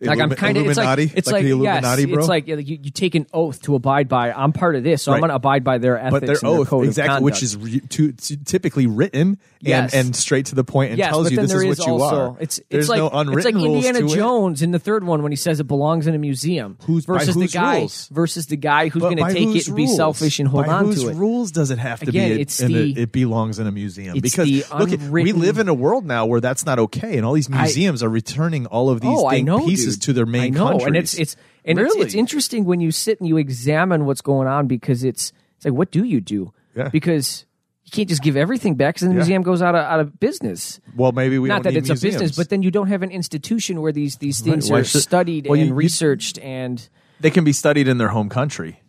[SPEAKER 1] like I'm
[SPEAKER 2] Illumi-
[SPEAKER 1] kind of it's like
[SPEAKER 2] Illuminati?
[SPEAKER 1] it's
[SPEAKER 2] like,
[SPEAKER 1] like,
[SPEAKER 2] the Illuminati,
[SPEAKER 1] yes,
[SPEAKER 2] bro.
[SPEAKER 1] it's like you, you take an oath to abide by. I'm part of this, so
[SPEAKER 2] Right.
[SPEAKER 1] I'm going to abide by their ethics.
[SPEAKER 2] but their
[SPEAKER 1] and
[SPEAKER 2] oath
[SPEAKER 1] code of
[SPEAKER 2] exactly, which
[SPEAKER 1] conduct.
[SPEAKER 2] is re- to, to- typically written
[SPEAKER 1] Yes.
[SPEAKER 2] and, and straight to the point and
[SPEAKER 1] yes,
[SPEAKER 2] tells
[SPEAKER 1] but
[SPEAKER 2] you
[SPEAKER 1] then
[SPEAKER 2] this
[SPEAKER 1] there
[SPEAKER 2] is
[SPEAKER 1] is
[SPEAKER 2] what you
[SPEAKER 1] also,
[SPEAKER 2] are.
[SPEAKER 1] It's, it's
[SPEAKER 2] There's
[SPEAKER 1] like
[SPEAKER 2] no unwritten
[SPEAKER 1] it's like
[SPEAKER 2] rules
[SPEAKER 1] Indiana
[SPEAKER 2] to it.
[SPEAKER 1] Jones in the third one when he says it belongs in a museum.
[SPEAKER 2] Who's- by
[SPEAKER 1] versus
[SPEAKER 2] whose
[SPEAKER 1] the guy
[SPEAKER 2] rules?
[SPEAKER 1] versus the guy who's
[SPEAKER 2] But
[SPEAKER 1] going
[SPEAKER 2] by
[SPEAKER 1] to take
[SPEAKER 2] whose
[SPEAKER 1] it and be
[SPEAKER 2] rules?
[SPEAKER 1] selfish and hold
[SPEAKER 2] by
[SPEAKER 1] on
[SPEAKER 2] whose
[SPEAKER 1] to it.
[SPEAKER 2] rules does it have to
[SPEAKER 1] Again,
[SPEAKER 2] be? a-
[SPEAKER 1] it's
[SPEAKER 2] in a-
[SPEAKER 1] the-
[SPEAKER 2] it belongs in a museum
[SPEAKER 1] it's
[SPEAKER 2] because
[SPEAKER 1] the
[SPEAKER 2] look, at, we
[SPEAKER 1] unwritten-
[SPEAKER 2] live in a world now where that's not okay, and all these museums are returning all of these
[SPEAKER 1] oh, I
[SPEAKER 2] thing-
[SPEAKER 1] know,
[SPEAKER 2] pieces
[SPEAKER 1] dude.
[SPEAKER 2] to their main
[SPEAKER 1] I know,
[SPEAKER 2] countries.
[SPEAKER 1] and it's it's and it's, it's
[SPEAKER 2] Really?
[SPEAKER 1] interesting when you sit and you examine what's going on because it's it's like what do you do?
[SPEAKER 2] Yeah.
[SPEAKER 1] Because you can't just give everything back because the museum goes out of out of business.
[SPEAKER 2] well, maybe we don't
[SPEAKER 1] Not that
[SPEAKER 2] need
[SPEAKER 1] it's a business,
[SPEAKER 2] museums.
[SPEAKER 1] but then you don't have an institution where these these things
[SPEAKER 2] Why
[SPEAKER 1] are
[SPEAKER 2] should-
[SPEAKER 1] studied
[SPEAKER 2] Well, you-
[SPEAKER 1] and
[SPEAKER 2] you-
[SPEAKER 1] researched and.
[SPEAKER 2] they can be studied in their home country.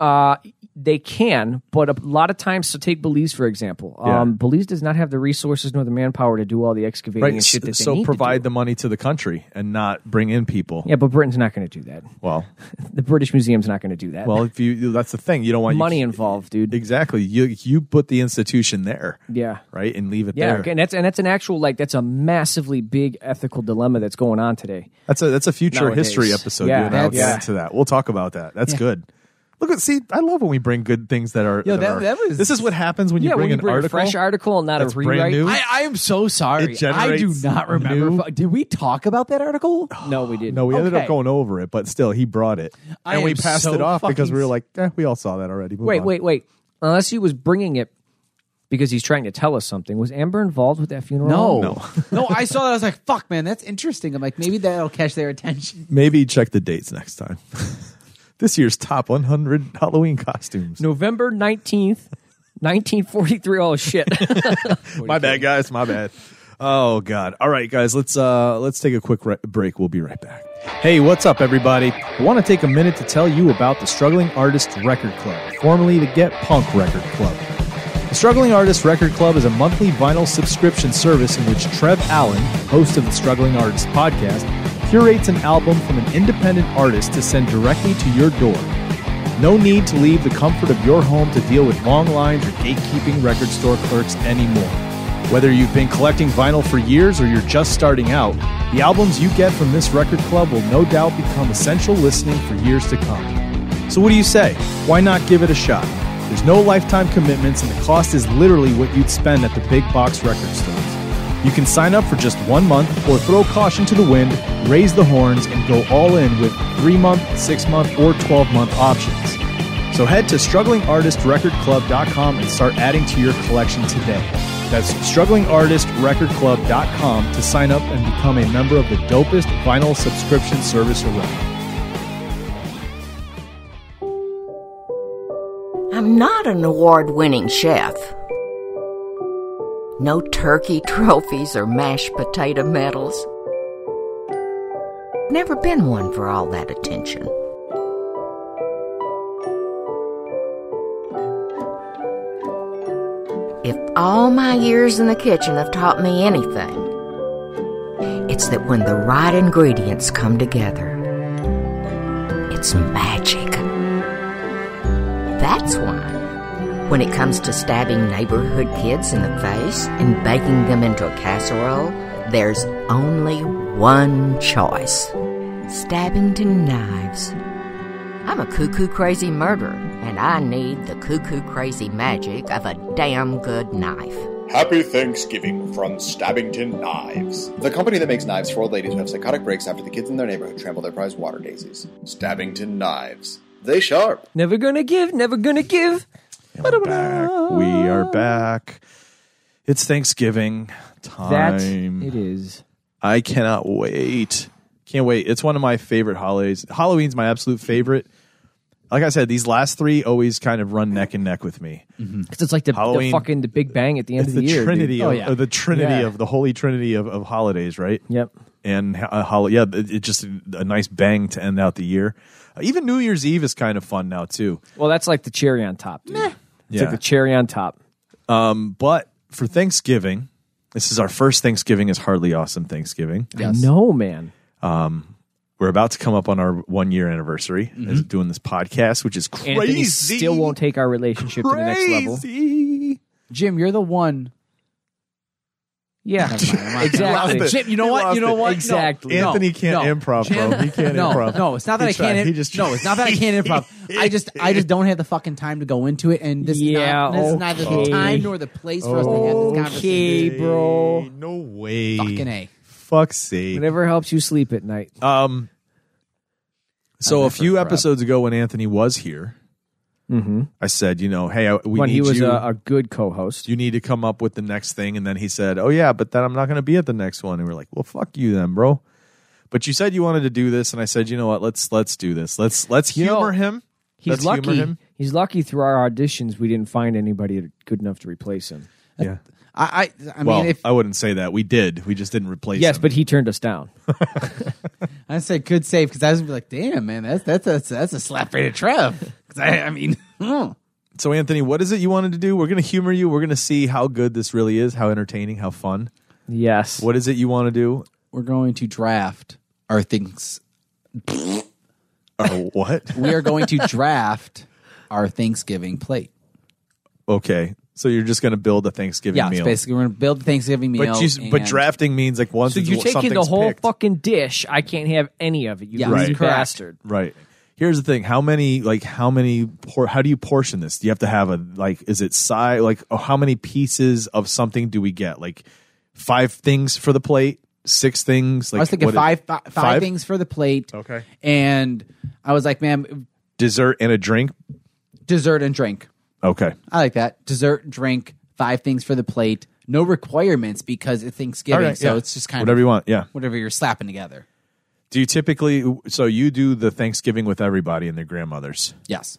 [SPEAKER 1] Uh, they can, but a lot of times, so take Belize for example.
[SPEAKER 2] Yeah.
[SPEAKER 1] Um, Belize does not have the resources nor the manpower to do all the excavating
[SPEAKER 2] Right,
[SPEAKER 1] and shit that they
[SPEAKER 2] so
[SPEAKER 1] need to
[SPEAKER 2] provide
[SPEAKER 1] do.
[SPEAKER 2] the money to the country and not bring in people.
[SPEAKER 1] Yeah, but Britain's not going to do that. (laughs)
[SPEAKER 2] Well,
[SPEAKER 1] The British Museum's not going to do that.
[SPEAKER 2] well, if you that's the thing you don't want you-
[SPEAKER 1] money involved, dude.
[SPEAKER 2] Exactly. You you put the institution there,
[SPEAKER 1] Yeah.
[SPEAKER 2] right, and leave it
[SPEAKER 1] Yeah,
[SPEAKER 2] there.
[SPEAKER 1] and that's and that's an actual like that's a massively big ethical dilemma that's going on today.
[SPEAKER 2] That's a that's a future
[SPEAKER 1] Nowadays.
[SPEAKER 2] history episode.
[SPEAKER 1] Yeah,
[SPEAKER 2] you and I will get
[SPEAKER 3] that's-
[SPEAKER 2] into that. We'll talk about that. That's good. Look at see, I love when we bring good things that are.
[SPEAKER 3] Yo, that-
[SPEAKER 2] are-
[SPEAKER 3] that was-
[SPEAKER 2] this is what happens when you
[SPEAKER 1] yeah,
[SPEAKER 2] bring
[SPEAKER 1] when you
[SPEAKER 2] an
[SPEAKER 1] bring
[SPEAKER 2] article.
[SPEAKER 1] a fresh article and not
[SPEAKER 2] that's
[SPEAKER 1] a rewrite.
[SPEAKER 2] brand new.
[SPEAKER 3] I, I am so sorry.
[SPEAKER 2] It
[SPEAKER 3] I do
[SPEAKER 2] generates
[SPEAKER 3] not remember.
[SPEAKER 2] new-
[SPEAKER 3] fu- Did we talk about that article?
[SPEAKER 1] No, we didn't. Oh,
[SPEAKER 2] no, we ended up
[SPEAKER 3] okay.
[SPEAKER 2] going over it, but still, he brought it,
[SPEAKER 3] I
[SPEAKER 2] and we
[SPEAKER 3] am
[SPEAKER 2] passed
[SPEAKER 3] so
[SPEAKER 2] it off because
[SPEAKER 3] fucking
[SPEAKER 2] we were like, eh, we all saw that already. Move
[SPEAKER 1] Wait,
[SPEAKER 2] on.
[SPEAKER 1] wait, wait. Unless he was bringing it because he's trying to tell us something. Was Amber involved with that funeral?
[SPEAKER 2] Oh,
[SPEAKER 3] No, no. I saw that. I was like, "Fuck, man, that's interesting." I'm like, maybe that'll catch their attention.
[SPEAKER 2] Maybe check the dates next time. (laughs) this year's top 100 Halloween costumes.
[SPEAKER 1] November 19th, 1943. Oh, shit.
[SPEAKER 2] my bad, guys. My bad. Oh God! All right, guys. Let's uh let's take a quick re- break. We'll be right back. Hey, what's up, everybody? I want to take a minute to tell you about the Struggling Artist Record Club, formerly the Get Punk Record Club. The Struggling Artist Record Club is a monthly vinyl subscription service in which Trev Allen, host of the Struggling Artist podcast, curates an album from an independent artist to send directly to your door. No need to leave the comfort of your home to deal with long lines or gatekeeping record store clerks anymore. Whether you've been collecting vinyl for years or you're just starting out, the albums you get from this record club will no doubt become essential listening for years to come. So, what do you say? Why not give it a shot? There's no lifetime commitments, and the cost is literally what you'd spend at the big box record stores. You can sign up for just one month or throw caution to the wind, raise the horns, and go all in with three month, six month, or 12 month options. So head to strugglingartistrecordclub.com and start adding to your collection today. That's strugglingartistrecordclub.com to sign up and become a member of the dopest vinyl subscription service around.
[SPEAKER 8] I'm not an award winning chef. No turkey (laughs) trophies or mashed potato medals. Never been one for all that attention. If all my years in the kitchen have taught me anything, it's that when the right ingredients come together, it's magic. That's why, when it comes to stabbing neighborhood kids in the face and baking them into a casserole, there's only one choice stabbing to knives. I'm a cuckoo crazy murderer, and I need the cuckoo crazy magic of a damn good knife.
[SPEAKER 9] Happy Thanksgiving from Stabbington Knives, the company that makes knives for old ladies who have psychotic breaks after the kids in their neighborhood trample their prized water daisies. Stabbington Knives. They sharp.
[SPEAKER 1] Never gonna give, never gonna give.
[SPEAKER 2] We're back. We are back. It's Thanksgiving
[SPEAKER 1] That
[SPEAKER 2] time.
[SPEAKER 1] it is.
[SPEAKER 2] I cannot wait. Can't wait. It's one of my favorite holidays. Halloween's my absolute favorite. Like I said, these last three always kind of run neck and neck with me.
[SPEAKER 1] Because it's like the, the
[SPEAKER 2] Halloween.
[SPEAKER 1] fucking the Big Bang at the end
[SPEAKER 2] It's
[SPEAKER 1] of the,
[SPEAKER 2] the,
[SPEAKER 1] year. dude.
[SPEAKER 2] Trinity, of,
[SPEAKER 1] Oh, yeah.
[SPEAKER 2] or the Trinity
[SPEAKER 1] Yeah.
[SPEAKER 2] of the Holy Trinity of, of holidays, right?
[SPEAKER 1] Yep.
[SPEAKER 2] and uh, hol- yeah, it, it just a nice bang to end out the year. Uh, even New Year's Eve is kind of fun now too.
[SPEAKER 1] Well, that's like the cherry on top, dude. It's
[SPEAKER 2] Yeah.
[SPEAKER 1] like the cherry on top.
[SPEAKER 2] But for Thanksgiving, this is our first Thanksgiving. is hardly awesome Thanksgiving.
[SPEAKER 1] I know, man.
[SPEAKER 2] We're about to come up on our one year anniversary as doing this podcast, which is crazy.
[SPEAKER 1] Mm-hmm. Anthony still won't take our relationship to the next level.
[SPEAKER 2] Crazy.
[SPEAKER 3] Jim, you're the one. (laughs)
[SPEAKER 1] Yeah, exactly.
[SPEAKER 2] lost it.
[SPEAKER 3] Jim, you know
[SPEAKER 2] He
[SPEAKER 3] what?
[SPEAKER 2] lost
[SPEAKER 3] You know
[SPEAKER 2] it.
[SPEAKER 3] what?
[SPEAKER 1] Exactly.
[SPEAKER 3] No,
[SPEAKER 2] Anthony can't
[SPEAKER 3] no.
[SPEAKER 2] improv, bro. He can't
[SPEAKER 3] no,
[SPEAKER 2] improv.
[SPEAKER 3] no, it's not that
[SPEAKER 2] He
[SPEAKER 3] I
[SPEAKER 2] tried.
[SPEAKER 3] can't.
[SPEAKER 2] He just
[SPEAKER 3] no, it's not that I can't improv. I just, I just don't have the fucking time to go into it, and this, is
[SPEAKER 1] Yeah,
[SPEAKER 3] not, this is neither the
[SPEAKER 1] okay.
[SPEAKER 3] time nor the place for us to have this conversation.
[SPEAKER 1] Okay, bro.
[SPEAKER 2] No way.
[SPEAKER 3] Fucking a.
[SPEAKER 2] Fuck's sake.
[SPEAKER 1] (laughs) Whatever helps you sleep at night.
[SPEAKER 2] Um, so a few episodes ago, when Anthony was here, I said, you know, hey, I, we
[SPEAKER 1] Mm-hmm. when
[SPEAKER 2] need
[SPEAKER 1] he was
[SPEAKER 2] you.
[SPEAKER 1] a, a good co-host.
[SPEAKER 2] you need to come up with the next thing, and then he said, oh yeah, but then I'm not going to be at the next one, and we are like, well, fuck you then, bro. But you said you wanted to do this, and I said, you know what? Let's let's do this. Let's let's
[SPEAKER 1] You know,
[SPEAKER 2] humor him.
[SPEAKER 1] He's
[SPEAKER 2] let's
[SPEAKER 1] lucky.
[SPEAKER 2] Humor him.
[SPEAKER 1] He's lucky through our auditions we didn't find anybody good enough to replace him.
[SPEAKER 2] Yeah.
[SPEAKER 3] I, I, I
[SPEAKER 2] well,
[SPEAKER 3] mean, if
[SPEAKER 2] I wouldn't say that. We did. We just didn't replace.
[SPEAKER 1] Yes,
[SPEAKER 2] him.
[SPEAKER 1] but he turned
[SPEAKER 2] (laughs)
[SPEAKER 1] us down.
[SPEAKER 3] I say good save because I was gonna be like, damn, man, that's that's that's, that's a slap right at Trev. 'Cause I, I mean, (laughs) hmm.
[SPEAKER 2] so Anthony, what is it you wanted to do? We're going to humor you. We're going to see how good this really is, how entertaining, how fun.
[SPEAKER 1] Yes.
[SPEAKER 2] What is it you want to do?
[SPEAKER 3] we're going to draft our things.
[SPEAKER 2] Or what?
[SPEAKER 3] We are going to draft our Thanksgiving plate.
[SPEAKER 2] Okay, so you're just going to build a Thanksgiving
[SPEAKER 3] Yeah, it's
[SPEAKER 2] meal.
[SPEAKER 3] basically we're gonna build the Thanksgiving meal.
[SPEAKER 2] but you, but
[SPEAKER 3] and-
[SPEAKER 2] drafting means like once
[SPEAKER 1] So
[SPEAKER 2] it's-
[SPEAKER 1] you're taking the
[SPEAKER 2] something's
[SPEAKER 1] whole
[SPEAKER 2] picked.
[SPEAKER 1] fucking dish. I can't have any of it. You
[SPEAKER 3] Yeah,
[SPEAKER 1] greedy
[SPEAKER 2] Right.
[SPEAKER 3] correct.
[SPEAKER 1] bastard.
[SPEAKER 2] right. Here's the thing: how many like how many por- how do you portion this? Do you have to have a like is it size like oh, how many pieces of something do we get? Like five things for the plate, six things. Like
[SPEAKER 3] I was thinking
[SPEAKER 2] what-
[SPEAKER 3] five, fi- five
[SPEAKER 2] five?
[SPEAKER 3] things for the plate.
[SPEAKER 2] Okay.
[SPEAKER 3] and I was like, man,
[SPEAKER 2] dessert and a drink.
[SPEAKER 3] dessert and drink.
[SPEAKER 2] Okay,
[SPEAKER 3] I like that. Dessert, drink, five things for the plate. No requirements because it's Thanksgiving,
[SPEAKER 2] Alright,
[SPEAKER 3] so
[SPEAKER 2] yeah.
[SPEAKER 3] it's just kind
[SPEAKER 2] whatever
[SPEAKER 3] of
[SPEAKER 2] you want. Yeah.
[SPEAKER 3] whatever you're slapping together.
[SPEAKER 2] Do you typically so you do the Thanksgiving with everybody and their grandmothers,
[SPEAKER 3] Yes.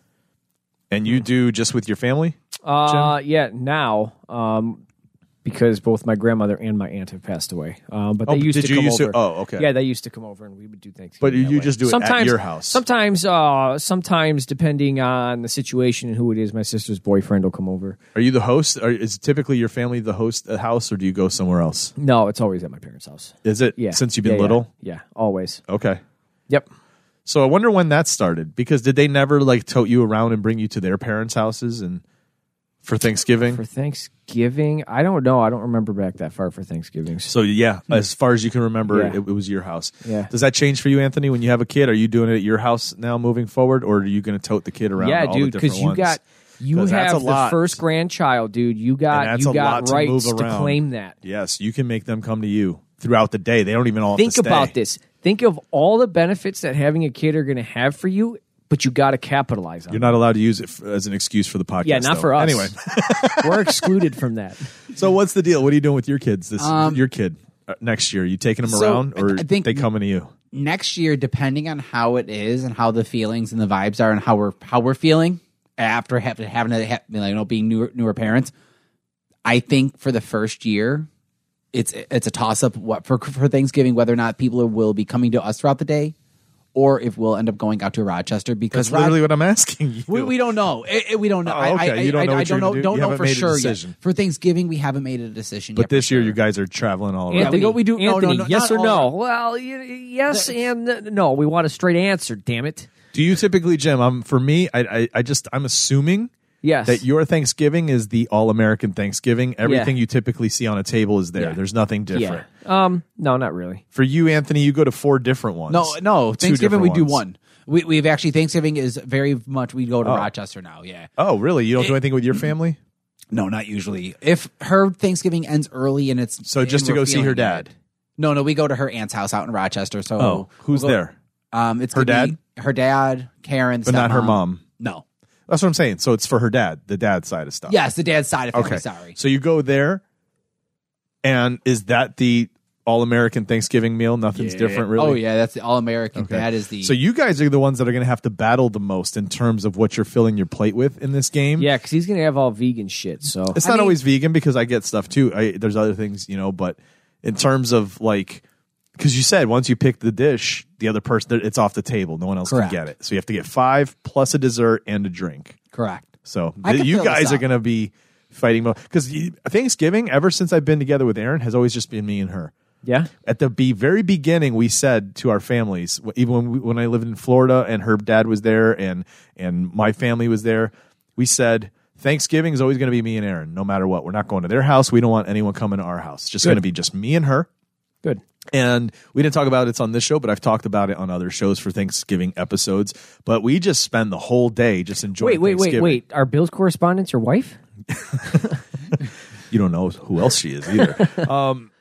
[SPEAKER 2] and
[SPEAKER 1] Mm-hmm.
[SPEAKER 2] you do just with your family?
[SPEAKER 1] Uh, yeah, now, um, because both my grandmother and my aunt have passed away. Um, but they
[SPEAKER 2] Oh,
[SPEAKER 1] used
[SPEAKER 2] did
[SPEAKER 1] to
[SPEAKER 2] you
[SPEAKER 1] come
[SPEAKER 2] used to-
[SPEAKER 1] over.
[SPEAKER 2] oh, okay.
[SPEAKER 1] Yeah, they used to come over and we would do Thanksgiving.
[SPEAKER 2] But you
[SPEAKER 1] that way.
[SPEAKER 2] just do it at
[SPEAKER 1] sometimes,
[SPEAKER 2] your house.
[SPEAKER 1] Sometimes, uh, sometimes depending on the situation and who it is, my sister's boyfriend will come over.
[SPEAKER 2] Are you the host? Or is typically your family the host at house, or do you go somewhere else?
[SPEAKER 1] No, it's always at my parents' house.
[SPEAKER 2] Is it
[SPEAKER 1] Yeah,
[SPEAKER 2] since you've been
[SPEAKER 1] Yeah, yeah.
[SPEAKER 2] little?
[SPEAKER 1] Yeah, always.
[SPEAKER 2] Okay.
[SPEAKER 1] Yep.
[SPEAKER 2] So I wonder when that started because did they never like tote you around and bring you to their parents' houses and for Thanksgiving?
[SPEAKER 1] For Thanksgiving, I don't know. I don't remember back that far for Thanksgiving.
[SPEAKER 2] so yeah, as far as you can remember,
[SPEAKER 1] Hmm. Yeah.
[SPEAKER 2] it, it was your house.
[SPEAKER 1] Yeah.
[SPEAKER 2] Does that change for you, Anthony? When you have a kid, are you doing it at your house now moving forward, or are you going to tote the kid around?
[SPEAKER 1] yeah,
[SPEAKER 2] all
[SPEAKER 1] dude,
[SPEAKER 2] the different
[SPEAKER 1] because you
[SPEAKER 2] ones?
[SPEAKER 1] got you
[SPEAKER 2] 'Cause that's a
[SPEAKER 1] have the
[SPEAKER 2] lot.
[SPEAKER 1] first grandchild, dude. You
[SPEAKER 2] And
[SPEAKER 1] got
[SPEAKER 2] that's a
[SPEAKER 1] you
[SPEAKER 2] lot
[SPEAKER 1] got
[SPEAKER 2] to move
[SPEAKER 1] rights to,
[SPEAKER 2] around.
[SPEAKER 1] claim that.
[SPEAKER 2] yes, you can make them come to you throughout the day. They don't even all have
[SPEAKER 1] Think
[SPEAKER 2] to stay.
[SPEAKER 1] about this. Think of all the benefits that having a kid are going to have for you, but you got to capitalize on.
[SPEAKER 2] You're
[SPEAKER 1] it.
[SPEAKER 2] not allowed to use it f- as an excuse for the podcast.
[SPEAKER 1] yeah, not
[SPEAKER 2] though.
[SPEAKER 1] for us.
[SPEAKER 2] Anyway, (laughs)
[SPEAKER 1] (laughs) we're excluded from that.
[SPEAKER 2] so what's the deal? What are you doing with your kids this
[SPEAKER 3] Um,
[SPEAKER 2] your kid uh, next year? You taking them
[SPEAKER 3] so,
[SPEAKER 2] around, or
[SPEAKER 3] I think-
[SPEAKER 2] they coming to you?
[SPEAKER 3] next year, depending on how it is and how the feelings and the vibes are and how we're how we're feeling after having having to have, you know being newer newer parents, I think for the first year, it's it's a toss up what for for Thanksgiving whether or not people will be coming to us throughout the day, or if we'll end up going out to Rochester because
[SPEAKER 2] That's
[SPEAKER 3] Ro-
[SPEAKER 2] literally what I'm asking you.
[SPEAKER 3] we, we don't know. It, it- we don't know.
[SPEAKER 2] Oh,
[SPEAKER 3] I-
[SPEAKER 2] okay.
[SPEAKER 3] I,
[SPEAKER 2] You don't
[SPEAKER 3] I,
[SPEAKER 2] know
[SPEAKER 3] I,
[SPEAKER 2] what
[SPEAKER 3] don't
[SPEAKER 2] you're
[SPEAKER 3] know.
[SPEAKER 2] gonna do.
[SPEAKER 3] Don't
[SPEAKER 2] You
[SPEAKER 3] know
[SPEAKER 2] haven't
[SPEAKER 3] for
[SPEAKER 2] made a
[SPEAKER 3] sure yet.
[SPEAKER 2] decision.
[SPEAKER 3] For Thanksgiving, we haven't made a decision.
[SPEAKER 2] but
[SPEAKER 3] yet for
[SPEAKER 2] this year,
[SPEAKER 3] sure.
[SPEAKER 2] you guys are traveling all
[SPEAKER 1] Anthony,
[SPEAKER 2] around.
[SPEAKER 3] we go- we do- no, no,
[SPEAKER 1] Anthony,
[SPEAKER 3] no,
[SPEAKER 1] yes
[SPEAKER 3] not
[SPEAKER 1] or
[SPEAKER 3] all
[SPEAKER 1] no?
[SPEAKER 3] of it.
[SPEAKER 1] Well, y- yes and no. We want a straight answer. Damn it.
[SPEAKER 2] Do you typically, Jim? Um, for me, I, I, I just I'm assuming
[SPEAKER 1] Yes.
[SPEAKER 2] that your Thanksgiving is the all American Thanksgiving. Everything you typically see on a table is there. There's nothing different.
[SPEAKER 1] yeah. Um. No, not really.
[SPEAKER 2] For you, Anthony, you go to four different ones.
[SPEAKER 3] No, no.
[SPEAKER 2] Two
[SPEAKER 3] Thanksgiving we
[SPEAKER 2] different
[SPEAKER 3] do
[SPEAKER 2] ones.
[SPEAKER 3] one. We we've actually Thanksgiving is very much we go to Rochester now. Yeah.
[SPEAKER 2] Oh, really? You don't
[SPEAKER 3] Eh,
[SPEAKER 2] do anything with your family?
[SPEAKER 3] No, not usually. If her Thanksgiving ends early and it's
[SPEAKER 2] So just
[SPEAKER 3] and
[SPEAKER 2] to
[SPEAKER 3] we're
[SPEAKER 2] go see
[SPEAKER 3] feeling
[SPEAKER 2] her dad?
[SPEAKER 3] good. No, no, we go to her aunt's house out in Rochester. So
[SPEAKER 2] Oh, who's
[SPEAKER 3] we'll go-
[SPEAKER 2] there?
[SPEAKER 3] Um, it's
[SPEAKER 2] Oh. Her
[SPEAKER 3] gonna be her dad, Karen,
[SPEAKER 2] But not her mom.
[SPEAKER 3] No.
[SPEAKER 2] That's what I'm saying. So it's for her dad, the dad side of stuff.
[SPEAKER 3] Yes, the dad's side of family.
[SPEAKER 2] Okay.
[SPEAKER 3] Sorry.
[SPEAKER 2] So you go there, and is that the all American Thanksgiving meal? Nothing's different, really.
[SPEAKER 3] Oh yeah, that's the all American. That is the
[SPEAKER 2] So you guys are the ones that are going to have to battle the most in terms of what you're filling your plate with in this game.
[SPEAKER 1] Hmm. Yeah, because he's gonna have all vegan shit. So
[SPEAKER 2] It's not always vegan because I get stuff too. I, there's other things, you know, but in terms of like, because you said once you pick the dish, the other person, it's off the table. No one else
[SPEAKER 3] Correct.
[SPEAKER 2] can get it. So you have to get five plus a dessert and a drink.
[SPEAKER 3] correct.
[SPEAKER 2] So
[SPEAKER 3] I
[SPEAKER 2] th-
[SPEAKER 3] can
[SPEAKER 2] you
[SPEAKER 3] fill this
[SPEAKER 2] guys are
[SPEAKER 3] out.
[SPEAKER 2] going to be fighting because Thanksgiving, ever since I've been together with Aaron, has always just been me and her.
[SPEAKER 1] yeah.
[SPEAKER 2] At the be- very beginning, we said to our families, w- even when, we, when I lived in Florida and her dad was there and and my family was there, we said Thanksgiving is always going to be me and Aaron, no matter what. We're not going to their house. We don't want anyone coming to our house. It's just going to be just me and her.
[SPEAKER 1] Good.
[SPEAKER 2] And we didn't talk about it on this show, but I've talked about it on other shows for Thanksgiving episodes. But we just spend the whole day just enjoying.
[SPEAKER 1] Wait, wait, wait,
[SPEAKER 2] Thanksgiving.
[SPEAKER 1] wait. Are Bill's correspondence your wife?
[SPEAKER 2] you don't know who else she is
[SPEAKER 1] (laughs)
[SPEAKER 2] either. um,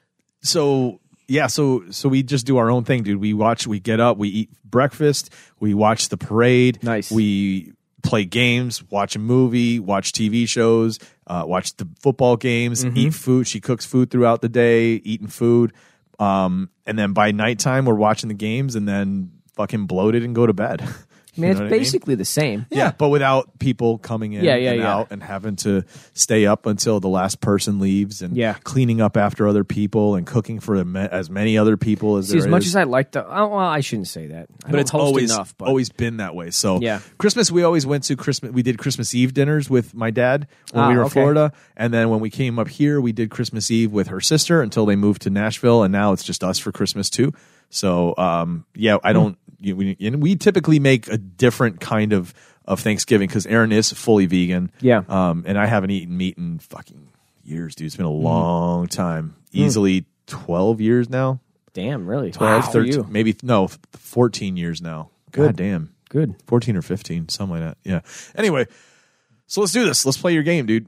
[SPEAKER 2] so yeah, so so we just do our own thing, dude. We watch, we get up, we eat breakfast, we watch the parade.
[SPEAKER 1] Nice.
[SPEAKER 2] We play games, watch a movie, watch TV shows, uh, watch the football games,
[SPEAKER 1] Mm-hmm.
[SPEAKER 2] eat food. She cooks food throughout the day, eating food. Um, and then by nighttime, we're watching the games, and then fucking bloated and go to bed. (laughs)
[SPEAKER 1] I mean,
[SPEAKER 2] You
[SPEAKER 1] it's
[SPEAKER 2] know what I mean?
[SPEAKER 1] basically the same.
[SPEAKER 2] Yeah. but without people coming in
[SPEAKER 1] Yeah, yeah,
[SPEAKER 2] and
[SPEAKER 1] yeah.
[SPEAKER 2] out and having to stay up until the last person leaves and
[SPEAKER 1] Yeah.
[SPEAKER 2] cleaning up after other people and cooking for ma- as many other people as
[SPEAKER 1] See, as
[SPEAKER 2] there
[SPEAKER 1] much
[SPEAKER 2] is.
[SPEAKER 1] as I like to, oh, well, I shouldn't say that. I
[SPEAKER 2] but
[SPEAKER 1] don't
[SPEAKER 2] it's
[SPEAKER 1] host
[SPEAKER 2] always
[SPEAKER 1] enough. But
[SPEAKER 2] always been that way. So
[SPEAKER 1] Yeah.
[SPEAKER 2] Christmas we always went to Christmas. We did Christmas Eve dinners with my dad when
[SPEAKER 1] Ah,
[SPEAKER 2] we were in
[SPEAKER 1] okay.
[SPEAKER 2] Florida, and then when we came up here, we did Christmas Eve with her sister until they moved to Nashville, and now it's just us for Christmas too. So um, yeah,
[SPEAKER 1] Hmm.
[SPEAKER 2] I don't. You, we, and we typically make a different kind of of Thanksgiving because Aaron is fully vegan.
[SPEAKER 1] Yeah.
[SPEAKER 2] Um, and I haven't eaten meat in fucking years, dude. It's been a
[SPEAKER 1] Hmm.
[SPEAKER 2] long time, easily twelve years now.
[SPEAKER 1] damn, really,
[SPEAKER 2] 12,
[SPEAKER 1] Wow.
[SPEAKER 2] 13,
[SPEAKER 1] You.
[SPEAKER 2] maybe no, f- 14 years now. God damn.
[SPEAKER 1] Good.
[SPEAKER 2] 14 or 15, something like that. Yeah. Anyway, so let's do this. Let's play your game, dude.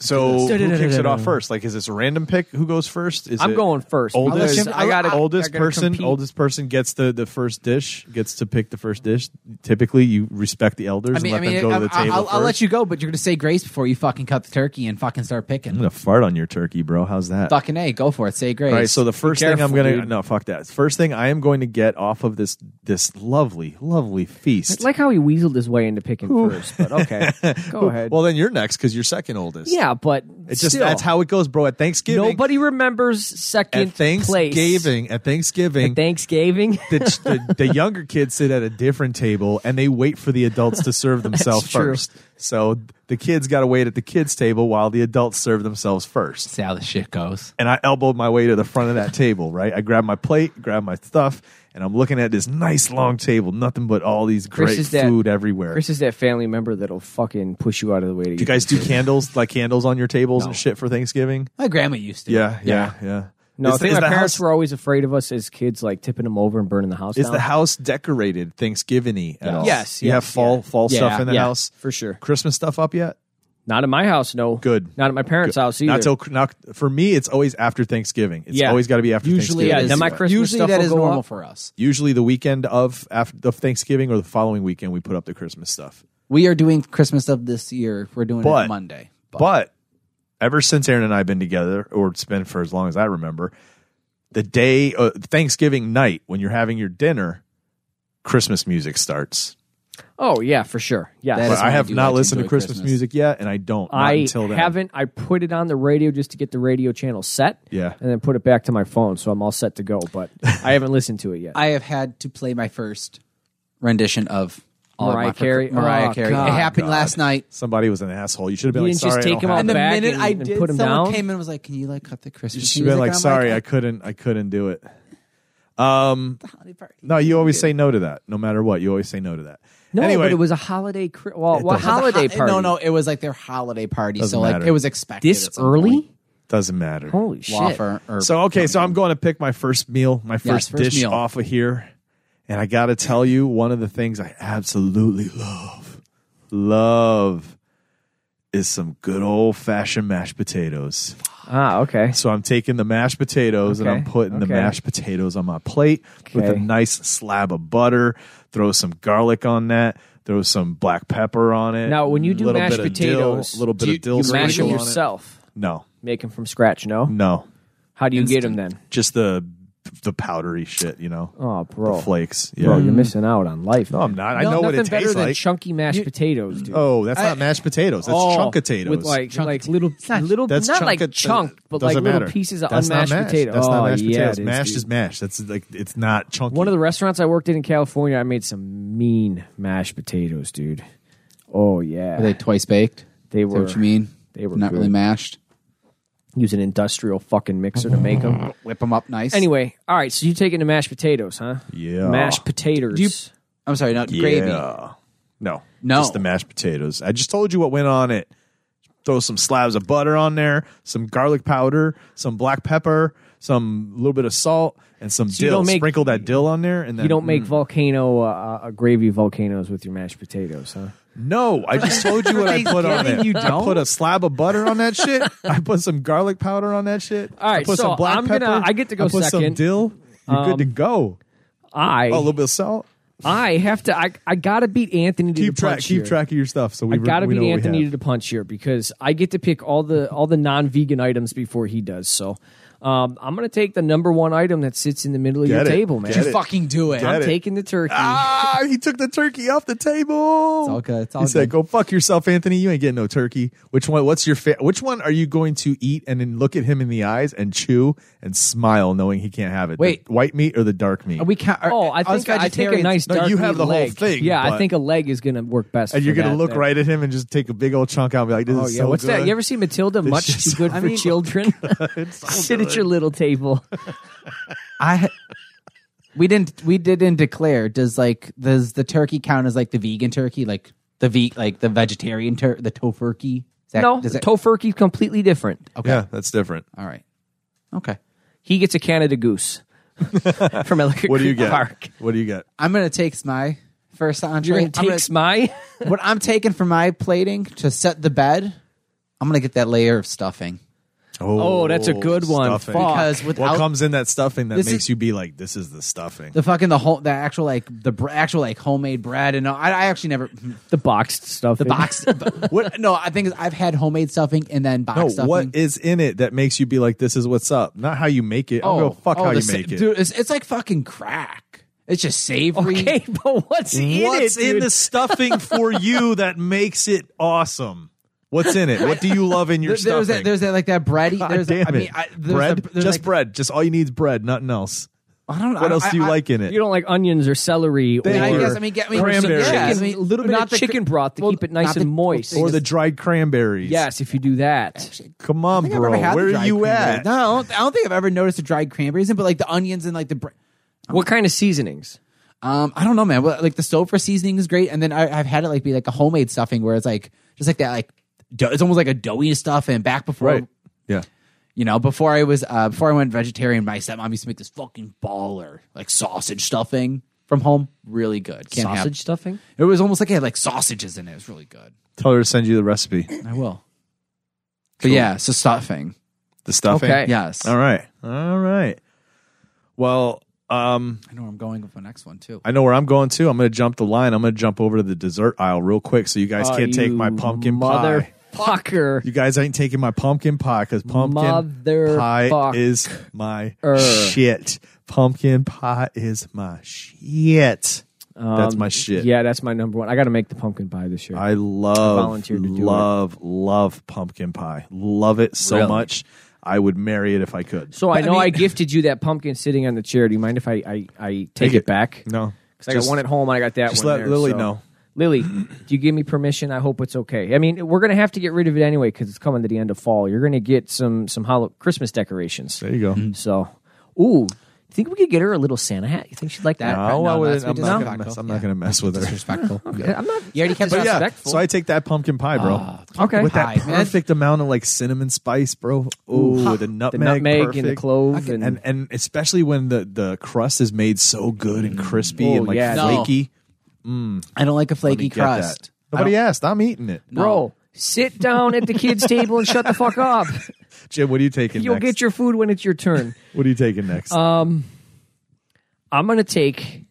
[SPEAKER 2] So who kicks it off first? Like, is this a random pick? Who goes first? Is
[SPEAKER 1] I'm
[SPEAKER 2] it
[SPEAKER 1] going first
[SPEAKER 2] Oldest,
[SPEAKER 1] because I gotta-
[SPEAKER 2] oldest
[SPEAKER 1] I gotta
[SPEAKER 2] person.
[SPEAKER 1] compete.
[SPEAKER 2] Oldest person gets the, the first dish. Gets to pick the first dish. Typically, you respect the elders
[SPEAKER 3] I mean, I
[SPEAKER 2] and let
[SPEAKER 3] mean,
[SPEAKER 2] them go
[SPEAKER 3] I-
[SPEAKER 2] to the table
[SPEAKER 3] I'll,
[SPEAKER 2] 1st
[SPEAKER 3] I'll let you go, but you're gonna say grace before you fucking cut the turkey and fucking start
[SPEAKER 2] I'm
[SPEAKER 3] picking.
[SPEAKER 2] gonna fart on your turkey, bro. How's that?
[SPEAKER 3] Fucking a, go for it. Say grace.
[SPEAKER 2] All Mm. right. So the first thing I'm
[SPEAKER 1] careful,
[SPEAKER 2] gonna
[SPEAKER 1] dude.
[SPEAKER 2] no fuck that. First thing I am going to get off of this this lovely lovely feast.
[SPEAKER 1] I like how he weaseled his way into picking first, but okay, go
[SPEAKER 2] (laughs)
[SPEAKER 1] ahead.
[SPEAKER 2] Well, then you're next because you're second oldest.
[SPEAKER 1] yeah, but
[SPEAKER 2] It's just
[SPEAKER 1] still,
[SPEAKER 2] that's how it goes, bro. At Thanksgiving,
[SPEAKER 1] nobody remembers
[SPEAKER 2] at
[SPEAKER 1] second place.
[SPEAKER 2] Thanksgiving, at Thanksgiving,
[SPEAKER 1] Thanksgiving.
[SPEAKER 2] the, the,
[SPEAKER 1] (laughs)
[SPEAKER 2] the younger kids sit at a different table and they wait for the adults to
[SPEAKER 1] (laughs)
[SPEAKER 2] serve themselves
[SPEAKER 1] true.
[SPEAKER 2] first. So the kids got to wait at the kids' table while the adults serve themselves first.
[SPEAKER 3] See how this shit goes.
[SPEAKER 2] and I elbowed my way to the front of that table, right? I grabbed my plate, grabbed my stuff, and I'm looking at this nice long table, nothing but all these great
[SPEAKER 1] is that-
[SPEAKER 2] food everywhere.
[SPEAKER 1] Chris is that family member that'll fucking push you out of the way. To
[SPEAKER 2] do you guys do candles, like candles on your tables and shit for Thanksgiving?
[SPEAKER 3] My grandma used to.
[SPEAKER 2] Yeah, yeah, yeah.
[SPEAKER 1] No, I
[SPEAKER 2] Is the-
[SPEAKER 1] think
[SPEAKER 2] is
[SPEAKER 1] my
[SPEAKER 2] the
[SPEAKER 1] parents
[SPEAKER 2] house-
[SPEAKER 1] were always afraid of us as kids, like tipping them over and burning the house
[SPEAKER 2] Is
[SPEAKER 1] down.
[SPEAKER 2] the house decorated Thanksgiving-y at all?
[SPEAKER 1] Yes,
[SPEAKER 2] you have
[SPEAKER 1] yes,
[SPEAKER 2] fall fall
[SPEAKER 1] Yeah,
[SPEAKER 2] stuff in the
[SPEAKER 1] yeah,
[SPEAKER 2] house
[SPEAKER 1] for sure.
[SPEAKER 2] Christmas stuff up yet?
[SPEAKER 1] Not at my house, no.
[SPEAKER 2] Good.
[SPEAKER 1] Not at my parents' house either.
[SPEAKER 2] Not till not, for me. It's always after Thanksgiving. It's
[SPEAKER 1] Yeah.
[SPEAKER 2] always got to be after
[SPEAKER 3] Usually,
[SPEAKER 2] Thanksgiving.
[SPEAKER 1] yeah, now my Christmas
[SPEAKER 3] usually
[SPEAKER 1] stuff
[SPEAKER 3] that
[SPEAKER 1] will
[SPEAKER 3] is
[SPEAKER 1] go
[SPEAKER 3] normal
[SPEAKER 1] up.
[SPEAKER 3] for us.
[SPEAKER 2] usually the weekend of after of Thanksgiving or the following weekend we put up the Christmas stuff.
[SPEAKER 3] We are doing Christmas stuff this year. We're doing
[SPEAKER 2] But-
[SPEAKER 3] it Monday.
[SPEAKER 2] But ever since Aaron and I have been together, or it's been for as long as I remember, the day uh, Thanksgiving night when you're having your dinner, Christmas music starts.
[SPEAKER 1] Oh yeah, for sure. Yeah.
[SPEAKER 3] That
[SPEAKER 2] But
[SPEAKER 3] is when
[SPEAKER 2] I
[SPEAKER 3] I
[SPEAKER 2] have
[SPEAKER 3] do
[SPEAKER 2] not
[SPEAKER 3] like to
[SPEAKER 2] listened to
[SPEAKER 3] enjoy
[SPEAKER 2] Christmas,
[SPEAKER 3] Christmas.
[SPEAKER 2] music yet, and I don't. Not
[SPEAKER 1] I
[SPEAKER 2] until then.
[SPEAKER 1] haven't. I put it on the radio just to get the radio channel set.
[SPEAKER 2] Yeah.
[SPEAKER 1] And then put it back to my phone, so I'm all set to go.
[SPEAKER 2] (laughs)
[SPEAKER 1] But I haven't listened to it yet.
[SPEAKER 3] I have had to play my first rendition of All I
[SPEAKER 1] Mariah
[SPEAKER 3] Want for-
[SPEAKER 1] Carey?
[SPEAKER 3] Mariah
[SPEAKER 1] Oh,
[SPEAKER 3] Carey.
[SPEAKER 1] God.
[SPEAKER 3] it happened last night.
[SPEAKER 2] Somebody was an asshole. You should have been
[SPEAKER 1] You
[SPEAKER 2] like,
[SPEAKER 1] didn't just
[SPEAKER 2] sorry,
[SPEAKER 1] take
[SPEAKER 2] I
[SPEAKER 1] him
[SPEAKER 2] don't
[SPEAKER 1] out
[SPEAKER 2] have
[SPEAKER 3] And the
[SPEAKER 2] it."
[SPEAKER 1] back
[SPEAKER 3] minute
[SPEAKER 1] and-
[SPEAKER 3] I
[SPEAKER 1] and
[SPEAKER 3] did,
[SPEAKER 1] put 'em
[SPEAKER 3] someone
[SPEAKER 1] down?
[SPEAKER 3] came in and was like, "Can you like cut the Christmas?"
[SPEAKER 2] You should have been
[SPEAKER 3] music?"
[SPEAKER 2] like,
[SPEAKER 3] I'm
[SPEAKER 2] sorry,
[SPEAKER 3] I-
[SPEAKER 2] I couldn't, I couldn't do it. Um, no, you always say no to that, no matter what. You always say no to that.
[SPEAKER 1] no,
[SPEAKER 2] anyway,
[SPEAKER 1] but it was a holiday. cri- Well, well
[SPEAKER 2] doesn't- (laughs)
[SPEAKER 1] holiday
[SPEAKER 3] Ho-
[SPEAKER 1] party?
[SPEAKER 3] No, no, it was like their holiday party,
[SPEAKER 2] Doesn't
[SPEAKER 3] so like
[SPEAKER 2] matter.
[SPEAKER 3] it was expected
[SPEAKER 1] This
[SPEAKER 3] at some point.
[SPEAKER 1] early?
[SPEAKER 2] doesn't matter.
[SPEAKER 1] Holy shit!
[SPEAKER 3] Wafer or
[SPEAKER 2] So okay, so I'm going to pick my first meal, my first,
[SPEAKER 3] first
[SPEAKER 2] dish
[SPEAKER 3] meal.
[SPEAKER 2] off of here, and I got to tell you, one of the things I absolutely love, love, is some good old fashioned mashed potatoes.
[SPEAKER 1] Ah, okay.
[SPEAKER 2] So I'm taking the mashed potatoes and I'm
[SPEAKER 1] Okay,
[SPEAKER 2] putting the
[SPEAKER 1] okay.
[SPEAKER 2] mashed potatoes on my plate with a
[SPEAKER 1] Okay.
[SPEAKER 2] nice slab of butter. Throw some garlic on that. Throw some black pepper on it.
[SPEAKER 1] Now, when you do
[SPEAKER 2] little
[SPEAKER 1] mashed
[SPEAKER 2] bit of
[SPEAKER 1] potatoes,
[SPEAKER 2] dill, little bit
[SPEAKER 1] do you,
[SPEAKER 2] of dill.
[SPEAKER 1] you mash
[SPEAKER 2] sprinkle
[SPEAKER 1] them
[SPEAKER 2] on it. Mm.
[SPEAKER 1] yourself.
[SPEAKER 2] No,
[SPEAKER 1] Make them from scratch. No.
[SPEAKER 2] no,
[SPEAKER 1] How do you get them then?
[SPEAKER 2] just the the powdery shit. You know,
[SPEAKER 1] Oh,
[SPEAKER 2] the
[SPEAKER 1] bro,
[SPEAKER 2] flakes. Yeah.
[SPEAKER 1] bro, you're missing out on life.
[SPEAKER 2] No, I'm not. I know what
[SPEAKER 1] nothing
[SPEAKER 2] it
[SPEAKER 1] better
[SPEAKER 2] tastes
[SPEAKER 1] than
[SPEAKER 2] like.
[SPEAKER 1] chunky mashed potatoes, dude.
[SPEAKER 2] oh, that's not mashed potatoes. That's
[SPEAKER 1] Oh,
[SPEAKER 2] chunk potatoes.
[SPEAKER 1] with like like little little
[SPEAKER 2] that's
[SPEAKER 1] not
[SPEAKER 2] chunk
[SPEAKER 1] like
[SPEAKER 2] of-
[SPEAKER 1] chunk, but like
[SPEAKER 2] doesn't
[SPEAKER 1] little
[SPEAKER 2] matter.
[SPEAKER 1] pieces of
[SPEAKER 2] That's not
[SPEAKER 1] unmashed
[SPEAKER 2] mashed.
[SPEAKER 1] potato.
[SPEAKER 2] That's
[SPEAKER 1] oh,
[SPEAKER 2] not mashed
[SPEAKER 1] yeah,
[SPEAKER 2] potatoes.
[SPEAKER 1] it is,
[SPEAKER 2] mashed
[SPEAKER 1] dude.
[SPEAKER 2] is mashed. That's like it's not chunky.
[SPEAKER 1] One of the restaurants I worked in in California, I made some mean mashed potatoes, dude. Oh yeah,
[SPEAKER 3] Are they twice baked?
[SPEAKER 1] They
[SPEAKER 3] Is that
[SPEAKER 1] were.
[SPEAKER 3] what you mean?
[SPEAKER 1] They were
[SPEAKER 3] not
[SPEAKER 1] good.
[SPEAKER 3] really mashed.
[SPEAKER 1] use an industrial fucking mixer to make them.
[SPEAKER 2] (laughs)
[SPEAKER 3] Whip them up nice.
[SPEAKER 1] Anyway, all right. So you take into mashed potatoes, huh?
[SPEAKER 2] Yeah.
[SPEAKER 1] mashed potatoes.
[SPEAKER 3] I'm sorry, not
[SPEAKER 2] yeah.
[SPEAKER 3] gravy.
[SPEAKER 2] No,
[SPEAKER 3] No.
[SPEAKER 2] just the mashed potatoes. I just told you what went on it. Throw some slabs of butter on there, some garlic powder, some black pepper, some little bit of salt, and some
[SPEAKER 1] you
[SPEAKER 2] dill.
[SPEAKER 1] don't make-
[SPEAKER 2] Sprinkle that dill on there, and then Mm.
[SPEAKER 1] you don't
[SPEAKER 3] Mm-hmm.
[SPEAKER 1] make volcano uh, uh, gravy volcanoes with your mashed potatoes, huh?
[SPEAKER 2] No, I just told you what I put on it.
[SPEAKER 1] you
[SPEAKER 2] I put a slab of butter on that shit. I put some garlic powder on that shit.
[SPEAKER 1] All right,
[SPEAKER 2] I put
[SPEAKER 1] so
[SPEAKER 2] some black
[SPEAKER 1] I'm
[SPEAKER 2] pepper.
[SPEAKER 1] gonna- I get to go
[SPEAKER 2] I put Some
[SPEAKER 1] second. Um,
[SPEAKER 2] dill. You're good to go.
[SPEAKER 1] I
[SPEAKER 2] Oh, a little bit of salt.
[SPEAKER 1] I have to. I, I gotta beat Anthony to
[SPEAKER 2] Keep
[SPEAKER 1] the
[SPEAKER 2] track.
[SPEAKER 1] punch
[SPEAKER 2] Keep
[SPEAKER 1] here.
[SPEAKER 2] track of your stuff. So we
[SPEAKER 1] I gotta
[SPEAKER 2] we know
[SPEAKER 1] beat
[SPEAKER 2] what
[SPEAKER 1] Anthony
[SPEAKER 2] We
[SPEAKER 1] to
[SPEAKER 2] have.
[SPEAKER 1] the punch here because I get to pick all the all the non vegan items before he does. So um, I'm gonna take the number one item that sits in the middle of
[SPEAKER 2] Get
[SPEAKER 1] your
[SPEAKER 2] it.
[SPEAKER 1] table, man.
[SPEAKER 2] Get
[SPEAKER 3] You
[SPEAKER 2] it.
[SPEAKER 3] fucking do it.
[SPEAKER 2] Get
[SPEAKER 1] I'm
[SPEAKER 2] it.
[SPEAKER 1] taking the turkey.
[SPEAKER 2] Ah, he took the turkey off the table.
[SPEAKER 3] all good. It's all
[SPEAKER 2] he said, "Go
[SPEAKER 3] good.
[SPEAKER 2] fuck yourself, Anthony. You ain't getting no turkey. Which one? What's your fa- Which one are you going to eat and then look at him in the eyes and chew and smile, knowing he can't have it?
[SPEAKER 3] Wait.
[SPEAKER 2] the white meat or the dark meat?
[SPEAKER 3] Are we count.
[SPEAKER 1] Oh, I think I think a nice
[SPEAKER 2] No,
[SPEAKER 1] dark
[SPEAKER 2] you have
[SPEAKER 1] meat
[SPEAKER 2] the whole
[SPEAKER 1] leg.
[SPEAKER 2] thing,
[SPEAKER 1] Yeah,
[SPEAKER 2] but-
[SPEAKER 1] I think a leg is gonna work best.
[SPEAKER 2] and
[SPEAKER 1] for
[SPEAKER 2] you're gonna
[SPEAKER 1] that,
[SPEAKER 2] look
[SPEAKER 1] that-
[SPEAKER 2] right at him and just take a big old chunk out and be like, "This
[SPEAKER 1] Oh
[SPEAKER 2] is
[SPEAKER 1] yeah,
[SPEAKER 2] so
[SPEAKER 1] what's
[SPEAKER 2] good.
[SPEAKER 1] that? You ever see Matilda? Much
[SPEAKER 2] shit's (laughs)
[SPEAKER 1] too good
[SPEAKER 3] I
[SPEAKER 1] for
[SPEAKER 3] mean-
[SPEAKER 1] children. (laughs) Sit at your little table.
[SPEAKER 3] I we didn't we didn't declare. Does like does the turkey count as like the vegan turkey, like the ve like the vegetarian tur the tofurkey? Is that-
[SPEAKER 1] no,
[SPEAKER 3] does that-
[SPEAKER 1] tofurkey's completely different.
[SPEAKER 2] Yeah, that's different.
[SPEAKER 3] all right, okay.
[SPEAKER 1] He gets a Canada goose
[SPEAKER 2] (laughs)
[SPEAKER 1] (laughs) from Ellicott
[SPEAKER 2] What do you
[SPEAKER 1] Creek
[SPEAKER 2] get?
[SPEAKER 1] Park.
[SPEAKER 2] What do you get?
[SPEAKER 3] I'm gonna take my first entree.
[SPEAKER 1] You're gonna
[SPEAKER 3] I'm gonna-
[SPEAKER 1] take my.
[SPEAKER 3] what I'm taking for my plating to set the bed. I'm gonna get that layer of stuffing.
[SPEAKER 1] Oh, that's a good one.
[SPEAKER 2] stuffing.
[SPEAKER 1] Fuck.
[SPEAKER 3] Because without-
[SPEAKER 2] what comes in that stuffing that
[SPEAKER 3] This
[SPEAKER 2] makes
[SPEAKER 3] is-
[SPEAKER 2] you be like, "This is the stuffing."
[SPEAKER 3] The fucking the whole the actual like the br- actual like homemade bread and all, I, I actually never
[SPEAKER 1] The boxed stuff.
[SPEAKER 3] the box. (laughs) what, no, I think I've had homemade stuffing and then box
[SPEAKER 2] no,
[SPEAKER 3] stuffing.
[SPEAKER 2] what is in it that makes you be like, "This is what's up"? Not how you make it. I don't give a fuck
[SPEAKER 3] oh,
[SPEAKER 2] how
[SPEAKER 3] the
[SPEAKER 2] you
[SPEAKER 3] sa-
[SPEAKER 2] make it.
[SPEAKER 3] dude. It's, it's like fucking crack. It's just savory.
[SPEAKER 1] (laughs) Okay, but what's in
[SPEAKER 2] What's
[SPEAKER 1] it? dude?
[SPEAKER 2] in the stuffing for
[SPEAKER 3] (laughs)
[SPEAKER 2] you that makes it awesome? What's in it? What do you love in your
[SPEAKER 3] There- there's
[SPEAKER 2] stuffing?
[SPEAKER 3] that. There's that like that bready.
[SPEAKER 2] God
[SPEAKER 3] there's
[SPEAKER 2] damn
[SPEAKER 3] I mean,
[SPEAKER 2] it.
[SPEAKER 3] I, there's
[SPEAKER 2] bread,
[SPEAKER 3] the- there's
[SPEAKER 2] just
[SPEAKER 3] like-
[SPEAKER 2] bread. Just all you need is bread, nothing else.
[SPEAKER 3] I don't know.
[SPEAKER 2] What else do you
[SPEAKER 3] I- I-
[SPEAKER 2] like in it?
[SPEAKER 1] You don't like onions or celery
[SPEAKER 2] Then
[SPEAKER 1] or
[SPEAKER 3] I guess I mean, get, I mean
[SPEAKER 2] Cranberry.
[SPEAKER 3] some
[SPEAKER 2] Yeah,
[SPEAKER 3] chicken,
[SPEAKER 2] I
[SPEAKER 1] mean, a little bit
[SPEAKER 3] not
[SPEAKER 1] of
[SPEAKER 3] the cr-
[SPEAKER 1] chicken broth to
[SPEAKER 3] well,
[SPEAKER 1] keep it nice
[SPEAKER 3] not the-
[SPEAKER 1] and moist.
[SPEAKER 2] or the dried cranberries.
[SPEAKER 1] yes, if you do that.
[SPEAKER 2] Come on,
[SPEAKER 3] I've
[SPEAKER 2] bro.
[SPEAKER 3] never had the
[SPEAKER 2] Where are
[SPEAKER 3] dried
[SPEAKER 2] you
[SPEAKER 3] cranberry.
[SPEAKER 2] at?
[SPEAKER 3] No, I don't, I don't think I've ever noticed a dried cranberries in, but like the onions and like the. Bre-
[SPEAKER 1] What kind of seasonings?
[SPEAKER 3] um, I don't know, man. Well, Like the stove for seasoning is great, and then I, I've had it like be like a homemade stuffing where it's like just like that, like dough, it's almost like a doughy stuff. And back before
[SPEAKER 2] Right. Yeah.
[SPEAKER 3] You know, before I was uh, before I went vegetarian, my stepmom used to make this fucking baller like sausage stuffing from from home, really good. Can't have-
[SPEAKER 1] Sausage stuffing?
[SPEAKER 3] It was almost like it had like sausages in it. It was really good.
[SPEAKER 2] Tell her to send you the recipe.
[SPEAKER 3] I will. But yeah, so stuffing.
[SPEAKER 2] The stuffing.
[SPEAKER 1] Okay.
[SPEAKER 3] Yes.
[SPEAKER 2] All right. All right. Well, um,
[SPEAKER 3] I know where I'm going with the next one too.
[SPEAKER 2] I know where I'm going to. I'm going to jump the line. I'm going to jump over to the dessert aisle real quick so you guys
[SPEAKER 1] Oh,
[SPEAKER 2] can't take my
[SPEAKER 1] you
[SPEAKER 2] pumpkin pie.
[SPEAKER 1] Motherfucker.
[SPEAKER 2] You guys ain't taking my pumpkin pie because pumpkin pie
[SPEAKER 1] Motherfucker. Er.
[SPEAKER 2] is my shit. Pumpkin pie is my shit. That's my shit.
[SPEAKER 1] Um, Yeah, that's my number one. I got to make the pumpkin pie this year.
[SPEAKER 2] I love,
[SPEAKER 1] volunteered to do it.
[SPEAKER 2] love, love pumpkin pie. Love it so
[SPEAKER 1] Really?
[SPEAKER 2] much. I would marry it if I could.
[SPEAKER 1] so I know I,
[SPEAKER 3] mean-
[SPEAKER 1] gifted you that pumpkin sitting on the chair. Do you mind if I I, I take,
[SPEAKER 2] Take
[SPEAKER 1] it,
[SPEAKER 2] it.
[SPEAKER 1] back?
[SPEAKER 2] No,
[SPEAKER 1] Because I got one at home. and I got that
[SPEAKER 2] just
[SPEAKER 1] one.
[SPEAKER 2] let
[SPEAKER 1] there,
[SPEAKER 2] Lily
[SPEAKER 1] so-
[SPEAKER 2] know.
[SPEAKER 1] Lily, do you give me permission? I hope it's okay. I mean, we're gonna have to get rid of it anyway because it's coming to the end of fall. You're gonna get some some hollow Christmas decorations.
[SPEAKER 2] There you go.
[SPEAKER 1] So, ooh, think we could get her a little Santa hat? You think she'd like that?
[SPEAKER 3] No,
[SPEAKER 2] No, I wouldn't- I'm
[SPEAKER 3] that's what we
[SPEAKER 2] not
[SPEAKER 3] just
[SPEAKER 2] gonna
[SPEAKER 3] got.
[SPEAKER 2] mess- I'm
[SPEAKER 3] Yeah.
[SPEAKER 2] not gonna mess with her.
[SPEAKER 3] Disrespectful.
[SPEAKER 1] I'm not.
[SPEAKER 3] You already kept
[SPEAKER 2] But yeah,
[SPEAKER 1] disrespectful. Ah,
[SPEAKER 2] so I take that pumpkin pie, bro.
[SPEAKER 1] okay.
[SPEAKER 2] With that
[SPEAKER 3] pie, man.
[SPEAKER 2] perfect amount of like cinnamon spice, bro. Ooh, the nutmeg,
[SPEAKER 1] the nutmeg and the
[SPEAKER 2] perfect.
[SPEAKER 1] clove and,
[SPEAKER 2] and and especially when the the crust is made so good and crispy
[SPEAKER 1] Oh,
[SPEAKER 2] and like
[SPEAKER 1] yeah.
[SPEAKER 3] No.
[SPEAKER 2] flaky.
[SPEAKER 3] I don't like
[SPEAKER 2] Let
[SPEAKER 3] a
[SPEAKER 2] me
[SPEAKER 3] flaky
[SPEAKER 2] get that.
[SPEAKER 3] crust.
[SPEAKER 2] Nobody asked. I'm eating it.
[SPEAKER 1] bro. Sit down at
[SPEAKER 2] (laughs)
[SPEAKER 1] the kids' table and shut the fuck up.
[SPEAKER 2] Jim, what are you taking?
[SPEAKER 1] You'll
[SPEAKER 2] next?
[SPEAKER 1] get your food when it's your Uh, turn.
[SPEAKER 2] What are you taking next?
[SPEAKER 1] I'm gonna take.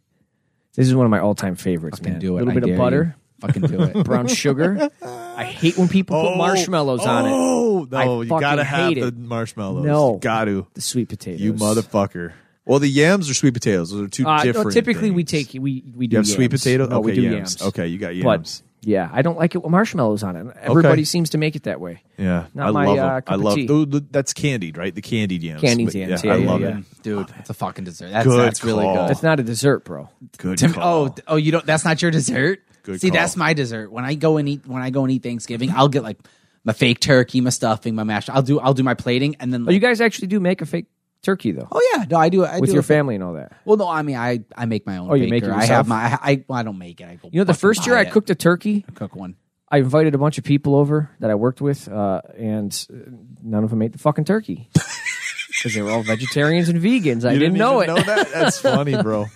[SPEAKER 1] This is one of my all-time favorites, man.
[SPEAKER 3] do it.
[SPEAKER 1] A little
[SPEAKER 3] I
[SPEAKER 1] bit
[SPEAKER 3] dare
[SPEAKER 1] of
[SPEAKER 3] you.
[SPEAKER 1] butter,
[SPEAKER 3] Fucking do it.
[SPEAKER 1] brown sugar. I hate when people put marshmallows on it.
[SPEAKER 2] Oh
[SPEAKER 1] I
[SPEAKER 2] no, you
[SPEAKER 1] fucking
[SPEAKER 2] gotta have
[SPEAKER 1] hate
[SPEAKER 2] the
[SPEAKER 1] it.
[SPEAKER 2] marshmallows.
[SPEAKER 1] No.
[SPEAKER 2] got to.
[SPEAKER 1] The sweet potatoes.
[SPEAKER 2] You motherfucker. Well, the yams are sweet potatoes. Those are two
[SPEAKER 1] Uh, no,
[SPEAKER 2] different.
[SPEAKER 1] typically, we
[SPEAKER 2] things.
[SPEAKER 1] take we we do
[SPEAKER 2] You have sweet
[SPEAKER 1] yams.
[SPEAKER 2] potato.
[SPEAKER 1] No,
[SPEAKER 2] okay,
[SPEAKER 1] we do
[SPEAKER 2] yams.
[SPEAKER 1] yams.
[SPEAKER 2] Okay, you got
[SPEAKER 1] but
[SPEAKER 2] yams.
[SPEAKER 1] yeah, I don't like it with marshmallows on it. Everybody seems to make it that way.
[SPEAKER 2] yeah,
[SPEAKER 1] not
[SPEAKER 2] I
[SPEAKER 1] my,
[SPEAKER 2] love
[SPEAKER 1] uh,
[SPEAKER 2] 'em.
[SPEAKER 1] cup
[SPEAKER 2] I
[SPEAKER 1] of
[SPEAKER 2] love
[SPEAKER 1] tea.
[SPEAKER 2] Ooh, th- that's candied, right? The candied yams.
[SPEAKER 1] Candied
[SPEAKER 2] But,
[SPEAKER 1] yams,
[SPEAKER 2] I
[SPEAKER 1] yeah,
[SPEAKER 2] love
[SPEAKER 1] yeah,
[SPEAKER 2] it.
[SPEAKER 1] yeah.
[SPEAKER 3] Dude, it's a fucking dessert. That's,
[SPEAKER 2] Good
[SPEAKER 3] that's really
[SPEAKER 2] call.
[SPEAKER 3] good.
[SPEAKER 1] That's not a dessert, bro.
[SPEAKER 2] Good
[SPEAKER 3] Tim-
[SPEAKER 2] call.
[SPEAKER 3] oh, th- oh, you don't. That's not your dessert.
[SPEAKER 2] Good
[SPEAKER 3] See,
[SPEAKER 2] call.
[SPEAKER 3] that's my dessert. When I go and eat, when I go and eat Thanksgiving, I'll get like my fake turkey, my stuffing, my mashed. I'll do, I'll do my plating, and then.
[SPEAKER 1] Oh,
[SPEAKER 3] Like,
[SPEAKER 1] you guys actually do make a fake turkey though,
[SPEAKER 3] oh yeah, no, I do. I
[SPEAKER 1] with
[SPEAKER 3] do
[SPEAKER 1] your
[SPEAKER 3] a fake-
[SPEAKER 1] family and all that.
[SPEAKER 3] Well, no, I mean, I, I make my own.
[SPEAKER 1] Oh, you
[SPEAKER 3] baker.
[SPEAKER 1] make it
[SPEAKER 3] I
[SPEAKER 1] yourself?
[SPEAKER 3] have my. I, I, well, I don't make it. I go.
[SPEAKER 1] You know, the
[SPEAKER 3] fucking
[SPEAKER 1] first year
[SPEAKER 3] buy
[SPEAKER 1] I
[SPEAKER 3] it.
[SPEAKER 1] cooked a turkey,
[SPEAKER 3] cook one.
[SPEAKER 1] I invited a bunch of people over that I worked with, uh, and uh, none of them ate the
[SPEAKER 2] (laughs)
[SPEAKER 1] fucking turkey because they were all vegetarians and vegans. I
[SPEAKER 2] You
[SPEAKER 1] didn't, know it.
[SPEAKER 2] even know that?
[SPEAKER 1] (laughs)
[SPEAKER 2] That's funny, bro.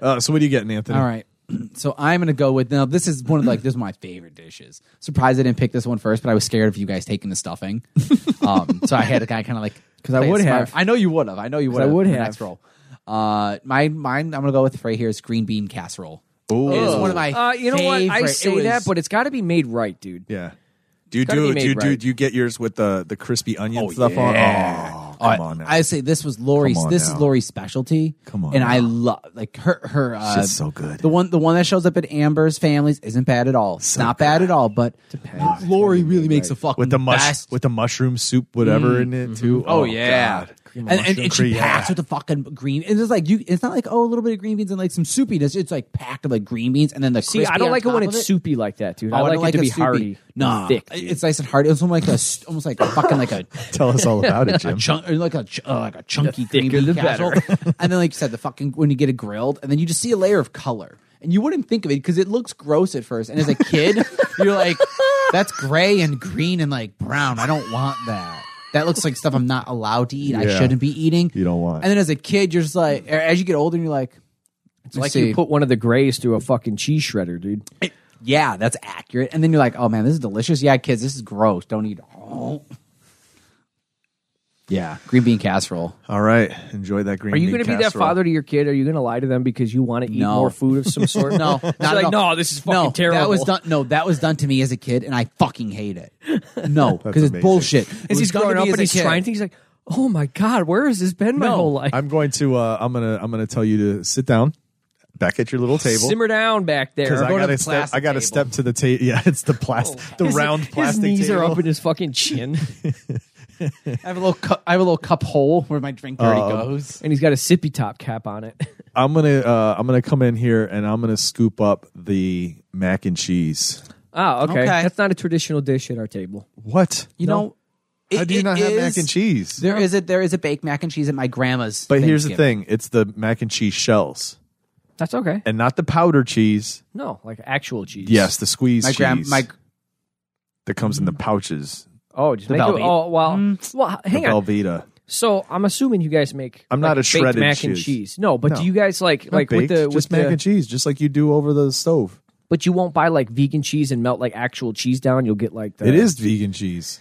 [SPEAKER 2] Uh, so what are you getting, Anthony?
[SPEAKER 3] All right. (clears throat) So I'm gonna go with now. This is one of like this is my favorite dishes. Surprised I didn't pick this one first, but I was scared of you guys taking
[SPEAKER 2] (laughs)
[SPEAKER 3] the stuffing. um, so I had to kind of like because
[SPEAKER 1] I would have.
[SPEAKER 3] I know you would have. I know you would.
[SPEAKER 1] I
[SPEAKER 3] have
[SPEAKER 1] would
[SPEAKER 3] for the
[SPEAKER 1] have.
[SPEAKER 3] Next roll. Uh, my mine. I'm gonna go with right here is green bean casserole.
[SPEAKER 2] Ooh.
[SPEAKER 3] It is one of my.
[SPEAKER 1] Uh, you know what? I
[SPEAKER 3] favorite-
[SPEAKER 1] say
[SPEAKER 3] it was- (laughs)
[SPEAKER 1] that, but it's got to be made right, dude.
[SPEAKER 2] Yeah. Do you
[SPEAKER 1] gotta be
[SPEAKER 2] do? Do
[SPEAKER 1] made
[SPEAKER 2] you do?
[SPEAKER 1] right.
[SPEAKER 2] Do you get yours with the the crispy onion stuff on? Oh,
[SPEAKER 3] Oh,
[SPEAKER 2] come on now.
[SPEAKER 3] I say this was Lori's.
[SPEAKER 2] Come on
[SPEAKER 3] This
[SPEAKER 2] now.
[SPEAKER 3] is Lori's specialty.
[SPEAKER 2] Come on
[SPEAKER 3] and I
[SPEAKER 2] now.
[SPEAKER 3] love like her. Her uh,
[SPEAKER 2] Shit's so good.
[SPEAKER 3] The one, the one that shows up at Amber's family's isn't bad at all. It's not bad at all, but Lori really makes a fucking
[SPEAKER 2] with the mush
[SPEAKER 3] best-
[SPEAKER 2] with the mushroom soup, whatever
[SPEAKER 1] Mm-hmm.
[SPEAKER 2] in it too.
[SPEAKER 3] Oh, yeah,
[SPEAKER 2] God.
[SPEAKER 3] and, and, and she
[SPEAKER 2] cream.
[SPEAKER 3] packs with the fucking green. It's just like you. It's not like oh a little bit of green beans and like some soupiness. It's like packed with like green beans and then the.
[SPEAKER 1] See, I
[SPEAKER 3] crispy
[SPEAKER 1] don't
[SPEAKER 3] on
[SPEAKER 1] like it when
[SPEAKER 3] top of
[SPEAKER 1] it's soupy like that, dude. I
[SPEAKER 3] Oh,
[SPEAKER 1] like
[SPEAKER 3] don't
[SPEAKER 1] it to be
[SPEAKER 3] soupy.
[SPEAKER 1] hearty,
[SPEAKER 3] Nah,
[SPEAKER 1] thick.
[SPEAKER 3] it's nice and hearty. It's almost like a s- almost like a fucking like a
[SPEAKER 2] Tell us all about
[SPEAKER 1] (laughs)
[SPEAKER 2] it,
[SPEAKER 3] a
[SPEAKER 2] Jim.
[SPEAKER 3] chunk, or like a ch- uh, like a chunky green
[SPEAKER 1] thicker,
[SPEAKER 3] bean
[SPEAKER 1] the
[SPEAKER 3] casserole.
[SPEAKER 1] (laughs)
[SPEAKER 3] and then, like you said, the fucking when you get it grilled, and then you just see a layer of color, and you wouldn't think of it because it looks gross at first. And as a
[SPEAKER 1] (laughs)
[SPEAKER 3] kid, you're like, "That's gray and green and like brown. I don't want that. That looks like stuff I'm not allowed to eat. I
[SPEAKER 2] Yeah.
[SPEAKER 3] shouldn't be eating.
[SPEAKER 2] You don't want.
[SPEAKER 3] And then as a kid, you're just like, or as you get older, you're like,
[SPEAKER 1] It's like
[SPEAKER 3] see.
[SPEAKER 1] you put one of the grays through a fucking cheese shredder, dude.
[SPEAKER 3] "Yeah, that's accurate." And then you're like, "Oh man, this is delicious. Yeah, kids, this is gross. Don't eat." it." Oh.
[SPEAKER 1] (laughs)
[SPEAKER 3] Yeah, green bean casserole.
[SPEAKER 2] All right, enjoy that green.
[SPEAKER 1] Are you
[SPEAKER 2] bean
[SPEAKER 1] going to be that
[SPEAKER 2] casserole.
[SPEAKER 1] father to your kid? Are you going to lie to them because you want to eat
[SPEAKER 3] No.
[SPEAKER 1] more food of
[SPEAKER 3] (laughs)
[SPEAKER 1] some sort?
[SPEAKER 3] No,
[SPEAKER 1] It's
[SPEAKER 3] not at
[SPEAKER 1] like,
[SPEAKER 3] all.
[SPEAKER 1] no, this is fucking
[SPEAKER 3] no,
[SPEAKER 1] terrible.
[SPEAKER 3] That was done. No, that was done to me as a kid, and I fucking hate it.
[SPEAKER 2] (laughs)
[SPEAKER 3] No, because it's
[SPEAKER 2] amazing.
[SPEAKER 3] bullshit. It
[SPEAKER 1] As
[SPEAKER 3] was
[SPEAKER 1] he's
[SPEAKER 3] done to
[SPEAKER 1] growing
[SPEAKER 3] me
[SPEAKER 1] up
[SPEAKER 3] as
[SPEAKER 1] and
[SPEAKER 3] a
[SPEAKER 1] he's
[SPEAKER 3] kid.
[SPEAKER 1] trying things, he's like, oh my god, where has this been my
[SPEAKER 3] No,
[SPEAKER 1] whole
[SPEAKER 2] (laughs)
[SPEAKER 1] life?
[SPEAKER 2] I'm going to. Uh, I'm gonna. I'm gonna tell you to sit down, back at your little table.
[SPEAKER 1] Simmer down back there.
[SPEAKER 2] Because I
[SPEAKER 3] Go to
[SPEAKER 2] gotta
[SPEAKER 3] the
[SPEAKER 2] step. I
[SPEAKER 3] plastic
[SPEAKER 2] gotta
[SPEAKER 3] table.
[SPEAKER 2] step to the table. (laughs) Yeah, it's the plastic. The
[SPEAKER 1] Oh. His-
[SPEAKER 2] round plastic.
[SPEAKER 1] His knees
[SPEAKER 2] table.
[SPEAKER 1] are up in his fucking chin,
[SPEAKER 3] I have a little. Cu- I have a little cup hole where my drink already
[SPEAKER 2] Um,
[SPEAKER 3] goes.
[SPEAKER 1] and he's got a sippy top cap on it. (laughs)
[SPEAKER 2] I'm gonna. Uh, I'm gonna come in here and I'm gonna scoop up the mac and cheese.
[SPEAKER 1] Oh, okay.
[SPEAKER 3] Okay.
[SPEAKER 1] That's not a traditional dish at our table.
[SPEAKER 2] What?
[SPEAKER 3] You know, it,
[SPEAKER 2] How do you
[SPEAKER 3] it
[SPEAKER 2] not have mac
[SPEAKER 3] is-
[SPEAKER 2] and cheese?
[SPEAKER 3] There is a there is a baked mac and cheese at my grandma's.
[SPEAKER 2] but here's the
[SPEAKER 3] Thanksgiving.
[SPEAKER 2] thing: it's the mac and cheese shells,
[SPEAKER 1] That's okay.
[SPEAKER 2] and not the powder cheese.
[SPEAKER 1] No, like actual cheese.
[SPEAKER 2] Yes, the squeeze
[SPEAKER 3] My
[SPEAKER 2] cheese
[SPEAKER 3] grand my
[SPEAKER 2] that comes in the pouches.
[SPEAKER 1] Oh, just make it.
[SPEAKER 3] Velveeta.
[SPEAKER 1] Oh, well, well,
[SPEAKER 3] Mm.
[SPEAKER 2] The
[SPEAKER 1] hang on.
[SPEAKER 2] Velveeta.
[SPEAKER 1] So I'm assuming you guys make.
[SPEAKER 2] I'm not
[SPEAKER 1] like,
[SPEAKER 2] a
[SPEAKER 1] baked
[SPEAKER 2] shredded
[SPEAKER 1] mac and
[SPEAKER 2] cheese.
[SPEAKER 1] cheese. No, but
[SPEAKER 2] No.
[SPEAKER 1] do you guys like like with
[SPEAKER 2] baked,
[SPEAKER 1] the with
[SPEAKER 2] just mac
[SPEAKER 1] the,
[SPEAKER 2] and cheese, just like you do over the stove.
[SPEAKER 1] But you won't buy like vegan cheese and melt like actual cheese down. You'll get like the
[SPEAKER 2] It is vegan cheese.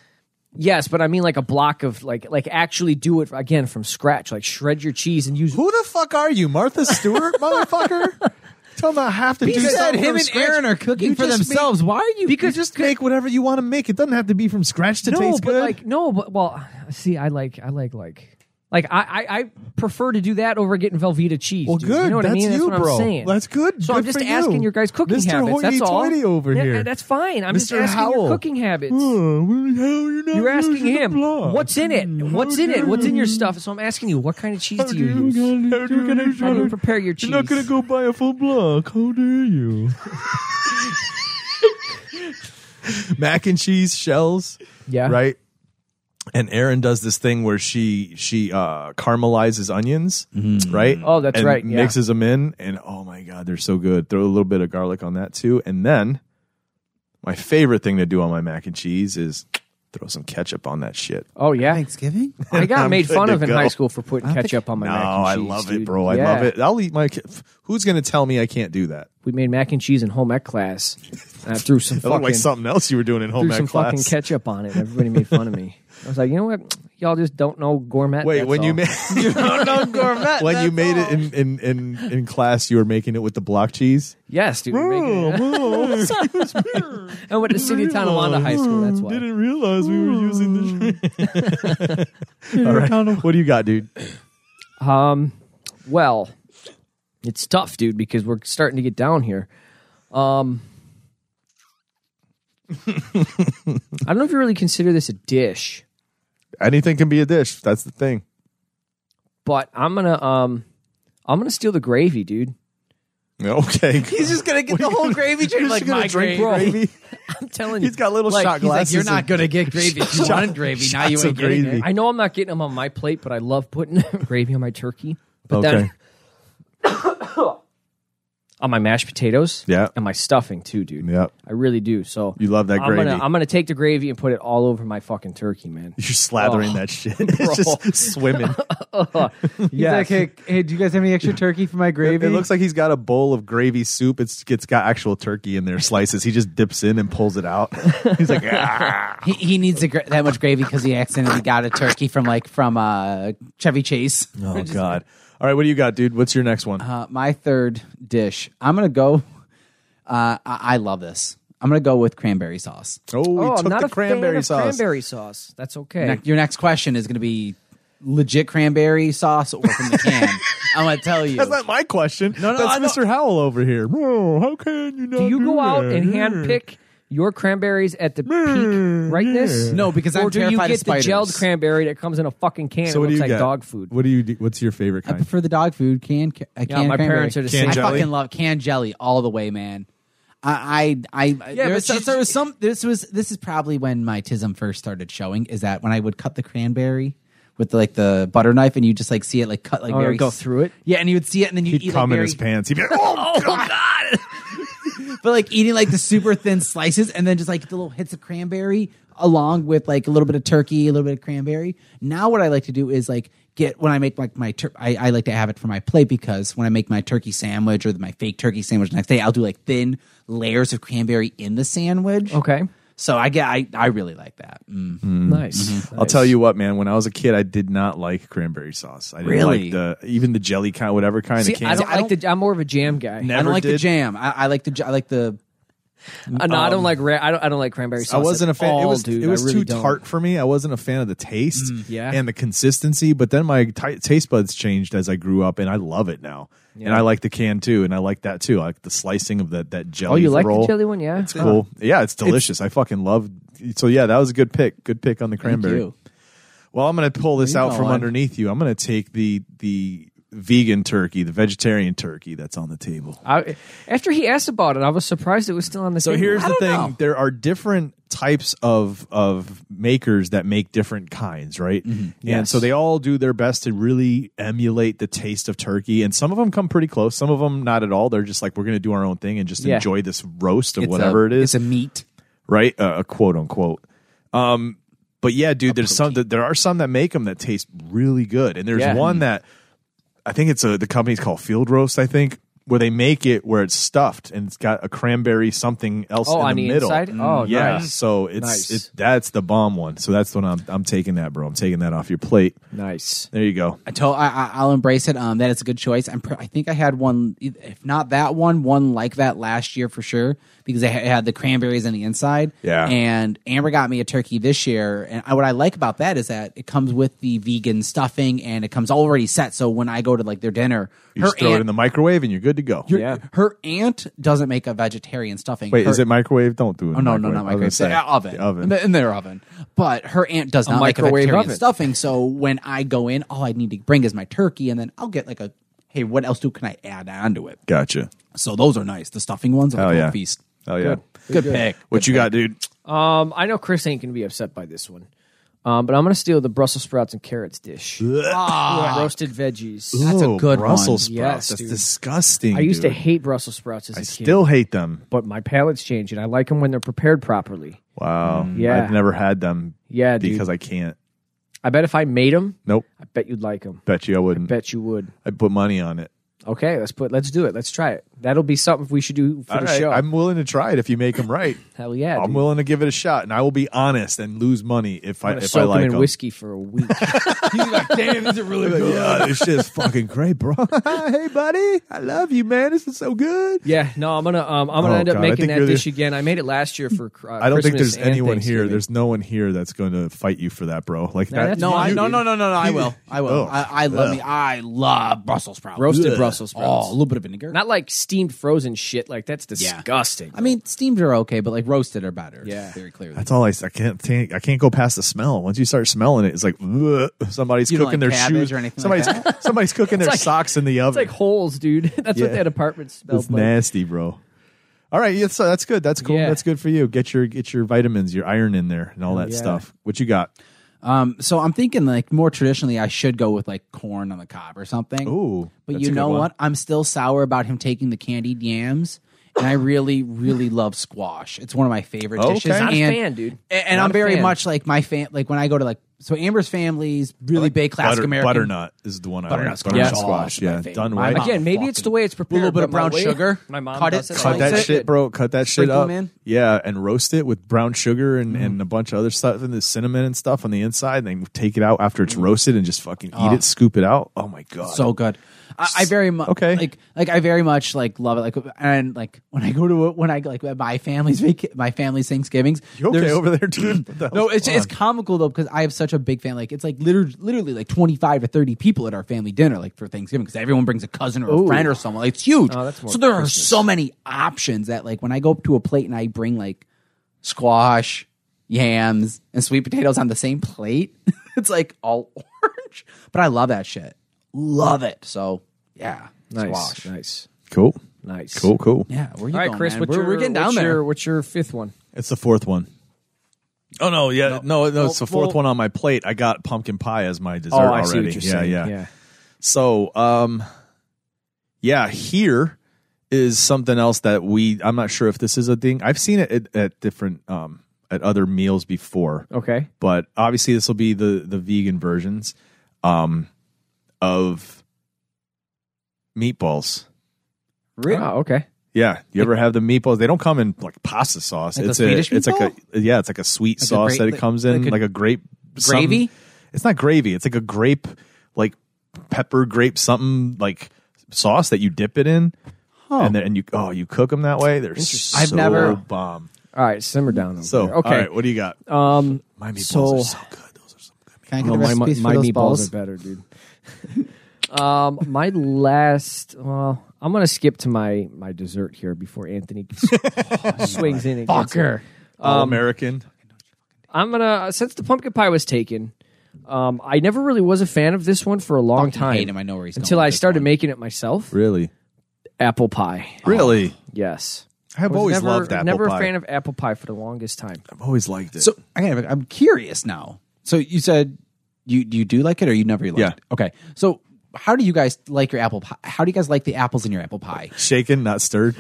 [SPEAKER 1] yes, but I mean like a block of like like actually do it again from scratch. Like shred your cheese and use.
[SPEAKER 2] Who the fuck are you, Martha
[SPEAKER 1] (laughs)
[SPEAKER 2] Stewart, motherfucker? Tell me I have to do
[SPEAKER 3] You said
[SPEAKER 2] something
[SPEAKER 3] him
[SPEAKER 2] from
[SPEAKER 3] and
[SPEAKER 2] scratch.
[SPEAKER 3] Aaron are cooking
[SPEAKER 2] You
[SPEAKER 3] for
[SPEAKER 2] just
[SPEAKER 3] themselves. Why are you?
[SPEAKER 2] Make, you just make whatever you want to make. It doesn't have to be from scratch to
[SPEAKER 1] no,
[SPEAKER 2] taste
[SPEAKER 1] but
[SPEAKER 2] good.
[SPEAKER 1] like no, but well, see, I like I like like like I I, I prefer to do that over getting Velveeta cheese.
[SPEAKER 2] well,
[SPEAKER 1] dude.
[SPEAKER 2] good.
[SPEAKER 1] You know what
[SPEAKER 2] that's
[SPEAKER 1] I mean?
[SPEAKER 2] you,
[SPEAKER 1] that's what
[SPEAKER 2] bro.
[SPEAKER 1] I'm saying.
[SPEAKER 2] That's good.
[SPEAKER 1] So I'm
[SPEAKER 2] Good
[SPEAKER 1] just
[SPEAKER 2] for
[SPEAKER 1] asking
[SPEAKER 2] you.
[SPEAKER 1] your guys' cooking
[SPEAKER 2] Mr.
[SPEAKER 1] habits. That's all.
[SPEAKER 2] Hoity-toity over
[SPEAKER 1] Yeah,
[SPEAKER 2] here.
[SPEAKER 1] That's fine. I'm just
[SPEAKER 2] Mr.
[SPEAKER 1] asking your
[SPEAKER 2] Howell.
[SPEAKER 1] cooking habits.
[SPEAKER 2] Oh, well, how you're, not
[SPEAKER 1] You're asking
[SPEAKER 2] using the
[SPEAKER 1] him
[SPEAKER 2] block?
[SPEAKER 1] what's in it.
[SPEAKER 2] Hmm,
[SPEAKER 1] What's
[SPEAKER 2] how
[SPEAKER 1] in it? What's in your
[SPEAKER 2] dare
[SPEAKER 1] stuff? So I'm asking you, what kind of cheese
[SPEAKER 2] How
[SPEAKER 1] do
[SPEAKER 2] dare
[SPEAKER 1] you use?
[SPEAKER 2] you guys do this?
[SPEAKER 1] How do you prepare your cheese?
[SPEAKER 2] You're not gonna go buy a full block. How dare
[SPEAKER 1] (laughs)
[SPEAKER 2] you? Mac and cheese shells,
[SPEAKER 1] Yeah.
[SPEAKER 2] (laughs) right? And Erin does this thing where she she uh, caramelizes onions, right?
[SPEAKER 1] Oh, that's
[SPEAKER 2] And
[SPEAKER 1] right, yeah.
[SPEAKER 2] Mixes them in, and oh my god, they're so good. Throw a little bit of garlic on that too, and then my favorite thing to do on my mac and cheese is throw some ketchup on that shit.
[SPEAKER 1] Oh yeah.
[SPEAKER 2] (laughs)
[SPEAKER 3] Thanksgiving?
[SPEAKER 1] I got
[SPEAKER 2] I'm
[SPEAKER 1] made
[SPEAKER 2] good
[SPEAKER 1] fun
[SPEAKER 2] to
[SPEAKER 1] of in
[SPEAKER 2] go.
[SPEAKER 1] high school for putting ketchup on my
[SPEAKER 2] No,
[SPEAKER 1] mac and
[SPEAKER 2] I
[SPEAKER 1] cheese.
[SPEAKER 2] love
[SPEAKER 1] dude.
[SPEAKER 2] it, bro. I
[SPEAKER 1] Yeah.
[SPEAKER 2] love it. I'll eat my. ca- Who's gonna tell me I can't do that?
[SPEAKER 1] We made mac and cheese in home ec class. And I threw some
[SPEAKER 2] That looked
[SPEAKER 1] fucking
[SPEAKER 2] like something else you were doing in home
[SPEAKER 1] threw
[SPEAKER 2] ec
[SPEAKER 1] some
[SPEAKER 2] class.
[SPEAKER 1] fucking ketchup on it. and Everybody made fun of me. I was like, you know what? Y'all just don't know gourmet.
[SPEAKER 2] Wait,
[SPEAKER 1] that's
[SPEAKER 2] when you
[SPEAKER 1] all.
[SPEAKER 2] made (laughs) when you made it in, in, in, in class, you were making it with the block cheese.
[SPEAKER 1] yes, dude, we were making it. (laughs)
[SPEAKER 2] (laughs)
[SPEAKER 1] I went to City of Tonawanda High School. That's why.
[SPEAKER 2] Didn't realize we were using this. (laughs) All right. What do you got, dude?
[SPEAKER 1] Um, well, it's tough, dude, because we're starting to get down here. Um, I don't know if you really consider this a dish,
[SPEAKER 2] Anything can be a dish. That's the thing. (laughs)
[SPEAKER 1] but I'm gonna um, I'm gonna steal the gravy, dude.
[SPEAKER 2] Okay.
[SPEAKER 3] He's just gonna get the whole gravy train
[SPEAKER 2] You're
[SPEAKER 3] like
[SPEAKER 2] just gonna
[SPEAKER 3] my
[SPEAKER 2] drink
[SPEAKER 3] gravy.
[SPEAKER 1] (laughs)
[SPEAKER 2] gravy?
[SPEAKER 1] I'm telling you,
[SPEAKER 2] He's got little
[SPEAKER 1] Like,
[SPEAKER 2] shot
[SPEAKER 3] He's like,
[SPEAKER 2] glasses.
[SPEAKER 3] you're not
[SPEAKER 2] and- (laughs)
[SPEAKER 3] gonna get gravy. If you
[SPEAKER 2] Shot-
[SPEAKER 3] wanted gravy, now you
[SPEAKER 2] shots
[SPEAKER 3] ain't
[SPEAKER 2] of
[SPEAKER 3] getting
[SPEAKER 2] gravy.
[SPEAKER 3] it.
[SPEAKER 1] I know I'm not getting them on my plate, but I love putting (laughs) gravy on my turkey. But
[SPEAKER 2] Okay.
[SPEAKER 1] then on my mashed potatoes,
[SPEAKER 2] Yeah.
[SPEAKER 1] and my stuffing too, dude.
[SPEAKER 2] Yeah.
[SPEAKER 1] I really do. So
[SPEAKER 2] You love that
[SPEAKER 1] I'm gonna-
[SPEAKER 2] gravy.
[SPEAKER 1] I'm gonna take the gravy and put it all over my fucking turkey, man.
[SPEAKER 2] You're slathering
[SPEAKER 1] Oh,
[SPEAKER 2] that shit. (laughs)
[SPEAKER 1] (laughs)
[SPEAKER 2] It's just swimming.
[SPEAKER 3] He's like, hey, hey, do you guys have any extra turkey for my
[SPEAKER 2] It,
[SPEAKER 3] gravy?
[SPEAKER 2] it looks like he's got a bowl of gravy soup. It's it's got actual turkey in there, slices. He just dips in and pulls it
[SPEAKER 1] (laughs)
[SPEAKER 2] out. He's like, ah.
[SPEAKER 3] he, he needs the gra- that much gravy because he accidentally got a turkey from like from uh, Chevy Chase.
[SPEAKER 2] oh god. All right, what do you got, dude? What's your next one?
[SPEAKER 3] Uh, my third dish. I'm gonna go. Uh, I-, I love this. I'm gonna go with cranberry sauce.
[SPEAKER 2] oh, we
[SPEAKER 1] oh,
[SPEAKER 2] took
[SPEAKER 1] I'm not
[SPEAKER 2] the
[SPEAKER 1] a
[SPEAKER 2] cranberry
[SPEAKER 1] fan of
[SPEAKER 2] sauce.
[SPEAKER 1] Cranberry sauce. That's okay.
[SPEAKER 3] Ne- your next question is gonna be legit cranberry sauce or from
[SPEAKER 1] (laughs)
[SPEAKER 3] the can. I'm gonna tell you.
[SPEAKER 2] That's not my question. No,
[SPEAKER 3] no, I know-
[SPEAKER 2] that's Mr. Howell over here. Oh, how can you not?
[SPEAKER 1] do you go out
[SPEAKER 2] that?
[SPEAKER 1] and
[SPEAKER 2] Yeah.
[SPEAKER 1] handpick your cranberries at the
[SPEAKER 2] Mm-hmm.
[SPEAKER 1] peak rightness?
[SPEAKER 3] No, because I'm
[SPEAKER 1] or do you
[SPEAKER 3] terrified
[SPEAKER 1] get
[SPEAKER 3] of
[SPEAKER 1] the
[SPEAKER 3] spiders.
[SPEAKER 1] gelled cranberry that comes in a fucking can?
[SPEAKER 2] So
[SPEAKER 1] and
[SPEAKER 2] what do
[SPEAKER 1] looks
[SPEAKER 2] you got?
[SPEAKER 1] like dog food.
[SPEAKER 2] What do you? do- What's your favorite
[SPEAKER 3] I
[SPEAKER 2] kind?
[SPEAKER 3] prefer the dog food. Canned, ca- uh,
[SPEAKER 1] Yeah,
[SPEAKER 3] canned
[SPEAKER 1] my
[SPEAKER 3] cranberry.
[SPEAKER 1] parents are the
[SPEAKER 2] Canned
[SPEAKER 3] I
[SPEAKER 1] same.
[SPEAKER 2] jelly?
[SPEAKER 3] fucking love canned jelly all the way, man. I, I, I yeah, there,
[SPEAKER 1] but
[SPEAKER 3] was
[SPEAKER 1] you-
[SPEAKER 3] some, there was some. This was this is probably when my tism first started showing. Is that when I would cut the cranberry with like the butter knife, and you just like see it like cut like
[SPEAKER 1] Oh,
[SPEAKER 3] very
[SPEAKER 1] go
[SPEAKER 3] s-
[SPEAKER 1] through it?
[SPEAKER 3] Yeah, and you would see it, and then you
[SPEAKER 2] He'd
[SPEAKER 3] eat
[SPEAKER 2] cum
[SPEAKER 3] like,
[SPEAKER 2] in his
[SPEAKER 3] very-
[SPEAKER 2] pants. He'd
[SPEAKER 1] (laughs)
[SPEAKER 2] be like, oh, god.
[SPEAKER 3] but like eating like the super thin slices, and then just like the little hits of cranberry along with like a little bit of turkey, a little bit of cranberry. Now what I like to do is like get when I make like my tur- I, I like to have it for my plate because when I make my turkey sandwich or my fake turkey sandwich the next day, I'll do like thin layers of cranberry in the sandwich.
[SPEAKER 1] Okay,
[SPEAKER 3] So I get I I really like that. Mm.
[SPEAKER 1] nice.
[SPEAKER 2] Mm-hmm. I'll tell you what, man. When I was a kid, I did not like cranberry sauce. I didn't
[SPEAKER 3] Really?
[SPEAKER 2] like the even the jelly kind, whatever kind
[SPEAKER 1] See,
[SPEAKER 2] of can.
[SPEAKER 1] I don't like the. I'm more of a jam guy.
[SPEAKER 2] Never
[SPEAKER 3] I don't like the
[SPEAKER 2] did.
[SPEAKER 3] jam. I, I like the j- I like the
[SPEAKER 1] Uh, no, I don't like. Ra- I don't. I don't like cranberry sauce.
[SPEAKER 2] Um, I wasn't
[SPEAKER 1] at
[SPEAKER 2] a fan.
[SPEAKER 1] All,
[SPEAKER 2] it was
[SPEAKER 1] dude.
[SPEAKER 2] it was
[SPEAKER 1] I really
[SPEAKER 2] too
[SPEAKER 1] don't. Mm,
[SPEAKER 2] tart for me. I wasn't a fan of the taste
[SPEAKER 1] yeah.
[SPEAKER 2] and the consistency. But then my ti taste buds changed as I grew up, and I love it now. And I like the can too, and I like that too. I like the slicing of that that jelly.
[SPEAKER 1] Oh, you like
[SPEAKER 2] roll.
[SPEAKER 1] the jelly one? Yeah,
[SPEAKER 2] It's cool. Yeah, it's delicious. I fucking love. So yeah, that was a good pick. Good pick on the cranberry.
[SPEAKER 3] you.
[SPEAKER 2] Well, I'm gonna pull this
[SPEAKER 3] You
[SPEAKER 2] out
[SPEAKER 3] know
[SPEAKER 2] from
[SPEAKER 3] what?
[SPEAKER 2] underneath you. I'm gonna take the the vegan turkey, the vegetarian turkey that's on the table.
[SPEAKER 1] I, after he asked about it, I was surprised it was still on the.
[SPEAKER 2] So
[SPEAKER 1] table.
[SPEAKER 2] here's
[SPEAKER 1] I
[SPEAKER 2] the
[SPEAKER 1] don't
[SPEAKER 2] thing:
[SPEAKER 1] know.
[SPEAKER 2] there are different types of of makers that make different kinds, right?
[SPEAKER 1] Mm-hmm.
[SPEAKER 2] And so they all do their best to really emulate the taste of turkey, and some of them come pretty close, some of them not at all. They're just like, we're going to do our own thing and just
[SPEAKER 1] Yeah.
[SPEAKER 2] enjoy this roast of
[SPEAKER 3] it's
[SPEAKER 2] whatever
[SPEAKER 3] a-
[SPEAKER 2] it is,
[SPEAKER 3] It's a meat.
[SPEAKER 2] right? Uh, quote unquote. Um, But yeah, dude, there's some that there are some that make them that taste really good, and there's
[SPEAKER 1] Yeah.
[SPEAKER 2] one that I think it's a the company's called Field Roast, I think, where they make it where it's stuffed and it's got a cranberry something else
[SPEAKER 1] Oh,
[SPEAKER 2] in
[SPEAKER 1] on
[SPEAKER 2] the,
[SPEAKER 1] the
[SPEAKER 2] middle. Mm-hmm. Mm,
[SPEAKER 1] inside? Oh,
[SPEAKER 2] yeah.
[SPEAKER 1] nice.
[SPEAKER 2] So it's
[SPEAKER 1] Nice.
[SPEAKER 2] it, that's the bomb one. So that's when I'm I'm taking that, bro. I'm taking that off your plate.
[SPEAKER 1] Nice.
[SPEAKER 2] There you go.
[SPEAKER 3] I told I, I, I'll embrace it. Um, that is a good choice. I'm pr- I think I had one, if not that one, one like that last year for sure because I ha- had the cranberries on the inside.
[SPEAKER 2] Yeah.
[SPEAKER 3] And Amber got me a turkey this year, and I, what I like about that is that it comes with the vegan stuffing and it comes already set. So when I go to like their dinner,
[SPEAKER 2] You just throw it in the microwave and you're good to go.
[SPEAKER 3] your-
[SPEAKER 1] Yeah.
[SPEAKER 3] her aunt doesn't make a vegetarian stuffing.
[SPEAKER 2] Wait,
[SPEAKER 3] her,
[SPEAKER 2] is it microwave? Don't do it.
[SPEAKER 3] Oh no, no, not microwave. Say, oven,
[SPEAKER 2] The oven.
[SPEAKER 3] in their oven. But her aunt does not make a
[SPEAKER 1] microwave
[SPEAKER 3] vegetarian
[SPEAKER 1] oven.
[SPEAKER 3] stuffing. So when I go in, all I need to bring is my turkey, and then I'll get like a hey, what else do can I add onto it?
[SPEAKER 2] Gotcha.
[SPEAKER 3] So those are nice. The stuffing ones are
[SPEAKER 2] Hell
[SPEAKER 3] like a
[SPEAKER 2] yeah.
[SPEAKER 3] feast.
[SPEAKER 2] Oh yeah.
[SPEAKER 3] Good, pick.
[SPEAKER 2] What you got, dude?
[SPEAKER 1] Um, I know Chris ain't gonna be upset by this one, um, but I'm gonna steal the Brussels sprouts and carrots
[SPEAKER 2] (laughs)
[SPEAKER 1] dish. Roasted veggies.
[SPEAKER 3] That's a
[SPEAKER 2] Ah. Ooh,
[SPEAKER 3] good
[SPEAKER 2] Brussels
[SPEAKER 3] one.
[SPEAKER 2] sprouts.
[SPEAKER 1] Yes,
[SPEAKER 2] That's
[SPEAKER 1] dude.
[SPEAKER 2] disgusting.
[SPEAKER 1] I used
[SPEAKER 2] dude.
[SPEAKER 1] to hate Brussels sprouts as a
[SPEAKER 2] I
[SPEAKER 1] kid,
[SPEAKER 2] still hate them.
[SPEAKER 1] but my palate's changed, and I like them when they're prepared properly.
[SPEAKER 2] Wow.
[SPEAKER 1] Mm-hmm. Yeah.
[SPEAKER 2] I've never had them
[SPEAKER 1] Yeah, dude.
[SPEAKER 2] because I can't.
[SPEAKER 1] I bet if I made them,
[SPEAKER 2] Nope.
[SPEAKER 1] I bet you'd like them.
[SPEAKER 2] Bet you I wouldn't.
[SPEAKER 1] Bet you would.
[SPEAKER 2] I'd put money on it.
[SPEAKER 1] Okay, let's put. Let's do it. Let's try it. That'll be something we should do for
[SPEAKER 2] All
[SPEAKER 1] the
[SPEAKER 2] right,
[SPEAKER 1] show.
[SPEAKER 2] I'm willing to try it if you make them right.
[SPEAKER 1] Hell (laughs) yeah,
[SPEAKER 2] I'm
[SPEAKER 1] dude.
[SPEAKER 2] willing to give it a shot, and I will be honest and lose money if I
[SPEAKER 1] I'm gonna
[SPEAKER 2] if
[SPEAKER 1] soak
[SPEAKER 2] I
[SPEAKER 1] 'em
[SPEAKER 2] like
[SPEAKER 1] in
[SPEAKER 2] 'em.
[SPEAKER 1] whiskey for
[SPEAKER 2] (laughs)
[SPEAKER 1] a week.
[SPEAKER 3] Damn, these are
[SPEAKER 1] (laughs)
[SPEAKER 3] really good.
[SPEAKER 2] Yeah, this shit is fucking great, bro. hey, buddy, I love you, man. This is so good.
[SPEAKER 1] yeah, no, I'm gonna um, I'm gonna
[SPEAKER 2] Oh,
[SPEAKER 1] end up
[SPEAKER 2] God, I
[SPEAKER 1] making
[SPEAKER 2] think
[SPEAKER 1] that
[SPEAKER 2] you're the-
[SPEAKER 1] dish again. I made it last year for. Uh,
[SPEAKER 2] I don't think there's
[SPEAKER 1] Christmas and
[SPEAKER 2] anyone here.
[SPEAKER 1] Thanksgiving.
[SPEAKER 2] There's no one here that's going to fight you for that, bro. Like
[SPEAKER 1] No,
[SPEAKER 2] that.
[SPEAKER 1] that's
[SPEAKER 3] No, I,
[SPEAKER 1] You-
[SPEAKER 3] no, no, no, no, no. I
[SPEAKER 2] you-
[SPEAKER 3] will. I will.
[SPEAKER 2] Ugh.
[SPEAKER 3] I, I love
[SPEAKER 2] Ugh.
[SPEAKER 3] me. I love Brussels sprouts.
[SPEAKER 1] roasted
[SPEAKER 3] Ugh.
[SPEAKER 1] Brussels sprouts.
[SPEAKER 3] Oh, a little bit of vinegar.
[SPEAKER 1] Not like steamed frozen shit. Like that's disgusting.
[SPEAKER 3] I mean, steamed are okay, but like roasted are better.
[SPEAKER 1] Yeah.
[SPEAKER 3] very clearly.
[SPEAKER 2] That's all I. s- I can't think. I can't go past the smell. Once you start smelling it, it's like ugh, somebody's
[SPEAKER 3] You don't
[SPEAKER 2] cooking their
[SPEAKER 3] like cabbage
[SPEAKER 2] shoes
[SPEAKER 3] or anything like
[SPEAKER 2] Somebody's (laughs) somebody's cooking their
[SPEAKER 1] like-
[SPEAKER 2] socks in the
[SPEAKER 1] It's
[SPEAKER 2] oven.
[SPEAKER 1] like holes, dude. (laughs) That's
[SPEAKER 2] Yeah.
[SPEAKER 1] what that apartment
[SPEAKER 2] That's
[SPEAKER 1] smelled like.
[SPEAKER 2] nasty, bro. All right, yeah, so that's good. That's cool.
[SPEAKER 1] Yeah.
[SPEAKER 2] That's good for you. Get your get your vitamins, your iron in there, and all that
[SPEAKER 1] yeah.
[SPEAKER 2] stuff. What you got?
[SPEAKER 3] Um, so I'm thinking like more traditionally, I should go with like corn on the cob or something.
[SPEAKER 2] Ooh,
[SPEAKER 3] but
[SPEAKER 2] that's a
[SPEAKER 3] you
[SPEAKER 2] good
[SPEAKER 3] know
[SPEAKER 2] one.
[SPEAKER 3] what? I'm still sour about him taking the candied yams, and I really, really love squash. It's one of my favorite
[SPEAKER 2] Oh, Okay.
[SPEAKER 3] dishes.
[SPEAKER 2] Not
[SPEAKER 1] a
[SPEAKER 3] and,
[SPEAKER 1] fan, dude.
[SPEAKER 3] a- And
[SPEAKER 1] Not
[SPEAKER 3] I'm
[SPEAKER 1] a
[SPEAKER 3] very
[SPEAKER 1] fan.
[SPEAKER 3] much like my fan. Like when I go to like so Amber's family's really big classic
[SPEAKER 2] Butter-
[SPEAKER 3] American
[SPEAKER 2] butternut is the one I
[SPEAKER 3] Butternut
[SPEAKER 2] like. Butternut
[SPEAKER 3] squash.
[SPEAKER 2] squash.
[SPEAKER 3] Oh,
[SPEAKER 2] Yeah,
[SPEAKER 3] that's my
[SPEAKER 2] done
[SPEAKER 3] favorite.
[SPEAKER 2] right.
[SPEAKER 3] My mom-
[SPEAKER 1] Again, maybe it's the way it's prepared.
[SPEAKER 3] little bit of
[SPEAKER 1] but my
[SPEAKER 3] brown
[SPEAKER 1] way-
[SPEAKER 3] sugar.
[SPEAKER 1] My mom
[SPEAKER 3] Cut it,
[SPEAKER 1] does it.
[SPEAKER 2] Cut
[SPEAKER 1] like
[SPEAKER 2] that
[SPEAKER 3] Slice it.
[SPEAKER 2] shit, bro. Cut that shit
[SPEAKER 3] Sprinkle
[SPEAKER 2] up.
[SPEAKER 3] 'em in.
[SPEAKER 2] Yeah, and roast it with brown sugar and, and a bunch of other stuff and the cinnamon and stuff on the inside. And then take it out after it's roasted and just fucking eat it, scoop it out. Oh my god.
[SPEAKER 3] so good. I, I very much
[SPEAKER 2] Okay.
[SPEAKER 3] like like I very much like love it. Like and like when I go to when I like at my family's vac- my family's Thanksgivings.
[SPEAKER 2] you okay
[SPEAKER 3] there's-
[SPEAKER 2] over there, dude? What the
[SPEAKER 3] No,
[SPEAKER 2] hell's
[SPEAKER 3] it's
[SPEAKER 2] going
[SPEAKER 3] it's comical though because I have such a big family. Like it's like literally, literally like twenty five to thirty people at our family dinner, like for Thanksgiving, because everyone brings a cousin or a friend or someone. Like, it's huge.
[SPEAKER 1] Oh,
[SPEAKER 3] so there are so many options that like when I go up to a plate and I bring like squash, yams, and sweet potatoes on the same plate, (laughs) it's like all orange. But I love that shit. Love it. So yeah,
[SPEAKER 1] Nice,
[SPEAKER 3] squash.
[SPEAKER 1] nice,
[SPEAKER 2] cool.
[SPEAKER 1] nice.
[SPEAKER 2] Cool, cool.
[SPEAKER 3] Yeah, where you
[SPEAKER 1] All right,
[SPEAKER 3] going,
[SPEAKER 1] Chris.
[SPEAKER 3] man?
[SPEAKER 1] What's
[SPEAKER 3] we're,
[SPEAKER 1] your,
[SPEAKER 3] we're getting down
[SPEAKER 1] what's
[SPEAKER 3] there.
[SPEAKER 1] Your, what's your fifth one?
[SPEAKER 2] It's the fourth one. Oh no, yeah, no, no, it's the fourth
[SPEAKER 1] well-
[SPEAKER 2] one on my plate. I got pumpkin pie as my dessert
[SPEAKER 1] Oh, I
[SPEAKER 2] already.
[SPEAKER 1] see what you're
[SPEAKER 2] yeah,
[SPEAKER 1] saying.
[SPEAKER 2] yeah,
[SPEAKER 1] yeah.
[SPEAKER 2] So, um, yeah, here is something else that we. I'm not sure if this is a thing. I've seen it at, at different um at other meals before,
[SPEAKER 1] Okay.
[SPEAKER 2] but obviously this will be the the vegan versions, um, of meatballs.
[SPEAKER 3] Really?
[SPEAKER 1] Oh, okay.
[SPEAKER 2] Yeah, you ever have the meatballs? They don't come in like pasta sauce.
[SPEAKER 3] Like the
[SPEAKER 2] it's
[SPEAKER 3] Swedish
[SPEAKER 2] a, it's like a yeah, it's like a sweet
[SPEAKER 3] Like a
[SPEAKER 2] sauce
[SPEAKER 3] grape-
[SPEAKER 2] that it
[SPEAKER 3] like-
[SPEAKER 2] comes in,
[SPEAKER 3] like
[SPEAKER 2] like
[SPEAKER 3] a
[SPEAKER 2] a, grape some-
[SPEAKER 3] Gravy.
[SPEAKER 2] It's not gravy. It's like a grape, like pepper grape something like sauce that you dip it in, and then and you oh you cook them that way. They're so
[SPEAKER 3] I've never-
[SPEAKER 2] bomb.
[SPEAKER 1] All right, simmer down. over
[SPEAKER 2] So
[SPEAKER 1] there.
[SPEAKER 2] all
[SPEAKER 1] okay.
[SPEAKER 2] right, what do you got?
[SPEAKER 1] Um,
[SPEAKER 2] My meatballs
[SPEAKER 1] so-
[SPEAKER 2] are so good. Those are so
[SPEAKER 3] Can I get
[SPEAKER 1] no,
[SPEAKER 3] a
[SPEAKER 1] Oh, my, my,
[SPEAKER 3] recipe
[SPEAKER 1] my
[SPEAKER 3] for those
[SPEAKER 1] meatballs
[SPEAKER 3] balls?
[SPEAKER 1] are better, dude. (laughs) um, my last. Well, I'm gonna skip to my my dessert here before Anthony (laughs) swings in. and gets it. Um,
[SPEAKER 3] Fucker.
[SPEAKER 2] all American.
[SPEAKER 1] I'm gonna since the pumpkin pie was taken. Um, I never really was a fan of this one for a long
[SPEAKER 3] Fucking
[SPEAKER 1] time.
[SPEAKER 3] hate him. I know where he's going
[SPEAKER 1] until
[SPEAKER 3] with
[SPEAKER 1] I
[SPEAKER 3] this
[SPEAKER 1] started
[SPEAKER 3] one.
[SPEAKER 1] making it myself.
[SPEAKER 2] Really,
[SPEAKER 1] Apple pie.
[SPEAKER 2] really.
[SPEAKER 1] Yes.
[SPEAKER 2] I've
[SPEAKER 1] Oh. Was
[SPEAKER 2] always
[SPEAKER 1] never,
[SPEAKER 2] loved apple
[SPEAKER 1] Never
[SPEAKER 2] pie.
[SPEAKER 1] a fan of apple pie for the longest time.
[SPEAKER 2] I've always liked it.
[SPEAKER 3] So I gotta, I'm curious now. So you said you you do like it or you never liked
[SPEAKER 2] Yeah.
[SPEAKER 3] it? Okay. So how do you guys like your apple pie? How do you guys like the apples in your apple pie?
[SPEAKER 2] Shaken, not stirred.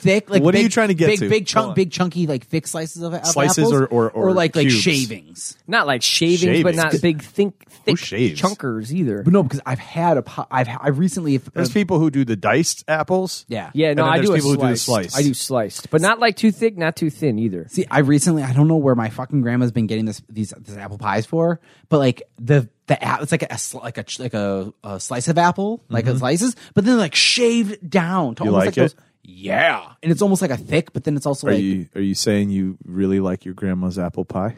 [SPEAKER 3] Thick, like
[SPEAKER 2] What are
[SPEAKER 3] big-
[SPEAKER 2] you trying to get
[SPEAKER 3] Big,
[SPEAKER 2] to? Come
[SPEAKER 3] big chunk,
[SPEAKER 2] on.
[SPEAKER 3] big chunky, like thick slices of of
[SPEAKER 2] Slices
[SPEAKER 3] apples,
[SPEAKER 2] or- or- or
[SPEAKER 3] like like
[SPEAKER 2] cubes.
[SPEAKER 3] shavings.
[SPEAKER 1] Not like shavings, but
[SPEAKER 2] Shavings.
[SPEAKER 1] not
[SPEAKER 2] (laughs)
[SPEAKER 1] big think thick
[SPEAKER 2] shaves?
[SPEAKER 1] chunkers either.
[SPEAKER 3] But no, because I've had a pie. I've I've recently. uh,
[SPEAKER 2] There's people who do the diced apples.
[SPEAKER 3] yeah,
[SPEAKER 1] Yeah, no,
[SPEAKER 2] And then
[SPEAKER 1] I
[SPEAKER 2] there's
[SPEAKER 1] do a
[SPEAKER 2] people who do the
[SPEAKER 1] sliced.
[SPEAKER 2] slice.
[SPEAKER 1] I do sliced, but not like too thick, not too thin either.
[SPEAKER 3] See, I recently I don't know where my fucking grandma's been getting this these this apple pies for, but like the the app, it's like a sli- like a ch- like a, a slice of apple, like a slices, but then like shaved down to
[SPEAKER 2] Mm-hmm. You
[SPEAKER 3] almost
[SPEAKER 2] like
[SPEAKER 3] those-
[SPEAKER 2] it?
[SPEAKER 3] yeah, and it's almost like a thick, but then it's also
[SPEAKER 2] Are
[SPEAKER 3] like
[SPEAKER 2] you are you saying you really like your grandma's apple pie?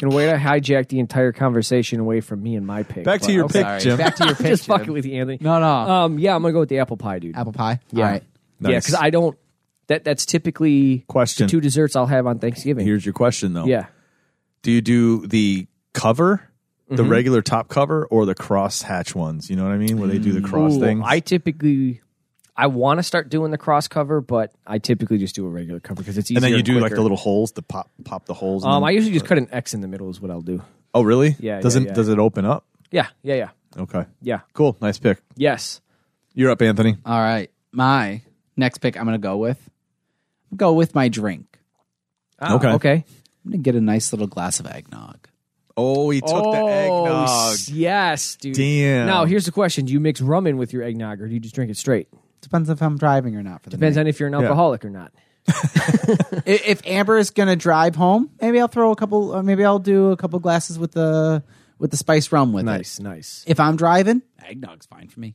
[SPEAKER 1] And way to hijack the entire conversation away from me and my pick.
[SPEAKER 2] Back to
[SPEAKER 1] Wow. (laughs)
[SPEAKER 2] your pick,
[SPEAKER 3] Sorry,
[SPEAKER 2] Jim. Uh,
[SPEAKER 3] back
[SPEAKER 2] (laughs)
[SPEAKER 3] to your picture.
[SPEAKER 1] just fucking with you, Anthony.
[SPEAKER 3] no, no,
[SPEAKER 1] Um, yeah, I'm gonna go with the apple pie, dude.
[SPEAKER 3] apple pie.
[SPEAKER 1] Yeah.
[SPEAKER 3] All right.
[SPEAKER 1] Yeah, because I don't. That that's typically
[SPEAKER 2] Question.
[SPEAKER 1] the two desserts I'll have on Thanksgiving.
[SPEAKER 2] Here's your question though.
[SPEAKER 1] yeah,
[SPEAKER 2] Do you do the cover, the
[SPEAKER 1] Mm-hmm.
[SPEAKER 2] regular top cover, or the cross hatch ones? You know what I mean, where they do the cross
[SPEAKER 1] Ooh,
[SPEAKER 2] thing.
[SPEAKER 1] I typically. I want to start doing the cross cover, but I typically just do a regular cover because it's easier.
[SPEAKER 2] and then you do like
[SPEAKER 1] quicker.
[SPEAKER 2] the little holes, the pop pop the holes. in
[SPEAKER 1] Um,
[SPEAKER 2] them.
[SPEAKER 1] I usually just cut an X in the middle is what I'll do.
[SPEAKER 2] oh really?
[SPEAKER 1] Yeah,
[SPEAKER 2] Doesn't
[SPEAKER 1] yeah, yeah.
[SPEAKER 2] does it open up?
[SPEAKER 1] Yeah, yeah, yeah,
[SPEAKER 2] Okay.
[SPEAKER 1] yeah.
[SPEAKER 2] Cool. Nice pick.
[SPEAKER 1] Yes.
[SPEAKER 2] You're up, Anthony.
[SPEAKER 3] All right. My next pick I'm going to go with. Go with my drink.
[SPEAKER 1] Ah,
[SPEAKER 2] Okay.
[SPEAKER 1] Okay.
[SPEAKER 3] I'm going to get a nice little glass of eggnog.
[SPEAKER 2] Oh, he took the eggnog.
[SPEAKER 1] Oh, s- Yes, dude.
[SPEAKER 2] Damn.
[SPEAKER 1] Now here's the question: Do you mix rum in with your eggnog, or do you just drink it straight?
[SPEAKER 3] Depends if I'm driving or not for the
[SPEAKER 1] Depends
[SPEAKER 3] night.
[SPEAKER 1] on if you're an alcoholic or not.
[SPEAKER 3] I- if Amber is going to drive home, maybe I'll throw a couple uh, maybe I'll do a couple glasses with the with the spiced rum with it.
[SPEAKER 1] Nice, nice.
[SPEAKER 3] If I'm driving, eggnog's fine for me.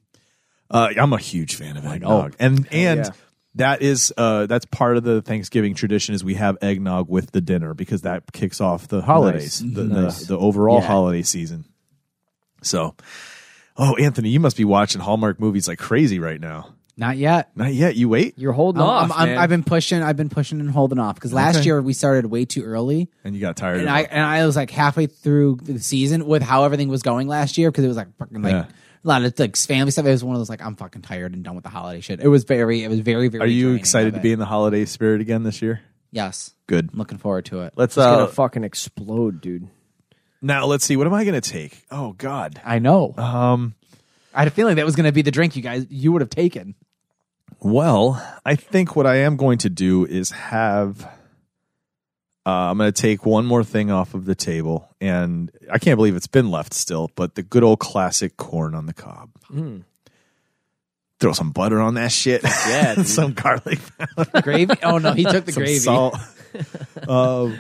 [SPEAKER 2] Uh, I'm a huge fan of eggnog, and and
[SPEAKER 1] yeah.
[SPEAKER 2] that is uh, that's part of the Thanksgiving tradition is we have eggnog with the dinner because that kicks off the holidays, the, the the overall holiday season. So, oh Anthony, you must be watching Hallmark movies like crazy right now.
[SPEAKER 3] Not yet.
[SPEAKER 2] Not yet. You wait,
[SPEAKER 1] You're holding
[SPEAKER 3] I'm-
[SPEAKER 1] off.
[SPEAKER 3] I'm- I'm-
[SPEAKER 1] man.
[SPEAKER 3] I've been pushing. I've been pushing and holding off because last year we started way too early,
[SPEAKER 2] and you got tired.
[SPEAKER 3] and
[SPEAKER 2] of
[SPEAKER 3] I
[SPEAKER 2] it.
[SPEAKER 3] and I was like halfway through the season with how everything was going last year because it was like fucking like
[SPEAKER 2] Yeah.
[SPEAKER 3] a lot of like family stuff. It was one of those like I'm fucking tired and done with the holiday shit. It was very, it was very, very.
[SPEAKER 2] Are you
[SPEAKER 3] draining
[SPEAKER 2] excited
[SPEAKER 3] of
[SPEAKER 2] to be
[SPEAKER 3] it.
[SPEAKER 2] in the holiday spirit again this year?
[SPEAKER 3] Yes,
[SPEAKER 2] Good.
[SPEAKER 3] I'm looking forward to it.
[SPEAKER 2] Let's
[SPEAKER 1] It's
[SPEAKER 2] uh,
[SPEAKER 1] gonna fucking explode, dude.
[SPEAKER 2] now. Let's see. What am I going to take? Oh God.
[SPEAKER 3] I know.
[SPEAKER 2] Um.
[SPEAKER 3] I had a feeling that was going to be the drink you guys you would have taken.
[SPEAKER 2] Well, I think what I am going to do is have. Uh, I'm going to take one more thing off of the table, and I can't believe it's been left still. But the good old classic corn on the cob. Throw some butter on that shit. (laughs) Yeah, some garlic,
[SPEAKER 3] Gravy? Oh no, he took
[SPEAKER 2] (laughs)
[SPEAKER 3] the
[SPEAKER 2] some
[SPEAKER 3] gravy.
[SPEAKER 1] (laughs)
[SPEAKER 2] salt. um,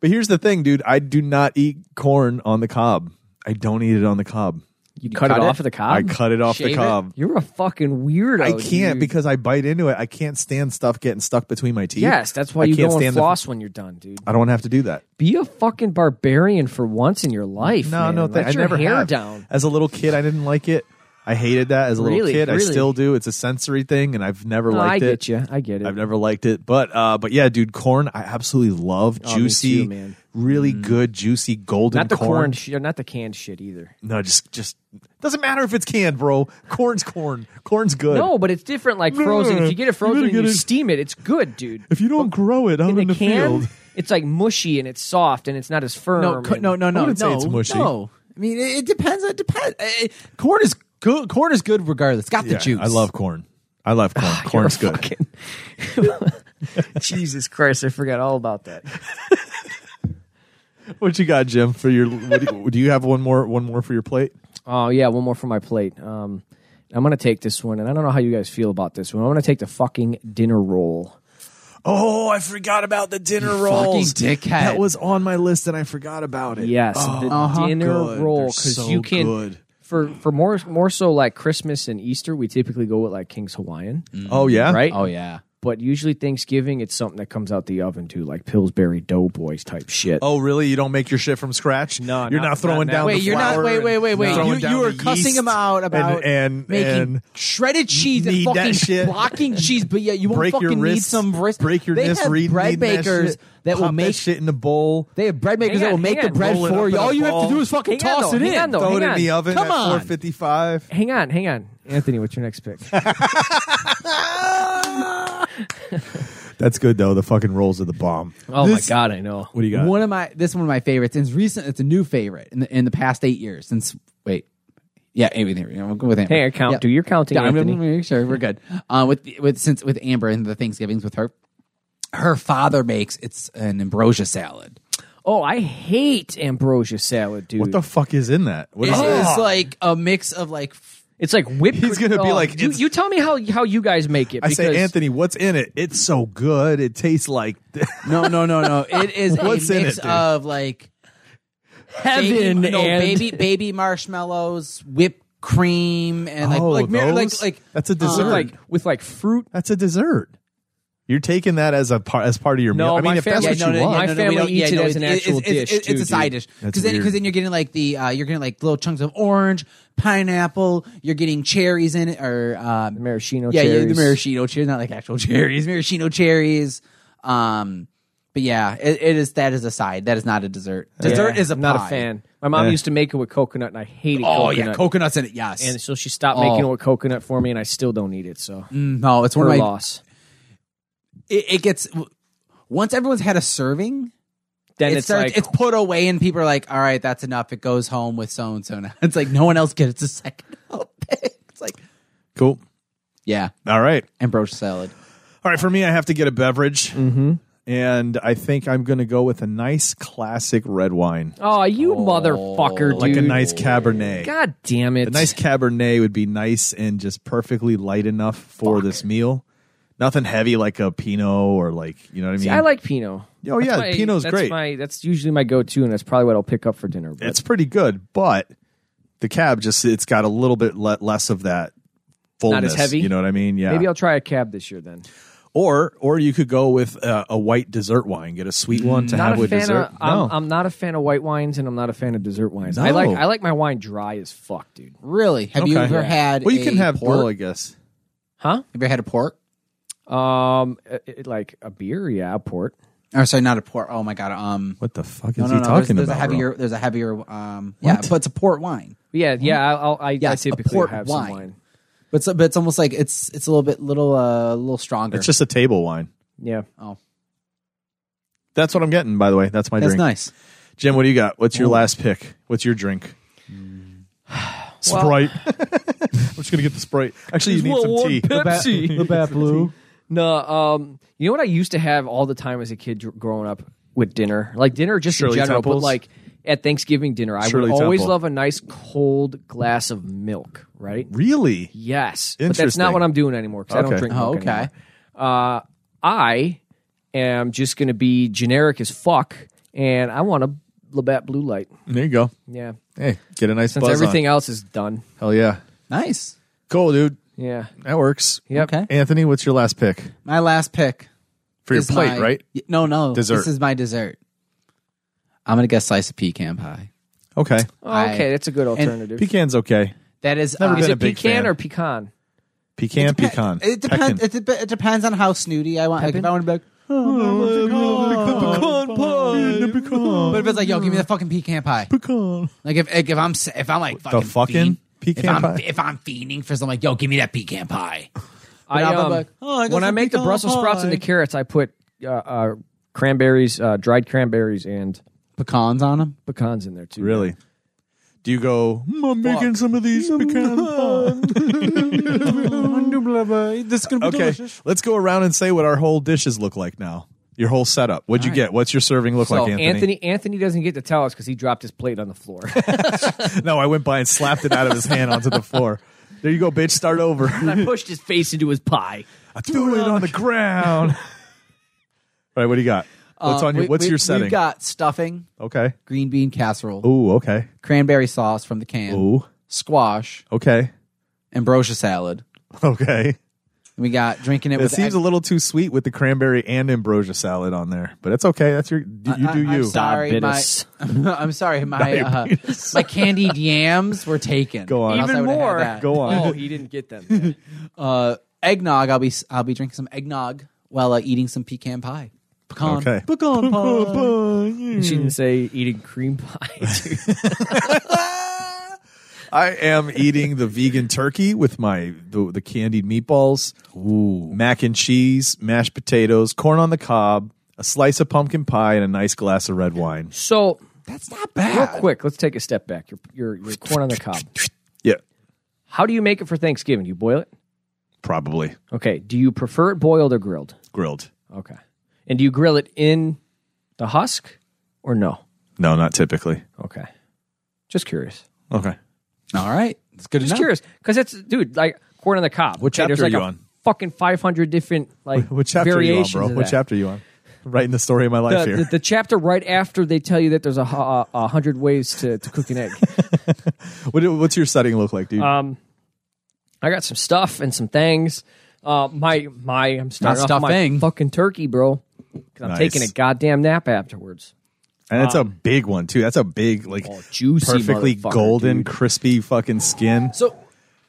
[SPEAKER 2] but here's the thing, dude. I do not eat corn on the cob. I don't eat it on the cob.
[SPEAKER 1] You, cut,
[SPEAKER 3] cut
[SPEAKER 1] it
[SPEAKER 3] it?
[SPEAKER 1] off of the cob.
[SPEAKER 2] I cut it off
[SPEAKER 3] shave
[SPEAKER 2] the
[SPEAKER 3] it?
[SPEAKER 2] cob.
[SPEAKER 1] You're a fucking weirdo.
[SPEAKER 2] I can't
[SPEAKER 1] dude.
[SPEAKER 2] because I bite into it. I can't stand stuff getting stuck between my teeth.
[SPEAKER 1] yes, that's why
[SPEAKER 2] I
[SPEAKER 1] you
[SPEAKER 2] can't
[SPEAKER 1] go and
[SPEAKER 2] stand the-
[SPEAKER 1] floss when you're done, dude.
[SPEAKER 2] I don't have to do that.
[SPEAKER 1] Be a fucking barbarian for once in your life.
[SPEAKER 2] No,
[SPEAKER 1] man.
[SPEAKER 2] no,
[SPEAKER 1] Let
[SPEAKER 2] thank, I
[SPEAKER 1] your
[SPEAKER 2] never
[SPEAKER 1] hair
[SPEAKER 2] have.
[SPEAKER 1] down.
[SPEAKER 2] As a little kid, I didn't like it. I hated that as a little
[SPEAKER 1] Really?
[SPEAKER 2] kid. I
[SPEAKER 1] Really?
[SPEAKER 2] still do. It's a sensory thing, and I've never
[SPEAKER 1] No, I
[SPEAKER 2] liked
[SPEAKER 1] get
[SPEAKER 2] it.
[SPEAKER 1] you. I get it.
[SPEAKER 2] I've never liked it, but uh, but yeah, dude, corn. I absolutely love
[SPEAKER 1] Oh, me
[SPEAKER 2] juicy,
[SPEAKER 1] too, man. Mm.
[SPEAKER 2] really good, juicy golden
[SPEAKER 1] not the
[SPEAKER 2] corn.
[SPEAKER 1] corn, sh- not the canned shit either.
[SPEAKER 2] No, just just doesn't matter if it's canned, bro. Corn's corn. Corn's good.
[SPEAKER 1] No, but it's different. Like frozen. If you get it frozen and you steam it, it's good, dude.
[SPEAKER 2] if you don't grow it out in,
[SPEAKER 1] Oh, in
[SPEAKER 2] the
[SPEAKER 1] the can,
[SPEAKER 2] field,
[SPEAKER 1] it's like mushy and it's soft and it's not as firm.
[SPEAKER 3] No, co-
[SPEAKER 1] and-
[SPEAKER 3] no, no, no,
[SPEAKER 2] wouldn't
[SPEAKER 3] no,
[SPEAKER 2] say it's mushy.
[SPEAKER 3] no. I mean, it, it depends. It depends. Eh, eh, corn is good. Corn is good regardless. Got the
[SPEAKER 2] Yeah,
[SPEAKER 3] juice.
[SPEAKER 2] I love corn. I love
[SPEAKER 1] (laughs)
[SPEAKER 2] corn. Corn's good.
[SPEAKER 1] Jesus Christ, I forgot all
[SPEAKER 2] (laughs)
[SPEAKER 1] about that.
[SPEAKER 2] What you got, Jim? For your what do, you, do you have one more one more for your plate?
[SPEAKER 1] Oh yeah, one more for my plate. Um, I'm gonna take this one, and I don't know how you guys feel about this one. I'm gonna take the fucking dinner roll.
[SPEAKER 2] Oh, I forgot about the dinner rolls.
[SPEAKER 3] fucking dickhead.
[SPEAKER 2] That was on my list and I forgot about it. Oh,
[SPEAKER 1] Yes, the
[SPEAKER 3] uh-huh.
[SPEAKER 1] dinner
[SPEAKER 2] Good.
[SPEAKER 1] roll
[SPEAKER 2] They're
[SPEAKER 1] because
[SPEAKER 2] so
[SPEAKER 1] you can
[SPEAKER 2] good.
[SPEAKER 1] for for more more so like Christmas and Easter. We typically go with like King's Hawaiian,
[SPEAKER 2] Oh yeah.
[SPEAKER 1] right?
[SPEAKER 3] Oh yeah.
[SPEAKER 1] But usually Thanksgiving, it's something that comes out the oven too, like Pillsbury Doughboys type shit.
[SPEAKER 2] Oh really? You don't make your shit from scratch?
[SPEAKER 1] No,
[SPEAKER 2] you're
[SPEAKER 1] not-
[SPEAKER 2] not, throwing
[SPEAKER 1] not now.
[SPEAKER 2] down.
[SPEAKER 3] Wait,
[SPEAKER 2] the
[SPEAKER 3] you're not.
[SPEAKER 2] flour
[SPEAKER 3] Wait,
[SPEAKER 2] and
[SPEAKER 3] wait, wait, wait.
[SPEAKER 2] throwing
[SPEAKER 3] You,
[SPEAKER 2] down
[SPEAKER 3] you were
[SPEAKER 2] the
[SPEAKER 3] cussing
[SPEAKER 2] yeast
[SPEAKER 3] him out about
[SPEAKER 2] and and,
[SPEAKER 3] making
[SPEAKER 2] and
[SPEAKER 3] shredded cheese and
[SPEAKER 2] knead that
[SPEAKER 3] fucking
[SPEAKER 2] shit.
[SPEAKER 3] blocking cheese, but yeah, you won't
[SPEAKER 2] break
[SPEAKER 3] fucking
[SPEAKER 2] your
[SPEAKER 3] need
[SPEAKER 2] wrist.
[SPEAKER 3] some wrist.
[SPEAKER 2] break your
[SPEAKER 3] they
[SPEAKER 2] wrist.
[SPEAKER 3] have
[SPEAKER 2] read,
[SPEAKER 3] bread
[SPEAKER 2] knead that
[SPEAKER 3] bakers
[SPEAKER 2] shit,
[SPEAKER 3] that will
[SPEAKER 2] pop
[SPEAKER 3] make.
[SPEAKER 2] shit in the bowl.
[SPEAKER 3] they have bread makers
[SPEAKER 1] Hang
[SPEAKER 3] that will
[SPEAKER 1] on,
[SPEAKER 3] make
[SPEAKER 1] hang
[SPEAKER 3] the
[SPEAKER 1] on.
[SPEAKER 3] bread
[SPEAKER 2] Roll it up
[SPEAKER 3] for you.
[SPEAKER 2] in a
[SPEAKER 3] All you have
[SPEAKER 2] ball.
[SPEAKER 3] to do is fucking
[SPEAKER 1] Hang on,
[SPEAKER 3] toss
[SPEAKER 1] though.
[SPEAKER 3] it
[SPEAKER 1] Hang
[SPEAKER 3] in.
[SPEAKER 1] on, though.
[SPEAKER 2] Throw it in
[SPEAKER 1] on.
[SPEAKER 2] the oven
[SPEAKER 3] Come
[SPEAKER 2] at
[SPEAKER 3] Oh, on. (laughs)
[SPEAKER 2] 455.
[SPEAKER 1] Hang on, hang on, Anthony. What's your next pick?
[SPEAKER 2] (laughs) That's good though. The fucking rolls are the bomb.
[SPEAKER 1] Oh
[SPEAKER 2] This-
[SPEAKER 1] my god, I know.
[SPEAKER 2] What do you got?
[SPEAKER 3] One of my this is one of my favorites. And it's recent. It's a new favorite in the in the past eight years since. Wait, Yeah, Amy Theory. I'm going with Amber.
[SPEAKER 1] Hey, I count.
[SPEAKER 3] Yeah.
[SPEAKER 1] Do your counting,
[SPEAKER 3] Yeah, I'm
[SPEAKER 1] Anthony.
[SPEAKER 3] gonna make sure we're good. Uh, with with since with Amber and the Thanksgivings with her, her father makes it's an ambrosia salad.
[SPEAKER 1] Oh, I hate ambrosia salad, dude.
[SPEAKER 2] What the fuck is in that? What
[SPEAKER 3] It's,
[SPEAKER 2] is it?
[SPEAKER 1] Oh.
[SPEAKER 3] it's like a mix of like
[SPEAKER 1] it's like whipped.
[SPEAKER 2] He's
[SPEAKER 1] cre-
[SPEAKER 2] gonna be
[SPEAKER 1] oh,
[SPEAKER 2] like,
[SPEAKER 1] you,
[SPEAKER 2] it's-
[SPEAKER 1] you tell me how how you guys make it.
[SPEAKER 2] I say,
[SPEAKER 1] because-
[SPEAKER 2] Anthony, what's in it? It's so good. It tastes like
[SPEAKER 3] no, no, no, no. It is
[SPEAKER 2] (laughs) What's
[SPEAKER 3] a
[SPEAKER 2] in
[SPEAKER 3] mix
[SPEAKER 2] it, dude?
[SPEAKER 3] of like
[SPEAKER 1] heaven
[SPEAKER 3] baby, no,
[SPEAKER 1] and (laughs)
[SPEAKER 3] baby baby marshmallows, whipped cream, and like
[SPEAKER 2] oh,
[SPEAKER 3] like, mar-
[SPEAKER 2] those?
[SPEAKER 3] like like
[SPEAKER 2] that's a
[SPEAKER 1] with
[SPEAKER 2] dessert.
[SPEAKER 1] um, like with like fruit.
[SPEAKER 2] that's a dessert. You're taking that as a part as part of your
[SPEAKER 1] No,
[SPEAKER 2] meal. I
[SPEAKER 1] my
[SPEAKER 2] mean, if that's
[SPEAKER 1] family-
[SPEAKER 2] what
[SPEAKER 1] yeah,
[SPEAKER 2] you
[SPEAKER 1] no, no,
[SPEAKER 2] want,
[SPEAKER 1] My family
[SPEAKER 3] we don't-
[SPEAKER 1] eats it as an actual
[SPEAKER 3] it's, it's-
[SPEAKER 1] dish,
[SPEAKER 3] It's, it's
[SPEAKER 1] too,
[SPEAKER 3] a side
[SPEAKER 1] dude.
[SPEAKER 3] dish
[SPEAKER 2] That's
[SPEAKER 3] because then, 'cause
[SPEAKER 2] weird.
[SPEAKER 3] then you're getting like the uh, you're getting like little chunks of orange, pineapple. You're getting cherries in it or um,
[SPEAKER 1] maraschino
[SPEAKER 3] Yeah, yeah, the
[SPEAKER 1] cherries.
[SPEAKER 3] maraschino cherries, not like actual (laughs) cherries, maraschino cherries. Um, but yeah, it, it is that is a side. That is not a dessert. Dessert
[SPEAKER 1] Yeah,
[SPEAKER 3] is a
[SPEAKER 1] I'm not
[SPEAKER 3] pie.
[SPEAKER 1] a fan. My mom
[SPEAKER 2] Eh.
[SPEAKER 1] used to make it with coconut, and I hated.
[SPEAKER 3] Oh
[SPEAKER 1] coconut.
[SPEAKER 3] yeah, coconuts in it. Yes,
[SPEAKER 1] And so she stopped
[SPEAKER 3] Oh.
[SPEAKER 1] making it with coconut for me, and I still don't eat it. So
[SPEAKER 3] Mm, no, it's one
[SPEAKER 1] her
[SPEAKER 3] of my.
[SPEAKER 1] loss.
[SPEAKER 3] It, it gets once everyone's had a serving.
[SPEAKER 1] Then
[SPEAKER 3] it
[SPEAKER 1] it's
[SPEAKER 3] starts,
[SPEAKER 1] like
[SPEAKER 3] it's put away, and people are like, "All right, that's enough." It goes home with so and so now. (laughs) It's like no one else gets a second (laughs) helping. It's like
[SPEAKER 2] cool.
[SPEAKER 3] yeah,
[SPEAKER 2] All right,
[SPEAKER 3] ambrosia salad.
[SPEAKER 2] all right. For me, I have to get a beverage, and I think I'm going to go with a nice classic red wine,
[SPEAKER 1] oh, you motherfucker, dude.
[SPEAKER 2] like a nice Cabernet.
[SPEAKER 1] God damn it!
[SPEAKER 2] A nice Cabernet would be nice and just perfectly light enough for this meal. Nothing heavy like a Pinot or like you know what I mean.
[SPEAKER 1] See, I like Pinot.
[SPEAKER 2] Oh, yeah,
[SPEAKER 1] my,
[SPEAKER 2] Pinot's
[SPEAKER 1] that's
[SPEAKER 2] great.
[SPEAKER 1] My, that's usually my go-to, and that's probably what I'll pick up for dinner. But
[SPEAKER 2] it's pretty good, but the cab just it's got a little bit le- less of that fullness.
[SPEAKER 1] heavy?
[SPEAKER 2] You know what I mean? Yeah.
[SPEAKER 1] maybe I'll try a cab this year then.
[SPEAKER 2] or or you could go with uh, a white dessert wine, get a sweet one to
[SPEAKER 1] Not
[SPEAKER 2] have
[SPEAKER 1] a
[SPEAKER 2] with
[SPEAKER 1] fan
[SPEAKER 2] dessert.
[SPEAKER 3] um,
[SPEAKER 1] of.
[SPEAKER 2] no.
[SPEAKER 1] I'm, I'm not a fan of white wines, and I'm not a fan of dessert wines. I
[SPEAKER 2] No.
[SPEAKER 1] like I like my wine dry as fuck, dude.
[SPEAKER 3] Really? Have you
[SPEAKER 2] Okay.
[SPEAKER 3] ever had?
[SPEAKER 2] well, you
[SPEAKER 3] a
[SPEAKER 2] can have
[SPEAKER 3] pork?
[SPEAKER 2] well, I guess.
[SPEAKER 1] Huh?
[SPEAKER 3] Have you ever had a pork?
[SPEAKER 1] Um, it- it- like a beer, yeah, a port.
[SPEAKER 3] Oh, sorry, not a port. Oh my god. Um,
[SPEAKER 2] What the fuck is
[SPEAKER 3] no, no,
[SPEAKER 2] he
[SPEAKER 3] no. There's,
[SPEAKER 2] talking
[SPEAKER 3] there's
[SPEAKER 2] about?
[SPEAKER 3] a heavier.
[SPEAKER 2] bro?
[SPEAKER 3] There's a heavier. Um, yeah, but it's a port wine.
[SPEAKER 1] Yeah, yeah. I'll, I'll, I,
[SPEAKER 3] Yes,
[SPEAKER 1] I
[SPEAKER 3] a
[SPEAKER 1] typically
[SPEAKER 3] port
[SPEAKER 1] have
[SPEAKER 3] wine.
[SPEAKER 1] some wine.
[SPEAKER 3] But it's, but it's almost like it's it's a little bit little uh little stronger.
[SPEAKER 2] It's just a table wine.
[SPEAKER 1] Yeah.
[SPEAKER 2] That's what I'm getting, by the way. That's my
[SPEAKER 3] that's
[SPEAKER 2] drink.
[SPEAKER 3] nice.
[SPEAKER 2] Jim, what do you got? What's your last pick? What's your
[SPEAKER 3] (sighs)
[SPEAKER 2] drink?
[SPEAKER 3] (laughs)
[SPEAKER 2] Sprite. I'm just gonna get the Sprite. Actually, you need some tea.
[SPEAKER 1] (laughs) Pepsi.
[SPEAKER 10] The Bat Blue.
[SPEAKER 1] No, um, you know what I used to have all the time as a kid dr- growing up with dinner, like dinner just
[SPEAKER 2] Shirley
[SPEAKER 1] in general,
[SPEAKER 2] Temples?
[SPEAKER 1] but like at Thanksgiving dinner, I
[SPEAKER 2] Shirley
[SPEAKER 1] would always
[SPEAKER 2] Temple.
[SPEAKER 1] love a nice cold glass of milk, right?
[SPEAKER 2] Really?
[SPEAKER 1] Yes, but that's not
[SPEAKER 2] Interesting.
[SPEAKER 1] what I'm doing anymore because I
[SPEAKER 2] Okay.
[SPEAKER 1] don't drink milk
[SPEAKER 3] Oh, okay.
[SPEAKER 1] anymore. Uh, I am just going to be generic as fuck, and I want a Labatt Blue Light.
[SPEAKER 2] There you go.
[SPEAKER 1] Yeah,
[SPEAKER 2] Hey, get a nice
[SPEAKER 1] since
[SPEAKER 2] buzz
[SPEAKER 1] everything
[SPEAKER 2] on.
[SPEAKER 1] else is done.
[SPEAKER 2] Hell yeah.
[SPEAKER 3] Nice.
[SPEAKER 2] Cool, dude.
[SPEAKER 1] Yeah,
[SPEAKER 2] That works.
[SPEAKER 1] yep.
[SPEAKER 3] Okay.
[SPEAKER 2] Anthony, what's your last pick
[SPEAKER 3] My last pick
[SPEAKER 2] for your
[SPEAKER 3] is
[SPEAKER 2] plate?
[SPEAKER 3] my-
[SPEAKER 2] Right?
[SPEAKER 3] y- No, no.
[SPEAKER 2] Dessert.
[SPEAKER 3] This is my dessert. I'm gonna get a slice of pecan pie.
[SPEAKER 2] Okay.
[SPEAKER 1] Oh, okay,
[SPEAKER 3] I-
[SPEAKER 1] that's a good alternative.
[SPEAKER 2] Pecan's okay.
[SPEAKER 3] That is
[SPEAKER 2] Never
[SPEAKER 3] uh,
[SPEAKER 2] been
[SPEAKER 1] is
[SPEAKER 2] a
[SPEAKER 1] it
[SPEAKER 2] big
[SPEAKER 1] pecan
[SPEAKER 2] fan.
[SPEAKER 1] or pecan?
[SPEAKER 2] Pecan, pecan.
[SPEAKER 3] It depends.
[SPEAKER 2] Pecan.
[SPEAKER 3] It, dep it depends on how snooty I want. Like, if I want to be like,
[SPEAKER 2] The pecan.
[SPEAKER 3] but if it's like, yo, give me the fucking pecan pie.
[SPEAKER 2] Oh, Pecan.
[SPEAKER 3] Like if like, if I'm s- if I'm like fucking
[SPEAKER 2] fucking
[SPEAKER 3] fiend-
[SPEAKER 2] pecan
[SPEAKER 3] if I'm,
[SPEAKER 2] pie?
[SPEAKER 3] if I'm fiending for something like yo give me that pecan pie
[SPEAKER 1] I,
[SPEAKER 3] But I'm
[SPEAKER 1] um,
[SPEAKER 3] like, oh, I got
[SPEAKER 1] when I
[SPEAKER 3] some
[SPEAKER 1] make the
[SPEAKER 3] pecan
[SPEAKER 1] Brussels sprouts and the
[SPEAKER 3] pie.
[SPEAKER 1] carrots, I put uh, uh, cranberries, uh, dried cranberries, and
[SPEAKER 3] pecans on them
[SPEAKER 1] pecans in there too.
[SPEAKER 2] Really? Do you go, "Mm, I'm making some of these pecan pie."
[SPEAKER 3] this is gonna be
[SPEAKER 2] Okay. Let's go around and say what our whole dishes look like now. Your whole setup. What'd you get? What's your serving look
[SPEAKER 1] So
[SPEAKER 2] like,
[SPEAKER 1] Anthony. Anthony doesn't get to tell us because he dropped his plate on the floor.
[SPEAKER 2] No, I went by and slapped it out of his hand onto the floor. There you go, bitch. Start over.
[SPEAKER 1] I pushed his face into his pie.
[SPEAKER 2] I threw it on the (laughs) ground. All right, what do you got? What's on your What's your setting?
[SPEAKER 3] Uh,
[SPEAKER 2] Oh.
[SPEAKER 3] We've got stuffing,
[SPEAKER 2] okay.
[SPEAKER 3] green bean casserole,
[SPEAKER 2] Ooh, okay.
[SPEAKER 3] cranberry sauce from the can,
[SPEAKER 2] Ooh,
[SPEAKER 3] squash,
[SPEAKER 2] okay, (laughs)
[SPEAKER 3] ambrosia salad.
[SPEAKER 2] okay.
[SPEAKER 3] And we got drinking it
[SPEAKER 2] It
[SPEAKER 3] with
[SPEAKER 2] seems a
[SPEAKER 3] egg-
[SPEAKER 2] little too sweet with the cranberry and ambrosia salad on there, but it's okay. That's your you
[SPEAKER 3] I-
[SPEAKER 2] do
[SPEAKER 3] I'm
[SPEAKER 2] you.
[SPEAKER 3] sorry, my,
[SPEAKER 1] Diabetes.
[SPEAKER 3] (laughs) I'm sorry, my uh, my candied yams were taken.
[SPEAKER 2] Go on.
[SPEAKER 3] Or else I
[SPEAKER 1] (laughs) Even
[SPEAKER 3] would've had
[SPEAKER 1] more.
[SPEAKER 3] that.
[SPEAKER 2] Go on.
[SPEAKER 1] Oh, he didn't get them.
[SPEAKER 3] Uh, eggnog. I'll be I'll be drinking some eggnog while uh, eating some pecan pie. Pecan.
[SPEAKER 2] Okay.
[SPEAKER 3] Pecan pie.
[SPEAKER 1] she didn't say eating cream pie. (laughs) dude.
[SPEAKER 2] (laughs) I am eating the vegan turkey with my the, the candied meatballs, mac and cheese, mashed potatoes, corn on the cob, a slice of pumpkin pie, and a nice glass of red wine.
[SPEAKER 1] so
[SPEAKER 3] That's not
[SPEAKER 1] real
[SPEAKER 3] bad.
[SPEAKER 1] quick, let's take a step back. Your your, your corn on the cob.
[SPEAKER 2] Yeah,
[SPEAKER 1] How do you make it for Thanksgiving? You boil it?
[SPEAKER 2] probably
[SPEAKER 1] Okay. Do you prefer it boiled or grilled?
[SPEAKER 2] grilled.
[SPEAKER 1] Okay. And do you grill it in the husk or no?
[SPEAKER 2] No, not typically.
[SPEAKER 1] Okay. Just curious.
[SPEAKER 2] Okay.
[SPEAKER 3] All right, it's good
[SPEAKER 1] Just
[SPEAKER 3] enough.
[SPEAKER 1] curious. Because it's, dude, like corn on the cob.
[SPEAKER 2] What chapter
[SPEAKER 1] there's
[SPEAKER 2] are
[SPEAKER 1] like
[SPEAKER 2] you
[SPEAKER 1] a
[SPEAKER 2] on?
[SPEAKER 1] Fucking 500 different like
[SPEAKER 2] What chapter are you on,
[SPEAKER 1] variations
[SPEAKER 2] bro?
[SPEAKER 1] of
[SPEAKER 2] What
[SPEAKER 1] that.
[SPEAKER 2] chapter are you on? Writing the story of my life
[SPEAKER 1] the,
[SPEAKER 2] here.
[SPEAKER 1] the- the chapter right after they tell you that there's a, hu- a, a hundred ways to, to cook
[SPEAKER 2] (laughs)
[SPEAKER 1] an egg.
[SPEAKER 2] what, what's your setting look like, dude?
[SPEAKER 1] Um, I got some stuff and some things. Uh, my my I'm starting off my
[SPEAKER 3] stuffing.
[SPEAKER 1] fucking turkey, bro. 'Cause I'm
[SPEAKER 2] Nice.
[SPEAKER 1] taking a goddamn nap afterwards.
[SPEAKER 2] and it's a big one too. That's a big, like,
[SPEAKER 1] Uh, oh, juicy
[SPEAKER 2] perfectly
[SPEAKER 1] motherfucker,
[SPEAKER 2] golden,
[SPEAKER 1] dude.
[SPEAKER 2] crispy fucking skin.
[SPEAKER 3] So,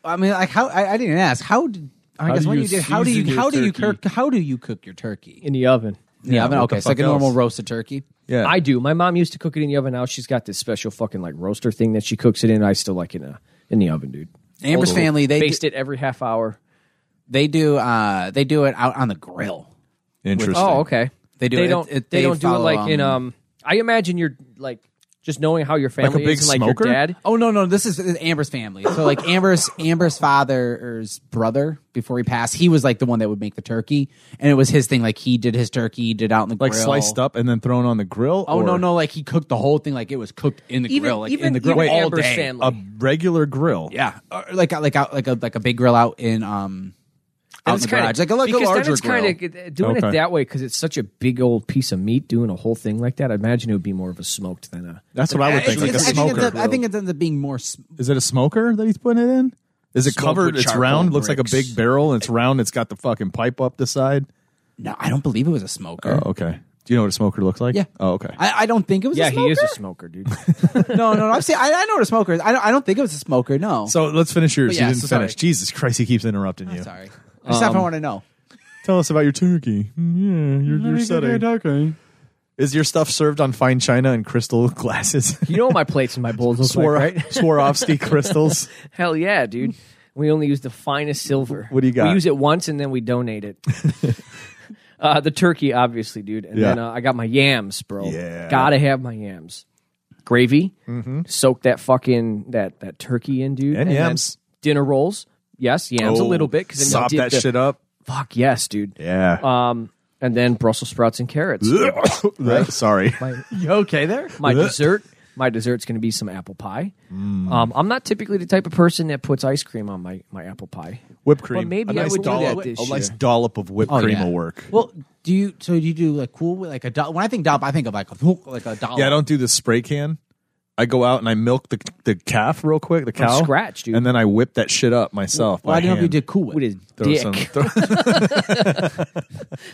[SPEAKER 3] I mean, like, how I, I didn't ask. How did I
[SPEAKER 10] How
[SPEAKER 3] guess
[SPEAKER 10] do
[SPEAKER 3] what
[SPEAKER 10] you
[SPEAKER 3] you did? How do
[SPEAKER 10] season
[SPEAKER 3] you
[SPEAKER 10] your
[SPEAKER 3] how do you
[SPEAKER 10] turkey?
[SPEAKER 3] cook how do you cook your turkey?
[SPEAKER 1] in the oven.
[SPEAKER 3] Yeah, I mean,
[SPEAKER 2] what the
[SPEAKER 3] okay, it's like
[SPEAKER 2] fuck
[SPEAKER 3] a normal
[SPEAKER 2] else?
[SPEAKER 3] roasted turkey.
[SPEAKER 2] yeah,
[SPEAKER 1] I do. My mom used to cook it in the oven. Now she's got this special fucking like roaster thing that she cooks it in. I still like it in, a, in the oven, dude.
[SPEAKER 3] Amber's
[SPEAKER 1] Old-
[SPEAKER 3] family they
[SPEAKER 1] baste it every half hour.
[SPEAKER 3] they do uh they do it out on the grill.
[SPEAKER 2] interesting.
[SPEAKER 1] Oh, okay.
[SPEAKER 3] They do
[SPEAKER 1] They
[SPEAKER 3] it-
[SPEAKER 1] don't.
[SPEAKER 3] it- they
[SPEAKER 1] they, don't do it
[SPEAKER 3] follow,
[SPEAKER 1] like in
[SPEAKER 3] um,
[SPEAKER 1] um. I imagine you're like just knowing how your family
[SPEAKER 2] big
[SPEAKER 1] is and, like
[SPEAKER 2] smoker?
[SPEAKER 1] your dad.
[SPEAKER 3] Oh no, no, this is this is Amber's family. So like Amber's Amber's father's brother before he passed, he was like the one that would make the turkey, and it was his thing. Like he did his turkey, he did out in the
[SPEAKER 2] like
[SPEAKER 3] grill.
[SPEAKER 2] sliced up and then thrown on the grill.
[SPEAKER 3] Oh no,
[SPEAKER 2] or
[SPEAKER 3] no, like he cooked the whole thing. Like it was cooked in the
[SPEAKER 1] Even
[SPEAKER 3] grill, like
[SPEAKER 1] even
[SPEAKER 3] in the grill
[SPEAKER 1] even
[SPEAKER 3] all
[SPEAKER 1] Amber's
[SPEAKER 3] day.
[SPEAKER 1] family.
[SPEAKER 2] a regular grill.
[SPEAKER 3] Yeah, or like like out like a like a big grill out in um out in
[SPEAKER 1] it's
[SPEAKER 3] the
[SPEAKER 1] kinda-
[SPEAKER 3] garage, like a like a
[SPEAKER 1] because
[SPEAKER 3] larger
[SPEAKER 1] then it's
[SPEAKER 3] grill.
[SPEAKER 1] Kind of doing
[SPEAKER 2] Okay.
[SPEAKER 1] it that way because it's such a big old piece of meat. Doing a whole thing like that, I imagine it would be more of a smoked than a.
[SPEAKER 2] That's what I would think. Like
[SPEAKER 3] It's-
[SPEAKER 2] a
[SPEAKER 3] it's- I think it
[SPEAKER 2] smoker.
[SPEAKER 3] ends up- I think it ends up being more. sm-
[SPEAKER 2] Is it a smoker that he's putting it in? Is it covered?
[SPEAKER 1] with
[SPEAKER 2] It's
[SPEAKER 1] charcoal
[SPEAKER 2] round. Looks like a
[SPEAKER 1] bricks.
[SPEAKER 2] big barrel. and It's round. It's got the fucking pipe up the side.
[SPEAKER 3] No, I don't believe it was a smoker.
[SPEAKER 2] Oh, okay. Do you know what a smoker looks like?
[SPEAKER 3] Yeah.
[SPEAKER 2] Oh, okay.
[SPEAKER 3] I, I don't think it was.
[SPEAKER 1] Yeah,
[SPEAKER 3] a smoker.
[SPEAKER 1] he is a smoker, dude.
[SPEAKER 3] no, no, no. I'm saying I, I know what a smoker is. I don't. I don't think it was a smoker. No.
[SPEAKER 2] so let's finish yours.
[SPEAKER 3] But yeah,
[SPEAKER 2] you didn't
[SPEAKER 3] so sorry.
[SPEAKER 2] finish. Jesus Christ, he keeps interrupting you.
[SPEAKER 3] sorry. I (laughs) just happen to want to know.
[SPEAKER 2] Tell us about your turkey. Mm, Yeah, your, your setting.
[SPEAKER 10] Okay.
[SPEAKER 2] Is your stuff served on fine china and crystal (laughs) glasses?
[SPEAKER 1] you know what my plates
[SPEAKER 3] (laughs)
[SPEAKER 1] and my bowls look like,
[SPEAKER 2] Swar- (laughs)
[SPEAKER 1] right?
[SPEAKER 2] Swarovski crystals.
[SPEAKER 1] Hell
[SPEAKER 2] (laughs)
[SPEAKER 1] yeah, dude. We only use the finest silver.
[SPEAKER 2] What do you got?
[SPEAKER 1] We use it once and then we donate it.
[SPEAKER 2] (laughs)
[SPEAKER 1] uh, the turkey, obviously, dude. And
[SPEAKER 2] Yeah.
[SPEAKER 1] then uh, I got my yams, bro.
[SPEAKER 2] Yeah. Mm-hmm.
[SPEAKER 1] Gotta have my yams. Gravy. Soak that fucking that that turkey in, dude.
[SPEAKER 2] And
[SPEAKER 1] then
[SPEAKER 2] yams.
[SPEAKER 1] Dinner rolls. Yes, yams a
[SPEAKER 2] Oh,
[SPEAKER 1] little bit. 'cause then
[SPEAKER 2] Sop
[SPEAKER 1] they'll
[SPEAKER 2] that
[SPEAKER 1] dip the-
[SPEAKER 2] shit up.
[SPEAKER 1] Fuck yes, dude.
[SPEAKER 2] Yeah.
[SPEAKER 3] Uh,
[SPEAKER 1] Um, and then Brussels sprouts and carrots.
[SPEAKER 2] (coughs) Right? Sorry.
[SPEAKER 1] my,
[SPEAKER 3] You okay there?
[SPEAKER 1] my dessert. My dessert's going to be some apple pie.
[SPEAKER 2] Mm.
[SPEAKER 1] Um, I'm not typically the type of person that puts ice cream on my, my apple pie.
[SPEAKER 2] Whipped cream.
[SPEAKER 1] But maybe
[SPEAKER 2] a
[SPEAKER 1] I
[SPEAKER 2] nice
[SPEAKER 1] would do that
[SPEAKER 2] dollop.
[SPEAKER 1] this
[SPEAKER 2] a nice
[SPEAKER 1] year.
[SPEAKER 2] dollop of whipped cream
[SPEAKER 3] Oh, yeah.
[SPEAKER 2] will work.
[SPEAKER 3] Well, do you? So do you do like cool? Whip, Like a doll- when I think dollop, I think of like a hook, like a dollop.
[SPEAKER 2] Yeah, I don't do the spray can. I go out and I milk the the calf real quick, the cow,
[SPEAKER 1] scratch, dude.
[SPEAKER 2] and then I whip that shit up myself.
[SPEAKER 3] Well,
[SPEAKER 2] by
[SPEAKER 3] I didn't know if you
[SPEAKER 2] hand.
[SPEAKER 3] did cool
[SPEAKER 1] What
[SPEAKER 3] whip.
[SPEAKER 1] is
[SPEAKER 2] Throw
[SPEAKER 1] dick?
[SPEAKER 2] some- throw-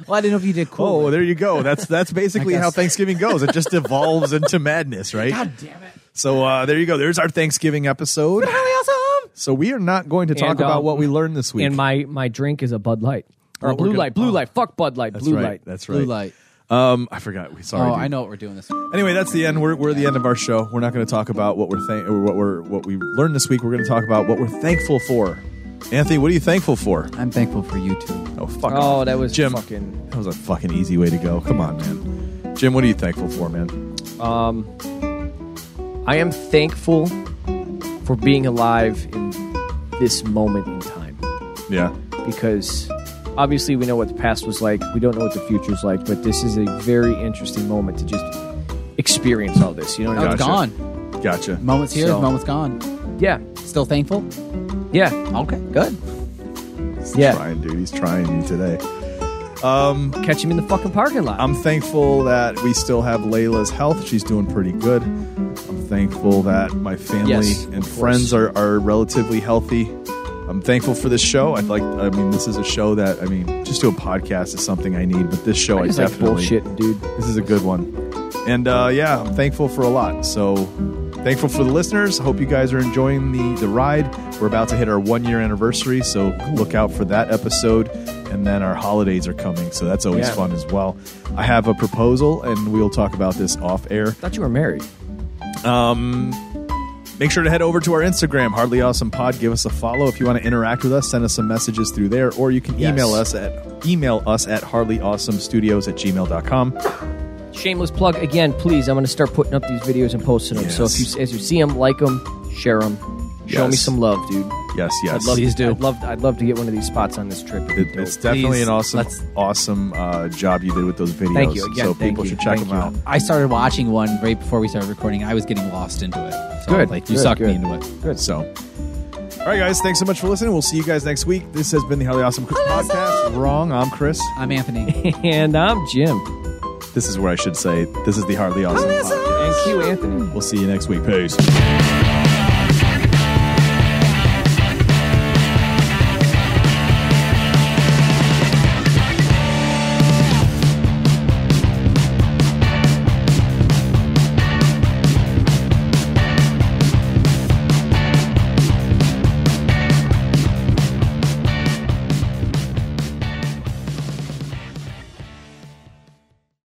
[SPEAKER 3] Well, I didn't know if you did cool.
[SPEAKER 2] oh,
[SPEAKER 3] whip.
[SPEAKER 2] there you go. That's that's basically how
[SPEAKER 3] guess.
[SPEAKER 2] Thanksgiving goes. It just evolves into madness, right?
[SPEAKER 3] God damn it!
[SPEAKER 2] So uh, there you go. There's our Thanksgiving episode.
[SPEAKER 3] Really awesome.
[SPEAKER 2] So we are not going to talk
[SPEAKER 1] And,
[SPEAKER 2] about
[SPEAKER 1] um,
[SPEAKER 2] what we learned this week.
[SPEAKER 1] And my my drink is a Bud Light or
[SPEAKER 2] Oh,
[SPEAKER 1] a
[SPEAKER 2] we're
[SPEAKER 1] Blue
[SPEAKER 2] gonna-
[SPEAKER 1] Light. Blue
[SPEAKER 2] oh.
[SPEAKER 1] Light. Fuck Bud Light.
[SPEAKER 2] that's
[SPEAKER 1] blue
[SPEAKER 2] right.
[SPEAKER 1] Light.
[SPEAKER 2] That's right.
[SPEAKER 3] Blue light.
[SPEAKER 2] Um, I forgot. We Sorry.
[SPEAKER 3] oh,
[SPEAKER 2] dude.
[SPEAKER 3] I know what we're doing this.
[SPEAKER 2] Anyway, that's the end. We're, we're the end of our show. We're not going to talk about what we're thank or what we're what we learned this week. We're going to talk about what we're thankful for. Anthony, what are you thankful for?
[SPEAKER 3] I'm thankful for you too.
[SPEAKER 2] Oh fuck!
[SPEAKER 1] Oh, that was
[SPEAKER 2] Jim.
[SPEAKER 1] fucking.
[SPEAKER 2] That was a fucking easy way to go. Come on, man. Jim, what are you thankful for, man?
[SPEAKER 1] I am thankful for being alive in this moment in time
[SPEAKER 2] Yeah,
[SPEAKER 1] because obviously we know what the past was like. We don't know what the future's like, but this is a very interesting moment to just experience all this. You know what I
[SPEAKER 3] Oh,
[SPEAKER 1] mean?
[SPEAKER 3] it's gone.
[SPEAKER 2] gotcha.
[SPEAKER 3] Moments here,
[SPEAKER 1] So-
[SPEAKER 3] moments gone.
[SPEAKER 1] Yeah.
[SPEAKER 3] Still thankful.
[SPEAKER 1] Yeah.
[SPEAKER 3] Okay, good.
[SPEAKER 2] He's
[SPEAKER 1] Yeah.
[SPEAKER 2] trying, dude. He's trying you today.
[SPEAKER 1] Catch him in the fucking parking lot.
[SPEAKER 2] I'm thankful that we still have Layla's health. She's doing pretty good. I'm thankful that my family
[SPEAKER 1] Yes,
[SPEAKER 2] and
[SPEAKER 1] of course.
[SPEAKER 2] friends are, are relatively healthy. I'm thankful for this show. I'd like, I mean, this is a show that, I mean, just do a podcast is something I need, but this show I,
[SPEAKER 1] I just like
[SPEAKER 2] definitely.
[SPEAKER 1] bullshit, dude.
[SPEAKER 2] This is a good one. And uh, yeah, I'm thankful for a lot. So thankful for the listeners. Hope you guys are enjoying the, the ride. We're about to hit our one year anniversary, so look out for that episode. And then our holidays are coming, so that's always
[SPEAKER 1] Yeah.
[SPEAKER 2] fun as well. I have a proposal, and we'll talk about this off air.
[SPEAKER 1] Thought you were married.
[SPEAKER 2] Make sure to head over to our Instagram, Hardly Awesome Pod. Give us a follow if you want to interact with us. Send us some messages through there, or you can
[SPEAKER 1] Yes.
[SPEAKER 2] email us at email us at hardlyawesomestudios at gmail.com.
[SPEAKER 1] shameless plug again please i'm going to start putting up these videos and posting them so if
[SPEAKER 2] Yes.
[SPEAKER 1] you as you see them like them share them Show me
[SPEAKER 2] Yes.
[SPEAKER 1] some love, dude.
[SPEAKER 2] Yes, yes.
[SPEAKER 1] I'd love,
[SPEAKER 3] Please do.
[SPEAKER 1] I'd love, I'd love to get one of these spots on this trip. It'd be
[SPEAKER 2] It-
[SPEAKER 1] dope.
[SPEAKER 2] it's definitely
[SPEAKER 3] Please,
[SPEAKER 2] an awesome,
[SPEAKER 3] let's-
[SPEAKER 2] awesome uh, job you did with those videos.
[SPEAKER 1] Thank you. Again,
[SPEAKER 2] so
[SPEAKER 1] thank
[SPEAKER 2] people
[SPEAKER 1] you.
[SPEAKER 2] should check
[SPEAKER 1] Thank
[SPEAKER 2] them
[SPEAKER 1] you.
[SPEAKER 2] out.
[SPEAKER 3] I started watching one right before we started recording. I was getting lost into it. So,
[SPEAKER 1] Good,
[SPEAKER 3] Like you
[SPEAKER 1] good,
[SPEAKER 3] sucked me
[SPEAKER 1] good.
[SPEAKER 3] into it.
[SPEAKER 2] So, all right, guys, thanks so much for listening. We'll see you guys next week. This has been the Hardly Awesome Podcast. Wrong, I'm Chris.
[SPEAKER 3] I'm Anthony.
[SPEAKER 1] and I'm Jim.
[SPEAKER 2] This is where I should say, this is the Hardly Awesome Podcast.
[SPEAKER 1] And Q Anthony.
[SPEAKER 2] We'll see you next week. Peace.
[SPEAKER 1] Peace.